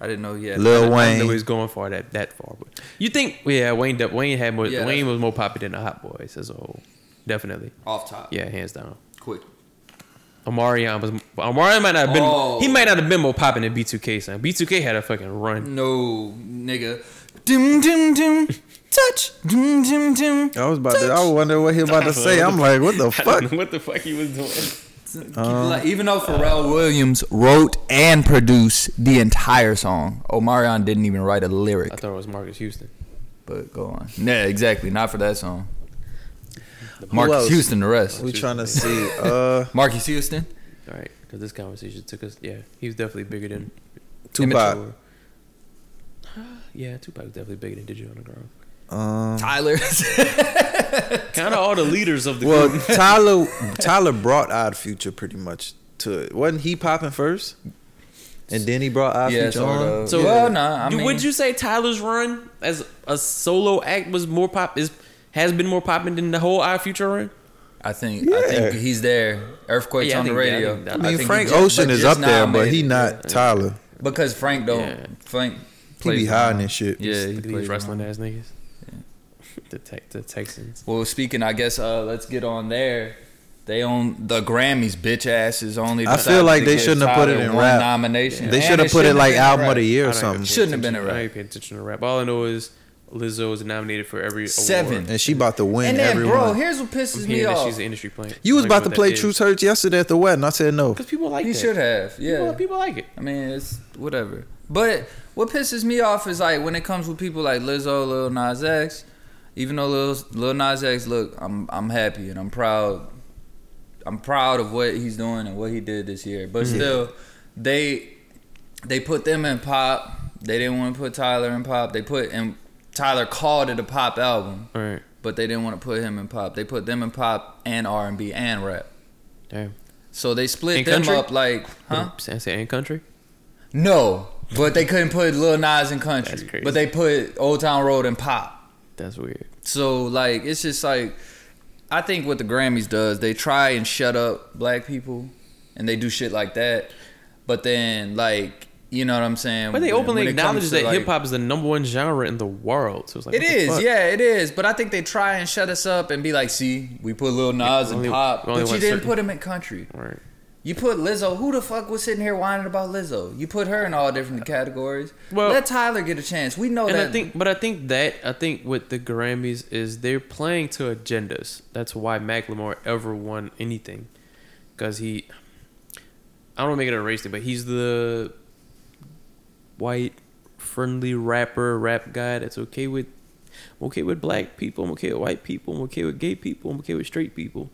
Speaker 3: I didn't know yet.
Speaker 1: I
Speaker 2: Lil
Speaker 1: didn't know he
Speaker 2: Wayne.
Speaker 1: was going for that that far, but you think yeah, Wayne de- Wayne had more
Speaker 3: Yeah, that's-
Speaker 1: Wayne was more popular than the Hot Boys as a whole. Definitely.
Speaker 3: Off top.
Speaker 1: Yeah, hands down.
Speaker 3: Quick.
Speaker 1: Omarion was Omarion might not have been
Speaker 3: Oh.
Speaker 1: he might not have been more popping than B2K son. B2K had a fucking run.
Speaker 3: No, nigga. Dim dim dim. Touch. Dim dim dim.
Speaker 2: I was about to. I was wondering what he about to say. I'm like, what the
Speaker 1: I don't
Speaker 2: fuck?
Speaker 1: know what the fuck he was doing.
Speaker 2: Uh.
Speaker 3: Like, even though Pharrell Williams wrote and produced the entire song, Omarion didn't even write a
Speaker 1: I
Speaker 3: lyric.
Speaker 1: thought it was Marcus Houston.
Speaker 3: But go on. Yeah, exactly. Not for that song.
Speaker 2: else?
Speaker 3: Marcus Houston, the rest.
Speaker 2: We trying to see. Uh,
Speaker 3: Marcus Houston.
Speaker 1: All right, because this conversation took us. Yeah, he was definitely bigger than
Speaker 2: Tupac.
Speaker 1: Immature. Yeah, Tupac was definitely bigger than Digital Underground.
Speaker 2: Um,
Speaker 3: Tyler.
Speaker 1: Kind of all the leaders of the
Speaker 2: well,
Speaker 1: group.
Speaker 2: Tyler. Tyler brought Odd Future pretty much to it. Wasn't he popping first? And then he brought Odd
Speaker 3: yeah,
Speaker 2: Future
Speaker 3: sort
Speaker 2: on.
Speaker 3: of.
Speaker 1: So,
Speaker 3: well, nah. I
Speaker 1: you-
Speaker 3: mean,
Speaker 1: would you say Tyler's run as a solo act was more pop is has been more popping than the whole Our Future run?
Speaker 3: I think. I think
Speaker 2: Yeah.
Speaker 3: he's there. Earthquakes
Speaker 1: Yeah, I
Speaker 3: on the
Speaker 1: think- yeah, I
Speaker 3: radio.
Speaker 1: think that-
Speaker 2: I mean,
Speaker 3: think
Speaker 2: Frank
Speaker 3: he just-
Speaker 2: Ocean
Speaker 3: but
Speaker 2: is
Speaker 3: just
Speaker 2: up there,
Speaker 3: now made
Speaker 2: but he
Speaker 3: it.
Speaker 2: not Tyler.
Speaker 3: because Frank don't.
Speaker 1: Yeah.
Speaker 3: Frank.
Speaker 2: He be
Speaker 3: plays-
Speaker 2: hiding and shit.
Speaker 3: Yeah, he
Speaker 1: Look at
Speaker 3: plays
Speaker 1: these wrestling
Speaker 3: around.
Speaker 1: ass niggas. The, Tex the Texans.
Speaker 3: Well, speaking, I guess uh, let's get on there. They own the Grammys, bitch asses only.
Speaker 2: I feel
Speaker 3: decided
Speaker 2: like
Speaker 3: to
Speaker 2: they
Speaker 3: give
Speaker 2: shouldn't have put
Speaker 3: Tyler
Speaker 2: it in
Speaker 3: one
Speaker 2: rap.
Speaker 3: Nomination.
Speaker 2: They
Speaker 3: And
Speaker 2: should have
Speaker 3: it
Speaker 2: put it
Speaker 3: shouldn't
Speaker 2: like
Speaker 3: have been
Speaker 2: album of the
Speaker 3: rap.
Speaker 2: year or
Speaker 1: I don't even pay
Speaker 2: something.
Speaker 3: Shouldn't have been
Speaker 1: attention- I
Speaker 3: a rap.
Speaker 1: don't even pay attention to rap. All I know is Lizzo is nominated for every
Speaker 3: Seven.
Speaker 1: award.
Speaker 2: And she about to win
Speaker 3: And then,
Speaker 2: everyone.
Speaker 3: bro, here's what pisses
Speaker 1: I'm
Speaker 3: me
Speaker 1: hearing that
Speaker 3: off.
Speaker 1: she's an industry player.
Speaker 2: you was about to play Truth Hurts yesterday at the wedding. I said no.
Speaker 1: because people like
Speaker 3: he
Speaker 1: that.
Speaker 3: should have. Yeah.
Speaker 1: People, people like it.
Speaker 3: I mean, it's whatever. But what pisses me off is like when it comes with people like Lizzo, Lil Nas X. Even though Lil, Lil Nas X, look, I'm I'm happy and I'm proud. I'm proud of what he's doing and what he did this year. But still, they they put them in pop. They didn't want to put Tyler in pop. They put and Tyler called it a pop album,
Speaker 1: All right.
Speaker 3: but they didn't want to put him in pop. They put them in pop and R and B and rap.
Speaker 1: Damn.
Speaker 3: So they split
Speaker 1: And
Speaker 3: them
Speaker 1: country?
Speaker 3: up like, huh?
Speaker 1: Say say and country.
Speaker 3: No, but they couldn't put Lil Nas in
Speaker 1: That's
Speaker 3: country.
Speaker 1: crazy.
Speaker 3: But they put Old Town Road in pop.
Speaker 1: That's weird.
Speaker 3: So like, it's just like, I think what the Grammys does, they try and shut up black people, and they do shit like that. But then like, you know what I'm saying?
Speaker 1: But they
Speaker 3: When-
Speaker 1: openly
Speaker 3: when it comes
Speaker 1: acknowledge
Speaker 3: to,
Speaker 1: that
Speaker 3: like-
Speaker 1: hip hop is the number one genre in the world. So it's like
Speaker 3: It
Speaker 1: what the
Speaker 3: is,
Speaker 1: fuck?
Speaker 3: yeah, it is. But I think they try and shut us up and be like, "See, we put Lil Nas
Speaker 1: only-
Speaker 3: in pop,
Speaker 1: only
Speaker 3: but
Speaker 1: one
Speaker 3: you didn't
Speaker 1: certain-
Speaker 3: put him in country."
Speaker 1: Right.
Speaker 3: You put Lizzo. Who the fuck was sitting here whining about Lizzo? You put her in all different categories.
Speaker 1: Well-
Speaker 3: let Tyler get a chance. We know
Speaker 1: And
Speaker 3: that.
Speaker 1: I think, but I think that I think with the Grammys is they're playing to agendas. That's why Macklemore ever won anything, because he. I don't wanna make it a race thing, but he's the white friendly rapper, rap guy that's okay with I'm okay with black people, I'm okay with white people, I'm okay with gay people, I'm okay with straight people.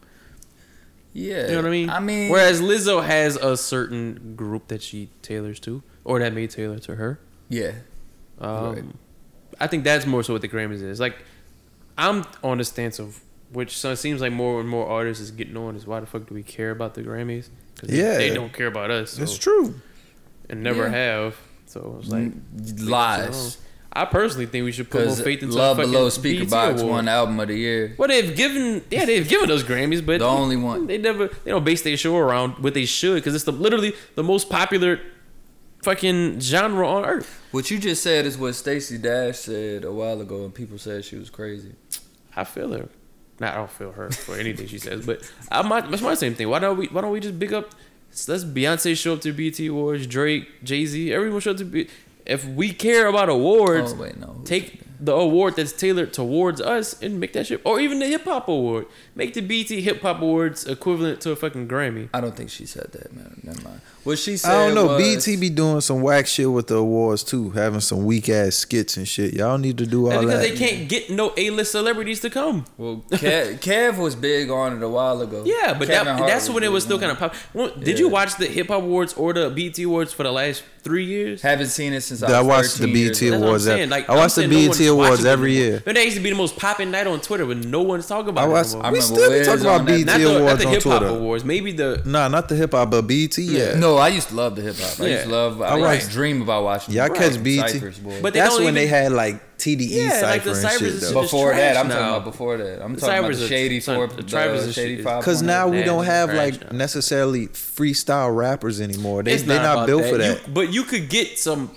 Speaker 3: Yeah.
Speaker 1: You know what I mean?
Speaker 3: I mean,
Speaker 1: Whereas Lizzo has a certain group that she tailors to, or that may tailor to her.
Speaker 3: yeah.
Speaker 1: Um,
Speaker 3: Right.
Speaker 1: I think that's more so what the Grammys is. Like, I'm on the stance of which so it seems like more and more artists is getting on is why the fuck do we care about the Grammys? Because
Speaker 2: Yeah.
Speaker 1: they don't care about us. So,
Speaker 2: It's true.
Speaker 1: And never
Speaker 3: Yeah. Mm.
Speaker 1: have. So it's like
Speaker 3: lies.
Speaker 1: I personally think we should put more
Speaker 3: Because
Speaker 1: faith into
Speaker 3: Love
Speaker 1: the fucking
Speaker 3: Below Speaker
Speaker 1: BET
Speaker 3: Box
Speaker 1: award.
Speaker 3: won album of the year.
Speaker 1: Well, they've given yeah they've given us Grammys, but
Speaker 3: The only one.
Speaker 1: they never they don't base their show around what they should because it's the literally the most popular fucking genre on earth.
Speaker 3: What you just said is what Stacey Dash said a while ago, and people said she was crazy.
Speaker 1: I feel her. Nah, I don't feel her for anything she says, but I might that's my same thing. Why don't we why don't we just big up? Let's Beyonce show up to BT Awards, Drake, Jay Z, everyone show up to B. If we care about awards,
Speaker 3: Oh wait, no.
Speaker 1: take the award that's tailored towards us and make that shit, or even the hip hop award, make the BT hip hop awards equivalent to a fucking Grammy.
Speaker 3: I don't think she said that, man. Never mind. What she said.
Speaker 2: I don't know.
Speaker 3: Was,
Speaker 2: BT be doing some whack shit with the awards too, having some weak ass skits and shit. Y'all need to do all
Speaker 1: That's because
Speaker 2: that.
Speaker 1: they can't get no A list celebrities to come.
Speaker 3: Well, Kev, Kev was big on it a while ago.
Speaker 1: Yeah, but that,
Speaker 3: Kevin Hart
Speaker 1: that's when it
Speaker 3: big
Speaker 1: was still
Speaker 3: on
Speaker 1: kind of pop. Well, Did
Speaker 3: Yeah.
Speaker 1: you watch the Hip Hop Awards or the BT Awards for the last three years?
Speaker 3: Haven't seen it since I
Speaker 2: I
Speaker 3: was
Speaker 2: watched the
Speaker 3: 13 years
Speaker 2: BET
Speaker 1: That's what I'm
Speaker 3: old.
Speaker 2: Awards ev-
Speaker 1: saying. Like
Speaker 2: I
Speaker 1: I'm
Speaker 2: watch the
Speaker 1: saying no
Speaker 2: BET
Speaker 1: one's watching
Speaker 2: Awards
Speaker 1: them
Speaker 2: every
Speaker 1: anymore.
Speaker 2: year.
Speaker 1: Man, that used to be the most popping night on Twitter, but no one's talking about
Speaker 2: I
Speaker 1: it
Speaker 2: watch,
Speaker 1: no more.
Speaker 3: I
Speaker 2: we
Speaker 3: remember
Speaker 2: still be
Speaker 3: Wiz
Speaker 2: talking
Speaker 3: on
Speaker 2: about
Speaker 3: that.
Speaker 2: BT
Speaker 1: Not the, not
Speaker 2: Awards
Speaker 1: the
Speaker 2: on
Speaker 1: Hip Hop
Speaker 2: Twitter.
Speaker 1: Awards, maybe the
Speaker 2: Nah, not the hip hop, but BT. Yeah.
Speaker 1: Yeah.
Speaker 3: No, I used to love the hip hop. I
Speaker 1: Yeah.
Speaker 3: used to love. I,
Speaker 2: I
Speaker 3: used
Speaker 2: like-
Speaker 3: to dream about watching.
Speaker 2: Y'all
Speaker 3: the
Speaker 2: catch BT.
Speaker 3: Cypress, boy.
Speaker 1: But they
Speaker 2: That's
Speaker 1: don't
Speaker 2: when they
Speaker 1: even-
Speaker 2: had like TDE
Speaker 1: Yeah, like
Speaker 2: cipher
Speaker 1: the
Speaker 2: and
Speaker 1: cyphers
Speaker 2: shit
Speaker 1: is
Speaker 2: though.
Speaker 1: just-
Speaker 3: before that, I'm
Speaker 1: trash
Speaker 3: talking
Speaker 1: now.
Speaker 3: about before that. I'm
Speaker 1: The
Speaker 3: talking about
Speaker 1: Cypress
Speaker 3: the
Speaker 1: is-
Speaker 3: shady
Speaker 1: son,
Speaker 3: four,
Speaker 1: the
Speaker 3: the
Speaker 1: Travis is
Speaker 3: shady
Speaker 1: shit.
Speaker 3: five.
Speaker 2: Cause now we
Speaker 1: Nah,
Speaker 2: don't
Speaker 1: it's
Speaker 2: have
Speaker 1: trash
Speaker 2: like
Speaker 1: now.
Speaker 2: necessarily freestyle rappers anymore. They
Speaker 1: it's
Speaker 2: they're not
Speaker 1: about
Speaker 2: built for
Speaker 1: You-
Speaker 2: that.
Speaker 1: but you could get some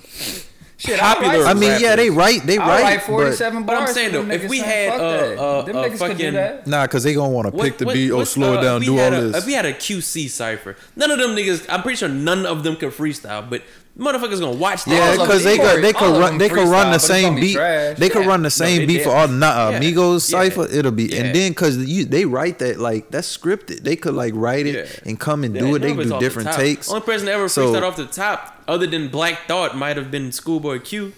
Speaker 3: Shit, I
Speaker 1: popular.
Speaker 3: like-
Speaker 2: I mean, yeah, they
Speaker 1: rappers.
Speaker 2: right, they
Speaker 3: I
Speaker 2: right,
Speaker 3: write
Speaker 2: but
Speaker 3: 47
Speaker 1: But I'm
Speaker 3: bars
Speaker 1: saying
Speaker 3: for
Speaker 1: though,
Speaker 3: them
Speaker 1: if
Speaker 3: niggas,
Speaker 1: we
Speaker 3: son,
Speaker 1: had
Speaker 3: fuck
Speaker 1: a-
Speaker 3: that.
Speaker 1: a-
Speaker 3: them
Speaker 1: a
Speaker 3: niggas could do
Speaker 1: fucking-
Speaker 3: that.
Speaker 2: nah, cause they gonna want to
Speaker 1: What-
Speaker 2: pick the
Speaker 1: what-
Speaker 2: beat or
Speaker 1: what's
Speaker 2: slow
Speaker 1: the-
Speaker 2: it down,
Speaker 1: if
Speaker 2: do
Speaker 1: we
Speaker 2: all
Speaker 1: had a-
Speaker 2: this.
Speaker 1: If we had a QC cipher, none of them niggas. I'm pretty sure none of them could freestyle, but motherfuckers gonna watch that.
Speaker 2: Yeah,
Speaker 3: All of
Speaker 2: because
Speaker 3: them
Speaker 2: they could they
Speaker 3: all
Speaker 2: could
Speaker 3: of
Speaker 2: run
Speaker 3: them
Speaker 2: they could
Speaker 3: freestyle,
Speaker 2: run
Speaker 3: but
Speaker 2: the
Speaker 3: it's
Speaker 2: same
Speaker 3: gonna be
Speaker 2: beat.
Speaker 3: trash.
Speaker 2: They could
Speaker 1: Yeah.
Speaker 2: run
Speaker 1: No,
Speaker 2: the same
Speaker 1: they
Speaker 2: beat
Speaker 1: did.
Speaker 2: for all nah
Speaker 1: Yeah.
Speaker 2: amigos
Speaker 1: Yeah.
Speaker 2: cipher. It'll be
Speaker 1: Yeah.
Speaker 2: and then because you they write that like that's scripted. They could like write it
Speaker 1: Yeah.
Speaker 2: and come and
Speaker 1: Yeah,
Speaker 2: do it.
Speaker 1: none
Speaker 2: They
Speaker 1: of it's
Speaker 2: do
Speaker 1: off the
Speaker 2: different
Speaker 1: top.
Speaker 2: takes.
Speaker 1: Only person that ever
Speaker 2: So-
Speaker 1: freestyle off the top, other than Black Thought, might have been Schoolboy Q.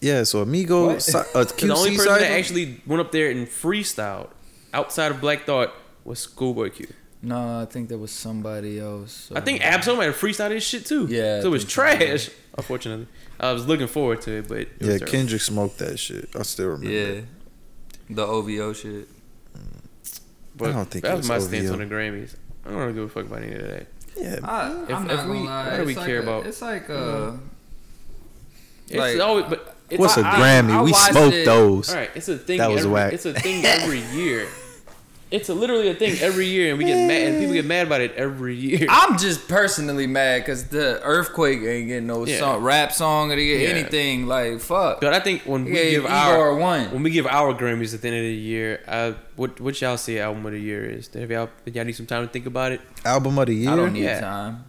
Speaker 2: Yeah, so amigo
Speaker 3: What?
Speaker 2: si- uh,
Speaker 1: The only person
Speaker 2: QC cipher.
Speaker 1: that actually went up there and freestyled outside of Black Thought was Schoolboy Q.
Speaker 3: No, I think there was somebody else. uh,
Speaker 1: I
Speaker 3: so-
Speaker 1: think Absol might have freestyled his shit too.
Speaker 3: Oh. Yeah, I
Speaker 1: so it was
Speaker 3: think so, yeah.
Speaker 1: trash. Unfortunately, I was looking forward to it, but it was
Speaker 2: yeah,
Speaker 1: terrible.
Speaker 2: Kendrick smoked that shit. I still remember.
Speaker 3: Yeah, the OVO shit.
Speaker 1: But
Speaker 2: I don't think it
Speaker 1: that was
Speaker 2: was
Speaker 1: my stance
Speaker 2: OVO.
Speaker 1: on the Grammys. I don't give a fuck about any of that.
Speaker 2: Yeah,
Speaker 3: I,
Speaker 1: If-
Speaker 3: I'm
Speaker 1: if
Speaker 3: not gonna
Speaker 1: we-
Speaker 3: lie.
Speaker 1: what do
Speaker 3: it's
Speaker 1: we
Speaker 3: like
Speaker 1: care
Speaker 3: a-
Speaker 1: about?
Speaker 3: It's like uh, a.
Speaker 1: It's
Speaker 3: Like,
Speaker 1: always but it's
Speaker 2: What's
Speaker 1: a
Speaker 2: a
Speaker 3: I-
Speaker 2: Grammy?
Speaker 3: I
Speaker 2: we
Speaker 3: watched
Speaker 2: smoked
Speaker 3: it.
Speaker 2: those.
Speaker 1: all right. It's a thing.
Speaker 2: That was
Speaker 1: every,
Speaker 2: whack.
Speaker 1: It's a thing every year. It's a, literally a thing every year, and we get mad, and people get mad about it every year.
Speaker 3: I'm just personally mad because the earthquake ain't getting no
Speaker 1: Yeah.
Speaker 3: song, rap song or they get
Speaker 1: Yeah.
Speaker 3: anything. Like fuck.
Speaker 1: but I think when we
Speaker 3: Yeah,
Speaker 1: give
Speaker 3: Igor
Speaker 1: our
Speaker 3: won.
Speaker 1: when we give our Grammys at the end of the year, uh, what what y'all say album of the year is? Have y'all y'all need some time to think about it?
Speaker 2: Album of the
Speaker 3: I don't
Speaker 2: year.
Speaker 3: need
Speaker 1: Yeah.
Speaker 3: time.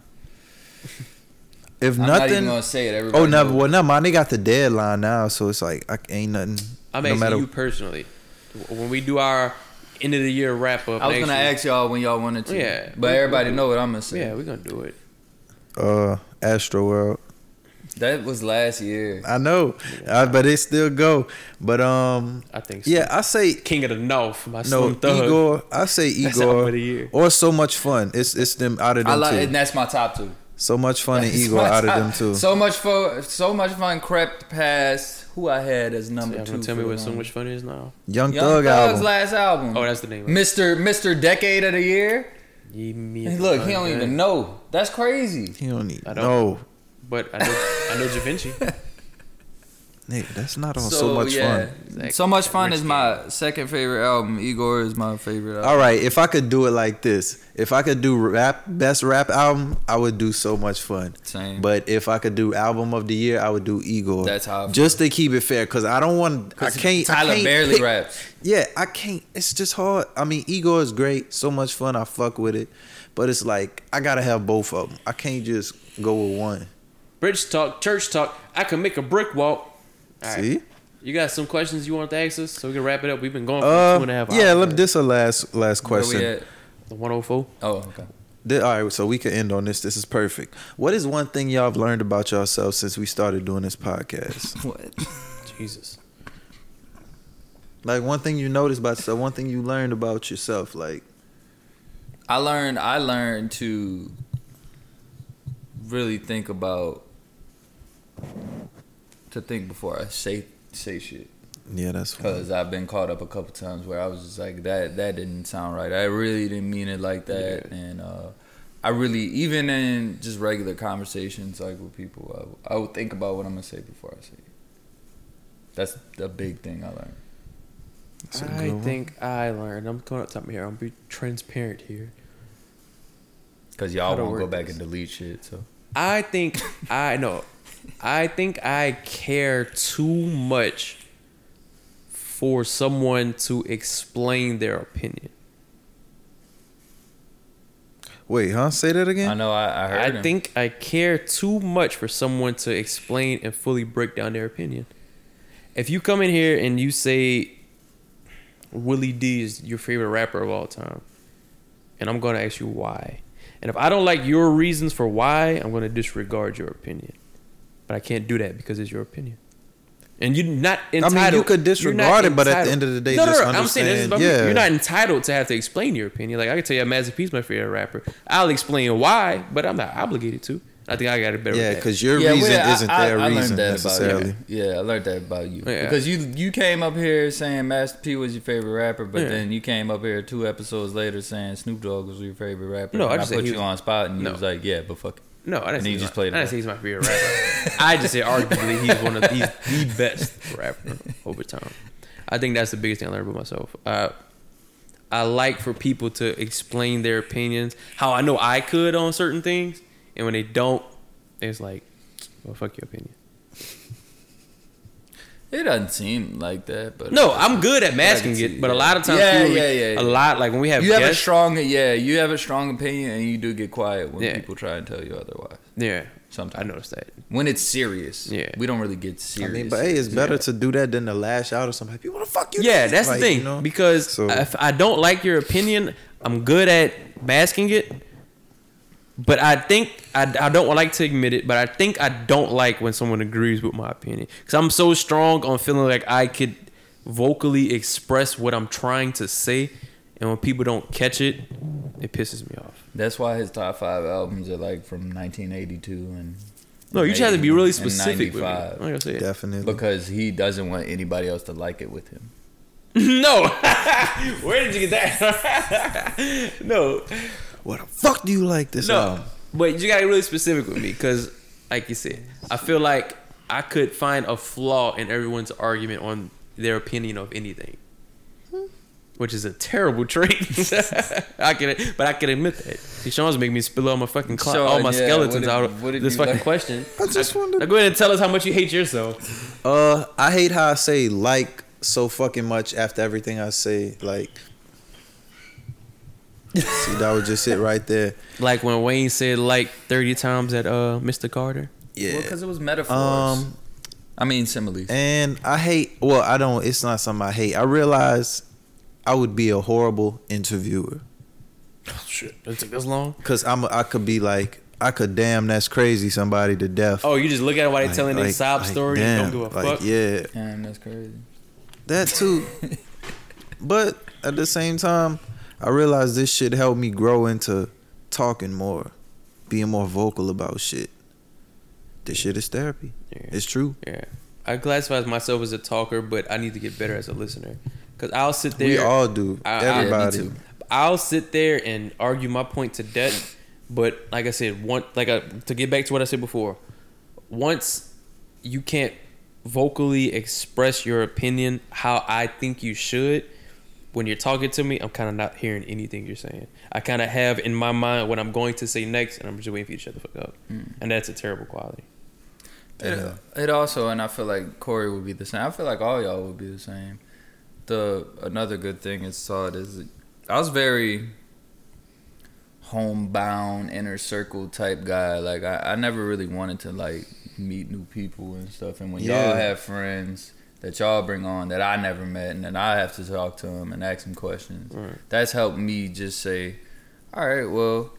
Speaker 2: If
Speaker 3: I'm not even
Speaker 2: nothing,
Speaker 3: gonna say it. Everybody
Speaker 2: oh no,
Speaker 3: knows.
Speaker 2: well no, man, they got the deadline now, so it's like I ain't nothing.
Speaker 1: I'm
Speaker 2: no
Speaker 1: asking
Speaker 2: matter
Speaker 1: you personally. When we do our end of the year wrap up,
Speaker 3: I was gonna
Speaker 1: actually-
Speaker 3: ask y'all when y'all wanted to.
Speaker 1: Yeah.
Speaker 3: But everybody know what I'm gonna say.
Speaker 1: Yeah, we're gonna do it.
Speaker 2: uh Astro World.
Speaker 3: That was last year.
Speaker 2: I know, uh, but it still go. But um,
Speaker 1: I think. so.
Speaker 2: yeah, I say
Speaker 1: King of the North, my
Speaker 2: no
Speaker 1: Slim Thug.
Speaker 2: Igor. I say
Speaker 1: That's album of the
Speaker 2: Igor.
Speaker 1: year.
Speaker 2: Or so much fun. It's it's them out of
Speaker 3: I
Speaker 2: them
Speaker 3: like,
Speaker 2: two.
Speaker 3: and that's my top two.
Speaker 2: So much fun and
Speaker 3: That's
Speaker 2: Igor
Speaker 3: my
Speaker 2: out of
Speaker 3: top-
Speaker 2: them two.
Speaker 3: So much fun. So much fun crept past who I had as
Speaker 1: So
Speaker 3: number
Speaker 1: y'all
Speaker 3: two.
Speaker 1: gonna tell
Speaker 3: for
Speaker 1: me
Speaker 3: the
Speaker 1: what so
Speaker 3: longest.
Speaker 1: much fun is now?
Speaker 2: Young,
Speaker 3: Young
Speaker 2: Thug
Speaker 3: Thug's
Speaker 2: album.
Speaker 3: last
Speaker 2: Mm.
Speaker 3: album.
Speaker 1: Oh, that's the name. Of it.
Speaker 3: Mr. Mr. Decade of the Year.
Speaker 1: Give me
Speaker 3: And
Speaker 1: the
Speaker 3: look, he don't
Speaker 1: money.
Speaker 3: even know. That's crazy.
Speaker 2: he don't need
Speaker 1: I don't-
Speaker 2: no
Speaker 1: But I know, I know Da Vinci.
Speaker 2: nigga. That's not on so, much fun.
Speaker 1: Exactly.
Speaker 3: So much fun
Speaker 1: Rich
Speaker 3: is my second favorite album. Igor is my favorite album.
Speaker 2: All right, if I could do it like this, if I could do rap best rap album, I would do so much fun.
Speaker 3: Same.
Speaker 2: But if I could do album of the year, I would do Igor.
Speaker 3: That's how I feel.
Speaker 2: Just to keep it fair, because I don't want. I
Speaker 3: 'Cause
Speaker 2: can't. I
Speaker 3: Tyler
Speaker 2: can't
Speaker 3: barely
Speaker 2: pick-
Speaker 3: raps.
Speaker 2: Yeah, I can't. It's just hard. I mean, Igor is great. So much fun. I fuck with it. But it's like I gotta have both of them. I can't just go with one.
Speaker 1: Bridge talk, church talk. I can make a brick walk. All right.
Speaker 2: See?
Speaker 1: You got some questions you want to ask us, so we can wrap it up. We've been going for
Speaker 2: Uh,
Speaker 1: two and a half hours.
Speaker 2: yeah. Let this a last last
Speaker 3: Where we
Speaker 2: question.
Speaker 3: at?
Speaker 1: The 104.
Speaker 3: Oh, okay.
Speaker 2: Th- all right, so we can end on this. This is perfect. What is one thing y'all have learned about yourselves since we started doing this podcast?
Speaker 3: What?
Speaker 1: Jesus.
Speaker 2: Like one thing you noticed about yourself, one thing you learned about yourself. Like
Speaker 3: I learned I learned to really think about to think before I say say shit
Speaker 2: Yeah,
Speaker 3: Uh,
Speaker 2: that's what.
Speaker 3: because I've been caught up a couple times where I was just like that that didn't sound right. I really didn't mean it like that,
Speaker 1: Yeah.
Speaker 3: and uh, I really even in just regular conversations like with people, I, w- I would think about what I'm gonna say before I say it. That's the big thing I learned.
Speaker 2: That's a good
Speaker 1: I
Speaker 2: one.
Speaker 1: think I learned. I'm going up top here. I'm be transparent here.
Speaker 3: Cause
Speaker 1: How
Speaker 3: y'all
Speaker 1: to
Speaker 3: won't go
Speaker 1: work
Speaker 3: back
Speaker 1: this.
Speaker 3: and delete shit. So
Speaker 1: I think I know. I think I care too much for someone to explain their opinion.
Speaker 2: Wait, huh? Say that
Speaker 3: I
Speaker 2: again.
Speaker 3: know I, I heard.
Speaker 1: I
Speaker 3: him.
Speaker 1: think I care too much for someone to explain and fully break down their opinion. If you come in here and you say Willie D is your favorite rapper of all time, and I'm going to ask you why. And if I don't like your reasons for why, I'm going to disregard your opinion. But I can't do that because it's your opinion. And you're not entitled.
Speaker 2: you could
Speaker 1: you're not
Speaker 2: disregard it, but at
Speaker 1: entitled-
Speaker 2: the end of the day,
Speaker 1: no, no,
Speaker 2: just
Speaker 1: no, I'm saying this is
Speaker 2: understand-
Speaker 1: about me.
Speaker 2: yeah.
Speaker 1: You're not entitled to have to explain your opinion. Like I can tell you, Master P's my favorite rapper. I'll explain why, but I'm not obligated to. I think I got it better.
Speaker 2: yeah,
Speaker 1: with that.
Speaker 2: because your reason
Speaker 3: well, I-
Speaker 2: isn't
Speaker 3: I-
Speaker 2: their
Speaker 3: I learned
Speaker 2: reason
Speaker 3: that about you.
Speaker 2: necessarily.
Speaker 3: Yeah, I learned that about you
Speaker 1: Yeah.
Speaker 3: because you you came up here saying Master P was your favorite rapper, but
Speaker 1: Yeah.
Speaker 3: then you came up here two episodes later saying Snoop Dogg was your favorite rapper.
Speaker 1: No, I
Speaker 3: and
Speaker 1: just said
Speaker 3: put
Speaker 1: he
Speaker 3: you
Speaker 1: was-
Speaker 3: on spot, and you
Speaker 1: No.
Speaker 3: was like, "Yeah, but fuck." it."
Speaker 1: no, I didn't.
Speaker 3: And
Speaker 1: Say
Speaker 3: he
Speaker 1: he's
Speaker 3: just
Speaker 1: my-
Speaker 3: played it
Speaker 1: I didn't
Speaker 3: up.
Speaker 1: say he's my favorite rapper. I just say arguably he's one of he's the best rapper over time. I think that's the biggest thing I learned about myself. Uh, I like for people to explain their opinions. How I know I could on certain things, and when they don't, it's like, well, fuck your opinion.
Speaker 3: It doesn't seem like that, but
Speaker 1: No, I'm good at masking
Speaker 3: see
Speaker 1: it, but a
Speaker 3: that.
Speaker 1: lot of times,
Speaker 3: Yeah,
Speaker 1: people-
Speaker 3: yeah, yeah,
Speaker 1: a
Speaker 3: yeah.
Speaker 1: lot like when we have
Speaker 3: you have a
Speaker 1: guests,
Speaker 3: strong yeah, you have a strong opinion, and you do get quiet when
Speaker 1: Yeah.
Speaker 3: people try and tell you otherwise.
Speaker 1: yeah, I
Speaker 3: Sometimes
Speaker 1: noticed that.
Speaker 3: when it's serious,
Speaker 1: Yeah.
Speaker 3: we don't really get
Speaker 2: I
Speaker 3: serious.
Speaker 2: mean, but hey, it's better to do that than to lash out or something. People, what the fuck you?
Speaker 1: Yeah,
Speaker 2: did?"
Speaker 1: that's
Speaker 2: Like,
Speaker 1: the thing
Speaker 2: you know?
Speaker 1: because
Speaker 2: So-
Speaker 1: if I don't like your opinion, I'm good at masking it. But I think I, I don't like to admit it, but I think I don't like when someone agrees with my opinion because I'm so strong on feeling like I could vocally express what I'm trying to say, and when people don't catch it, it pisses me off.
Speaker 3: That's why his top five albums are like from 1982 and.
Speaker 1: No, you just have to be
Speaker 3: 80
Speaker 1: really
Speaker 3: and
Speaker 1: specific with me.
Speaker 3: 95.
Speaker 1: Like I said,
Speaker 2: definitely.
Speaker 3: Because he doesn't want anybody else to like it with him.
Speaker 1: No. Where did you get that? no.
Speaker 2: What the fuck do you like this?
Speaker 1: No.
Speaker 2: album?
Speaker 1: But you got to really specific with me because, like you said, I feel like I could find a flaw in everyone's argument on their opinion of anything, Hmm. which is a terrible trait. I can, but I can admit that. See, Sean's making me spill all my fucking clo-
Speaker 3: So,
Speaker 1: all my
Speaker 3: yeah, what
Speaker 1: skeletons
Speaker 3: did-
Speaker 1: out of
Speaker 3: what did
Speaker 1: this
Speaker 3: you
Speaker 1: fucking
Speaker 3: like?
Speaker 1: question.
Speaker 2: I just
Speaker 1: Now
Speaker 2: wondered.
Speaker 1: go ahead and tell us how much you hate yourself.
Speaker 2: Uh, I hate how I say like so fucking much after everything I say. Like, see, that was just it right there.
Speaker 1: Like when Wayne said like thirty times at uh Mr. Carter.
Speaker 2: Yeah.
Speaker 3: it was metaphors.
Speaker 2: Um,
Speaker 3: I mean similes.
Speaker 2: and I hate. Well, I don't. It's not something I hate. I realize I would be a horrible interviewer
Speaker 1: Oh, shit, that took this long.
Speaker 2: because I'm. I could be like, I could damn that's crazy somebody to death.
Speaker 1: Oh, you just look at it while they
Speaker 2: Like-
Speaker 1: telling their
Speaker 2: like-
Speaker 1: sob
Speaker 2: like,
Speaker 1: story and
Speaker 2: damn,
Speaker 1: don't give a
Speaker 2: like,
Speaker 1: fuck.
Speaker 2: Yeah,
Speaker 3: Damn, that's crazy.
Speaker 2: that too. but at the same time, I realized this shit helped me grow into talking more, being more vocal about shit. This shit is therapy.
Speaker 1: Yeah.
Speaker 2: It's true.
Speaker 1: Yeah. I classify myself as a talker, but I need to get better as a listener. Because I'll sit there.
Speaker 2: we all do.
Speaker 1: I- I-
Speaker 2: Everybody.
Speaker 3: yeah, me too.
Speaker 1: I'll sit there and argue my point to death. But like I said, one like I, to get back to what I said before, once you can't vocally express your opinion how I think you should, when you're talking to me, I'm kind of not hearing anything you're saying. I kind of have in my mind what I'm going to say next, and I'm just waiting for you to shut the fuck up.
Speaker 2: Mm.
Speaker 1: And that's a terrible quality.
Speaker 3: It, it also, and I feel like Corey would be the same. I feel like all y'all would be the same. The another good thing is taught is I was very homebound, inner circle type guy. Like I, I never really wanted to like meet new people and stuff. And when
Speaker 2: Yeah.
Speaker 3: y'all have friends that y'all bring on that I never met, and then I have to talk to them and ask them questions,
Speaker 1: Right.
Speaker 3: that's helped me just say, all right, well,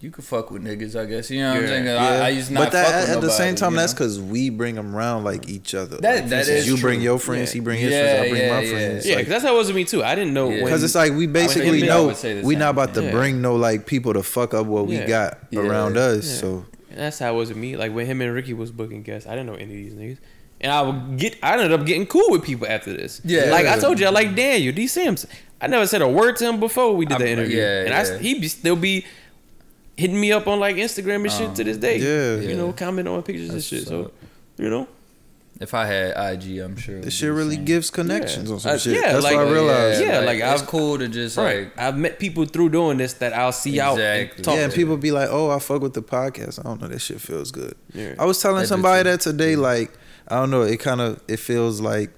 Speaker 3: you could fuck with niggas, I guess. You know what I'm
Speaker 1: Yeah.
Speaker 3: saying? 'Cause
Speaker 2: Yeah.
Speaker 3: I, I used to not
Speaker 2: but that,
Speaker 3: fuck
Speaker 2: at,
Speaker 3: with
Speaker 2: at the same
Speaker 3: nobody,
Speaker 2: time,
Speaker 3: you
Speaker 2: that's
Speaker 3: know?
Speaker 2: because we bring them around like each other.
Speaker 3: That-
Speaker 2: like, for
Speaker 3: that
Speaker 2: instance,
Speaker 3: is
Speaker 2: you bring
Speaker 3: true.
Speaker 2: your friends,
Speaker 1: Yeah.
Speaker 2: he bring his
Speaker 3: Yeah,
Speaker 2: friends, I bring
Speaker 3: yeah,
Speaker 2: my
Speaker 3: yeah.
Speaker 2: friends.
Speaker 1: Yeah,
Speaker 2: like,
Speaker 1: because that's how it was with me too. I didn't know
Speaker 3: Yeah.
Speaker 1: when.
Speaker 2: Cause it's like we basically
Speaker 1: me, I
Speaker 2: know
Speaker 3: would say the
Speaker 2: we
Speaker 3: same
Speaker 2: not about to
Speaker 1: thing. Yeah.
Speaker 2: bring no like people to fuck up what
Speaker 1: Yeah.
Speaker 2: we got
Speaker 3: Yeah.
Speaker 2: around us.
Speaker 1: Yeah.
Speaker 2: So
Speaker 1: And that's how it was with me. Like when him and Ricky was booking guests, I didn't know any of these niggas. And I would get I ended up getting cool with people after this.
Speaker 3: Yeah.
Speaker 1: Like I told you, I like Daniel, D Sims. I never said a word to him before we did
Speaker 3: I-
Speaker 1: the interview.
Speaker 3: yeah,
Speaker 1: and
Speaker 3: yeah.
Speaker 1: I he be, still be hitting me up on like Instagram and shit to this day.
Speaker 2: Yeah.
Speaker 1: You
Speaker 3: Um, Yeah.
Speaker 1: know, comment on pictures and
Speaker 3: That's
Speaker 1: shit.
Speaker 3: what's
Speaker 1: So
Speaker 3: up.
Speaker 1: you know?
Speaker 3: if I had IG, I'm sure. it would
Speaker 2: this
Speaker 3: be
Speaker 2: shit
Speaker 3: the
Speaker 2: really
Speaker 3: same.
Speaker 2: gives connections on some
Speaker 1: Uh,
Speaker 2: shit.
Speaker 1: yeah,
Speaker 2: That's
Speaker 1: like-
Speaker 2: what I
Speaker 1: Yeah,
Speaker 2: realized.
Speaker 1: yeah,
Speaker 2: Yeah,
Speaker 1: like,
Speaker 3: it's
Speaker 1: I've-
Speaker 3: cool to just
Speaker 1: Right.
Speaker 3: like
Speaker 1: I've met people through doing this that I'll see out
Speaker 3: Exactly.
Speaker 1: and talk.
Speaker 3: Yeah.
Speaker 2: and people be like, "Oh, I fuck with the podcast." I don't know. That shit feels good.
Speaker 1: Yeah.
Speaker 2: I was telling
Speaker 3: That do
Speaker 2: somebody
Speaker 3: too.
Speaker 2: that today. Like, I don't know. It kind of it feels like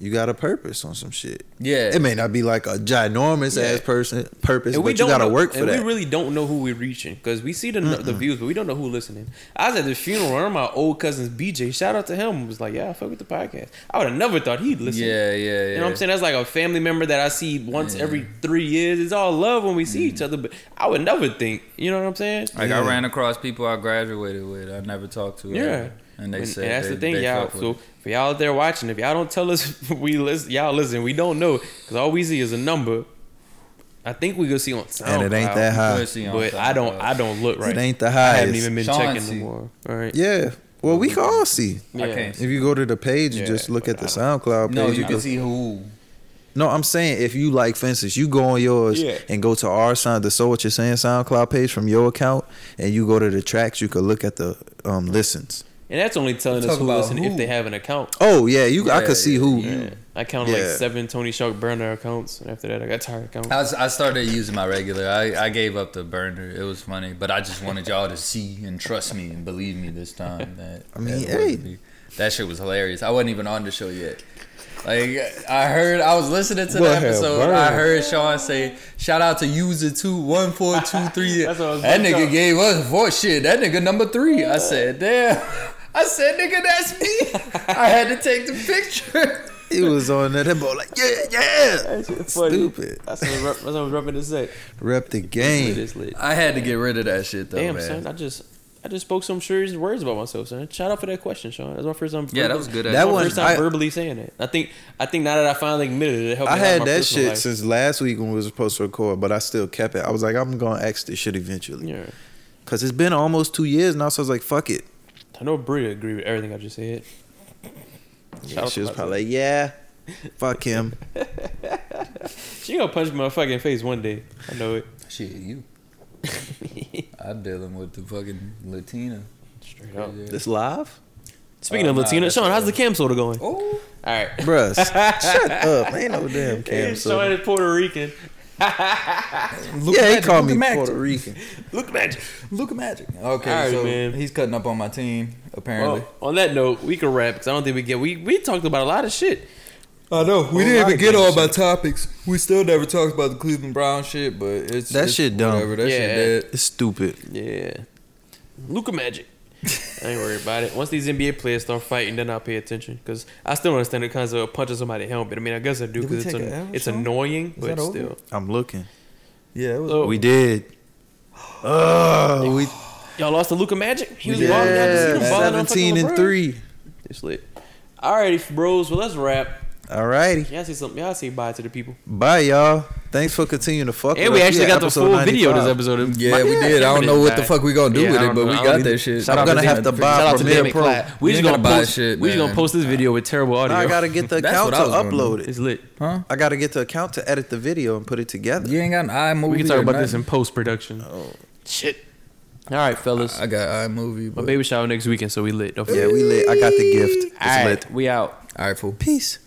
Speaker 2: you got a purpose on some shit.
Speaker 3: yeah.
Speaker 2: It may not be like a ginormous
Speaker 1: Yeah.
Speaker 2: ass person purpose,
Speaker 1: And
Speaker 2: but
Speaker 1: we
Speaker 2: you
Speaker 1: don't
Speaker 2: gotta
Speaker 1: know-
Speaker 2: work for
Speaker 1: and
Speaker 2: that.
Speaker 1: We really don't know who we're reaching because we see the the views, but we don't know who listening. I was at the funeral. One of my old cousins, BJ, shout out to him. Was like, yeah, I fuck with the podcast. I would have never thought he'd listen.
Speaker 3: Yeah, yeah, yeah.
Speaker 1: You know what I'm saying? That's like a family member that I see once
Speaker 3: Yeah.
Speaker 1: every three years. It's all love when we see
Speaker 2: Mm.
Speaker 1: each other, but I would never think. You know what I'm saying?
Speaker 3: Like I
Speaker 2: Yeah.
Speaker 3: ran across people I graduated with, I never talked to.
Speaker 1: Yeah.
Speaker 3: ever. and they said
Speaker 1: that's
Speaker 3: they,
Speaker 1: the thing,
Speaker 3: they
Speaker 1: y'all.
Speaker 3: fuck with
Speaker 1: So
Speaker 3: it.
Speaker 1: for y'all out there watching, if y'all don't tell us we listen, y'all listen. We don't know because all we see is a number. I think we gonna see on SoundCloud.
Speaker 2: and it ain't that high.
Speaker 3: Pussy on
Speaker 1: But I don't.
Speaker 3: SoundCloud.
Speaker 1: I don't look right.
Speaker 2: It ain't the
Speaker 1: I
Speaker 2: highest.
Speaker 1: haven't even been
Speaker 3: Sean
Speaker 1: checking
Speaker 3: see.
Speaker 1: no more. All right.
Speaker 2: yeah. Well, we can all see.
Speaker 3: I can't.
Speaker 2: If you go to the page and
Speaker 1: Yeah,
Speaker 2: just look
Speaker 1: but
Speaker 2: at the
Speaker 1: I
Speaker 2: SoundCloud page,
Speaker 3: No, you
Speaker 2: you
Speaker 3: can see who.
Speaker 2: No, I'm saying if you like, for instance, you go on yours
Speaker 1: Yeah.
Speaker 2: and go to our sound, the So What You're Saying SoundCloud page from your account, and you go to the tracks, you could look at the um, listens.
Speaker 1: And that's only telling us
Speaker 3: Talk
Speaker 1: who
Speaker 3: about
Speaker 1: listen if
Speaker 3: who.
Speaker 1: they have an account.
Speaker 2: Oh yeah, you I
Speaker 3: Yeah,
Speaker 2: could see
Speaker 3: yeah,
Speaker 2: who.
Speaker 3: yeah.
Speaker 1: I counted like
Speaker 2: Yeah.
Speaker 1: seven Tony Shark burner accounts, and after that, I got tired of counting.
Speaker 3: I, was, I started using my regular. I, I gave up the burner. It was funny, but I just wanted y'all to see and trust me and believe me this time. That
Speaker 2: I mean,
Speaker 3: that, it wouldn't
Speaker 2: hey.
Speaker 3: be- that shit was hilarious. I wasn't even on the show yet. Like I heard, I was listening to the
Speaker 2: Well, hell,
Speaker 3: episode.
Speaker 2: burn.
Speaker 3: I heard Sean say, "Shout out to user two one four two three.
Speaker 1: That's what I was
Speaker 3: That
Speaker 1: about to
Speaker 3: nigga
Speaker 1: tell-
Speaker 3: gave us four shit. That nigga number three. I said, "Damn." I said, "Nigga, that's me." I had to take the picture.
Speaker 2: He was on that boy like yeah yeah. Stupid.
Speaker 1: That's what I was rep- that's what I was repping to say.
Speaker 2: Rep the
Speaker 1: Lit
Speaker 2: game.
Speaker 1: is lit.
Speaker 3: I had to get rid of that shit though,
Speaker 1: Damn,
Speaker 3: man.
Speaker 1: son. I just. I just spoke some serious words about myself, son. Shout out for that question, Sean. That's my first time.
Speaker 3: Yeah, that
Speaker 1: verbal-
Speaker 3: was good.
Speaker 1: that's
Speaker 2: That
Speaker 1: my
Speaker 2: one-
Speaker 1: first time
Speaker 2: I-
Speaker 1: verbally saying it. I think. I think now that I finally admitted it, it helped.
Speaker 2: I
Speaker 1: me out in
Speaker 2: had
Speaker 1: my
Speaker 2: that
Speaker 1: personal
Speaker 2: shit
Speaker 1: life.
Speaker 2: since last week when we were supposed to record, but I still kept it. I was like, I'm gonna ask this shit eventually,
Speaker 1: Yeah,
Speaker 2: cause it's been almost two years now. So I was like, fuck it.
Speaker 1: I know Bria agree with everything I just said. Shout out
Speaker 2: she
Speaker 1: to
Speaker 2: was
Speaker 1: myself.
Speaker 2: probably like, yeah, fuck him.
Speaker 1: She gonna punch my fucking face one day. I know it.
Speaker 3: Shit, you. I'm dealing with the fucking Latina.
Speaker 1: Straight up.
Speaker 2: This live.
Speaker 1: Speaking
Speaker 3: Uh,
Speaker 1: of
Speaker 3: nah,
Speaker 1: Latina,
Speaker 3: that's
Speaker 1: Sean, how's
Speaker 3: okay.
Speaker 1: the cam soda going? All
Speaker 3: Oh,
Speaker 1: right.
Speaker 2: Bruh, s- shut up. Ain't no damn
Speaker 1: Hey,
Speaker 2: cam.
Speaker 1: Sean
Speaker 2: So.
Speaker 1: is Puerto Rican.
Speaker 3: Luke
Speaker 2: Yeah, he
Speaker 3: Magic,
Speaker 2: called
Speaker 3: Luke
Speaker 2: me
Speaker 3: Magic.
Speaker 2: Puerto Rican.
Speaker 1: Look magic.
Speaker 3: Luke Magic. Okay,
Speaker 1: All right,
Speaker 3: so
Speaker 1: man.
Speaker 3: he's cutting up on my team apparently.
Speaker 1: Well, on that note, we can wrap because I don't think we get we we talked about a lot of shit.
Speaker 3: I know we
Speaker 2: Well, I
Speaker 3: didn't even get
Speaker 2: guess
Speaker 3: all my topics. We still never talked about the Cleveland Brown shit, but it's
Speaker 2: That
Speaker 3: it's
Speaker 2: shit dumb.
Speaker 3: Whatever. That
Speaker 1: Yeah.
Speaker 3: shit dead.
Speaker 2: It's stupid.
Speaker 1: Yeah. Luca Magic. I ain't worried about it. Once these NBA players start fighting, then I'll pay attention because I still don't understand the concept of punching somebody in the helmet. I mean, I guess I do
Speaker 3: Did we
Speaker 1: because it's
Speaker 3: take
Speaker 1: an-
Speaker 3: a L,
Speaker 1: it's
Speaker 3: Sean?
Speaker 1: annoying, but
Speaker 3: that over?
Speaker 1: still.
Speaker 2: I'm looking.
Speaker 3: Yeah, it was.
Speaker 1: So,
Speaker 2: We did. Oh, we,
Speaker 1: y'all lost to Luca Magic. He was
Speaker 3: did.
Speaker 1: balling. I just seen
Speaker 2: yeah,
Speaker 1: him balling on fucking
Speaker 2: 17 and
Speaker 1: LeBron.
Speaker 2: 3.
Speaker 1: It's lit. Alrighty, bros. Well, let's wrap.
Speaker 2: All righty.
Speaker 1: Y'all say something. Y'all say bye to the people.
Speaker 2: Bye, y'all. Thanks for continuing to fuck
Speaker 1: And
Speaker 2: with
Speaker 1: we
Speaker 2: us.
Speaker 1: actually
Speaker 2: at
Speaker 1: got the
Speaker 2: episode
Speaker 1: full video of this
Speaker 2: 95.
Speaker 1: episode.
Speaker 3: yeah,
Speaker 1: My-
Speaker 3: we did. I
Speaker 1: camera
Speaker 3: don't know what
Speaker 1: didn't
Speaker 3: the
Speaker 1: die.
Speaker 3: fuck we gonna do
Speaker 1: Yeah, I
Speaker 3: with it,
Speaker 1: don't
Speaker 3: but
Speaker 1: know.
Speaker 3: we
Speaker 1: I
Speaker 3: got
Speaker 1: don't
Speaker 3: that
Speaker 1: even-
Speaker 3: shit.
Speaker 2: I'm
Speaker 1: out
Speaker 2: gonna
Speaker 1: to
Speaker 2: have
Speaker 1: Damon Clark.
Speaker 2: to buy
Speaker 1: Shout out to
Speaker 2: Premiere
Speaker 1: Damon
Speaker 2: Pro.
Speaker 1: Clark. We
Speaker 3: You
Speaker 1: just
Speaker 3: ain't
Speaker 1: gonna
Speaker 3: gotta buy
Speaker 1: post
Speaker 3: shit,
Speaker 1: We just gonna
Speaker 3: man.
Speaker 1: post this video with terrible audio.
Speaker 2: I gotta get the
Speaker 3: That's
Speaker 2: account
Speaker 3: what
Speaker 2: to
Speaker 3: I was gonna do.
Speaker 2: upload it.
Speaker 1: It's lit.
Speaker 3: Huh?
Speaker 2: I gotta get the account to edit the video and put it together.
Speaker 3: You ain't got an iMovie.
Speaker 1: We can talk
Speaker 3: or
Speaker 1: about this in
Speaker 3: nothing.
Speaker 1: post production.
Speaker 2: Oh.
Speaker 1: Shit. All right, fellas.
Speaker 3: I got iMovie.
Speaker 1: My
Speaker 3: But...
Speaker 1: baby shower next weekend, so we lit. Don't
Speaker 2: Yeah,
Speaker 1: forget.
Speaker 2: we lit. I got the gift. It's
Speaker 1: All right,
Speaker 2: lit.
Speaker 1: we out.
Speaker 3: All right, fool.
Speaker 2: Peace.